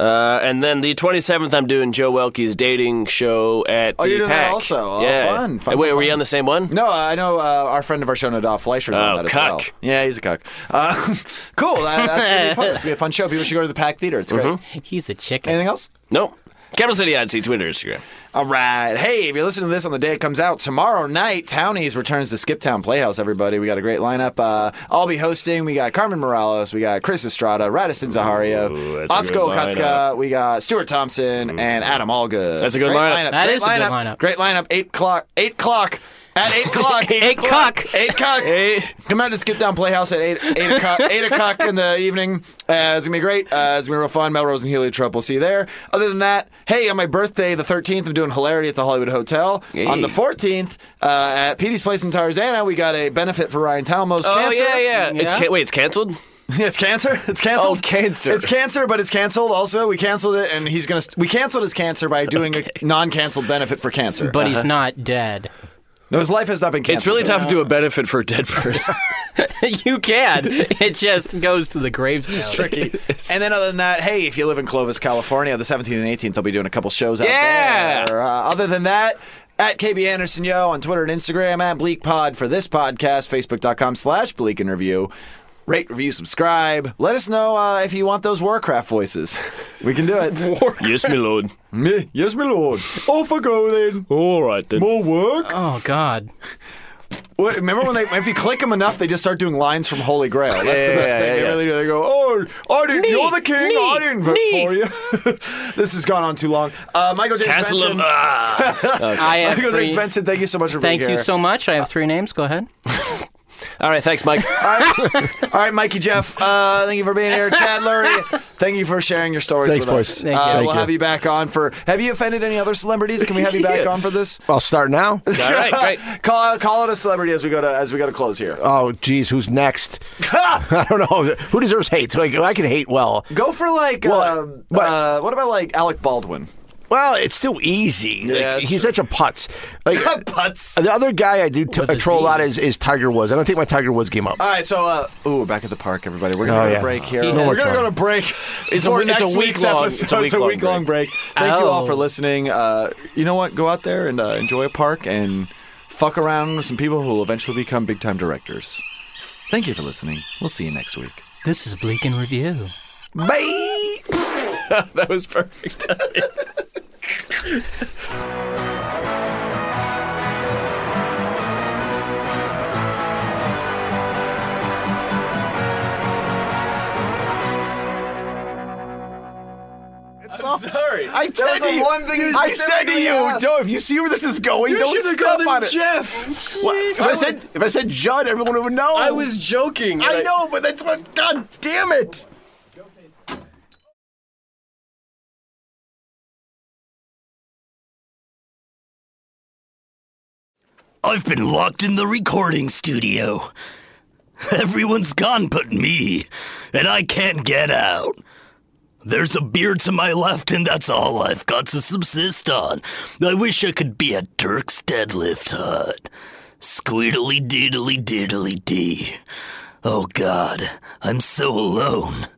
A: Uh, and then the 27th, I'm doing Joe Welke's dating show at
B: Oh,
A: the
B: you're doing that
A: Pack.
B: also. Oh,
A: yeah.
B: fun, fun,
A: Hey, Wait,
B: fun,
A: were you
B: fun.
A: on the same one?
B: No, I know uh, our friend of our show, Nadav Fleischer's on
A: Oh,
B: that as
A: cuck.
B: well. Yeah, he's a cuck. Uh, cool. That, that's gonna be fun. It's gonna be a fun show. People should go to the Pack Theater. It's great.
G: He's a chicken.
B: Anything else?
A: No. Capital City Odyssey, Twitter, Instagram.
B: All right. Hey, if you're listening to this on the day it comes out, tomorrow night, Townies returns to Skip Town Playhouse, everybody. We got a great lineup. Uh, I'll be hosting. We got Carmen Morales. We got Chris Estrada, Radisson Zaharia,
A: Ooh, that's a
B: Otsko
A: good
B: Okatska.
A: lineup.
B: We got Stuart Thompson and Adam Allgood.
A: That's a good
B: great
A: lineup.
B: That
G: That
B: is
G: is a good lineup.
B: Great lineup. Eight o'clock. Eight o'clock. At eight o'clock.
G: Eight cock.
B: Eight o'clock. Come out to Skip Down Playhouse at eight eight o'clock eight o'clock in the evening. Uh, it's gonna be great. Uh, it's gonna be real fun. Melrose and Heliotrope. We'll see you there. Other than that, hey, on my birthday, the thirteenth, I'm doing hilarity at the Hollywood Hotel. On the fourteenth, uh, at Petey's Place in Tarzana, we got a benefit for Ryan Talmo's
A: Oh,
B: cancer.
A: yeah, yeah. It's
G: Yeah.
A: ca- wait, it's canceled?
B: it's cancer. It's canceled.
A: Oh, cancer.
B: It's cancer, but it's canceled. Also, we canceled it, and he's gonna. St- we canceled his cancer by doing a non-canceled benefit for cancer.
G: But he's not dead.
B: no, his life has not been canceled.
A: It's really tough to do a benefit for a dead person.
G: you can. It just goes to the gravestone.
B: tricky. and then other than that, hey, if you live in Clovis, California, the 17th and 18th, they'll be doing a couple shows out
A: Yeah.
B: there. Uh, other than that, at KB Anderson Yo on Twitter and Instagram, at Bleak Pod for this podcast, facebook.com slash Bleak Interview. Rate, review, subscribe. Let us know uh, if you want those Warcraft voices. We can do it.
A: yes, my lord.
B: Me, yes, my lord. Off I go then.
A: All right, then.
B: More work.
G: Oh God.
B: Wait, remember when they, if you click them enough, they just start doing lines from Holy Grail. That's the
A: Yeah,
B: best
A: yeah,
B: thing.
A: yeah,
B: they
A: yeah.
B: really do. They go, oh, I didn't, you're the king, I didn't vote for you. this has gone on too long. Uh, Michael James
A: Castle of.
B: Benson.
A: Ah.
G: I have
B: Michael James
G: three.
B: Benson, thank you so much for
G: Thank
B: being
G: you
B: here.
G: so much. I have three names. Go ahead.
A: All right, thanks, Mike.
B: All right, Mikey Jeff, uh, thank you for being here. Chad Lurie, thank you for sharing your stories
F: Thanks,
B: with us.
F: boys. Thank
B: uh,
F: you.
B: We'll
F: Thank you.
B: have you back on for. Have you offended any other celebrities? Can we have you back on for this?
F: I'll start now.
A: All right, great.
B: call out, call out a celebrity as we go to as we go to close here.
F: Oh, geez, who's next? I don't know. Who deserves hate? Like, I can hate well.
B: Go for like,
F: Well,
B: um,
F: but-
B: uh, what about like Alec Baldwin?
F: Well, it's too easy. Like,
A: that's
F: he's such a putz. Like,
B: Putz.
F: the other guy I do t- I troll a lot is, is Tiger Woods. I'm gonna take my Tiger Woods game up.
B: All right, so uh, ooh, we're back at the park, everybody. We're gonna
F: Oh,
B: go to
F: yeah.
B: break here.
F: No
B: we're
F: much
B: gonna
F: fun.
B: go to break.
A: It's a-
B: for
A: it's a
B: next week's
A: week-long-
B: episode.
A: it's a
B: It's a
A: week-long Oh.
B: week long break. Thank you all for
G: Ow.
B: listening. Uh, you know what? Go out there and uh, enjoy a park and fuck around with some people who will eventually become big time directors. Thank you for listening. We'll see you next week.
G: This is Bleak in Review.
B: Bye.
A: that was perfect. I'm sorry.
F: I
B: That was the one thing you
F: I said to
B: specifically
F: you,
B: asked.
F: no. If you see where this is going, don't
A: should've
F: step
A: called
F: on
A: him
F: it.
A: Jeff.
F: What- If I, said if I said Judd, everyone would know.
A: I was joking. and
F: I know, but that's what. God damn it.
C: I've been locked in the recording studio. Everyone's gone but me, and I can't get out. There's a beer to my left, and that's all I've got to subsist on. I wish I could be at Dirk's deadlift hut. Squeedly diddly diddly dee. Oh god, I'm so alone.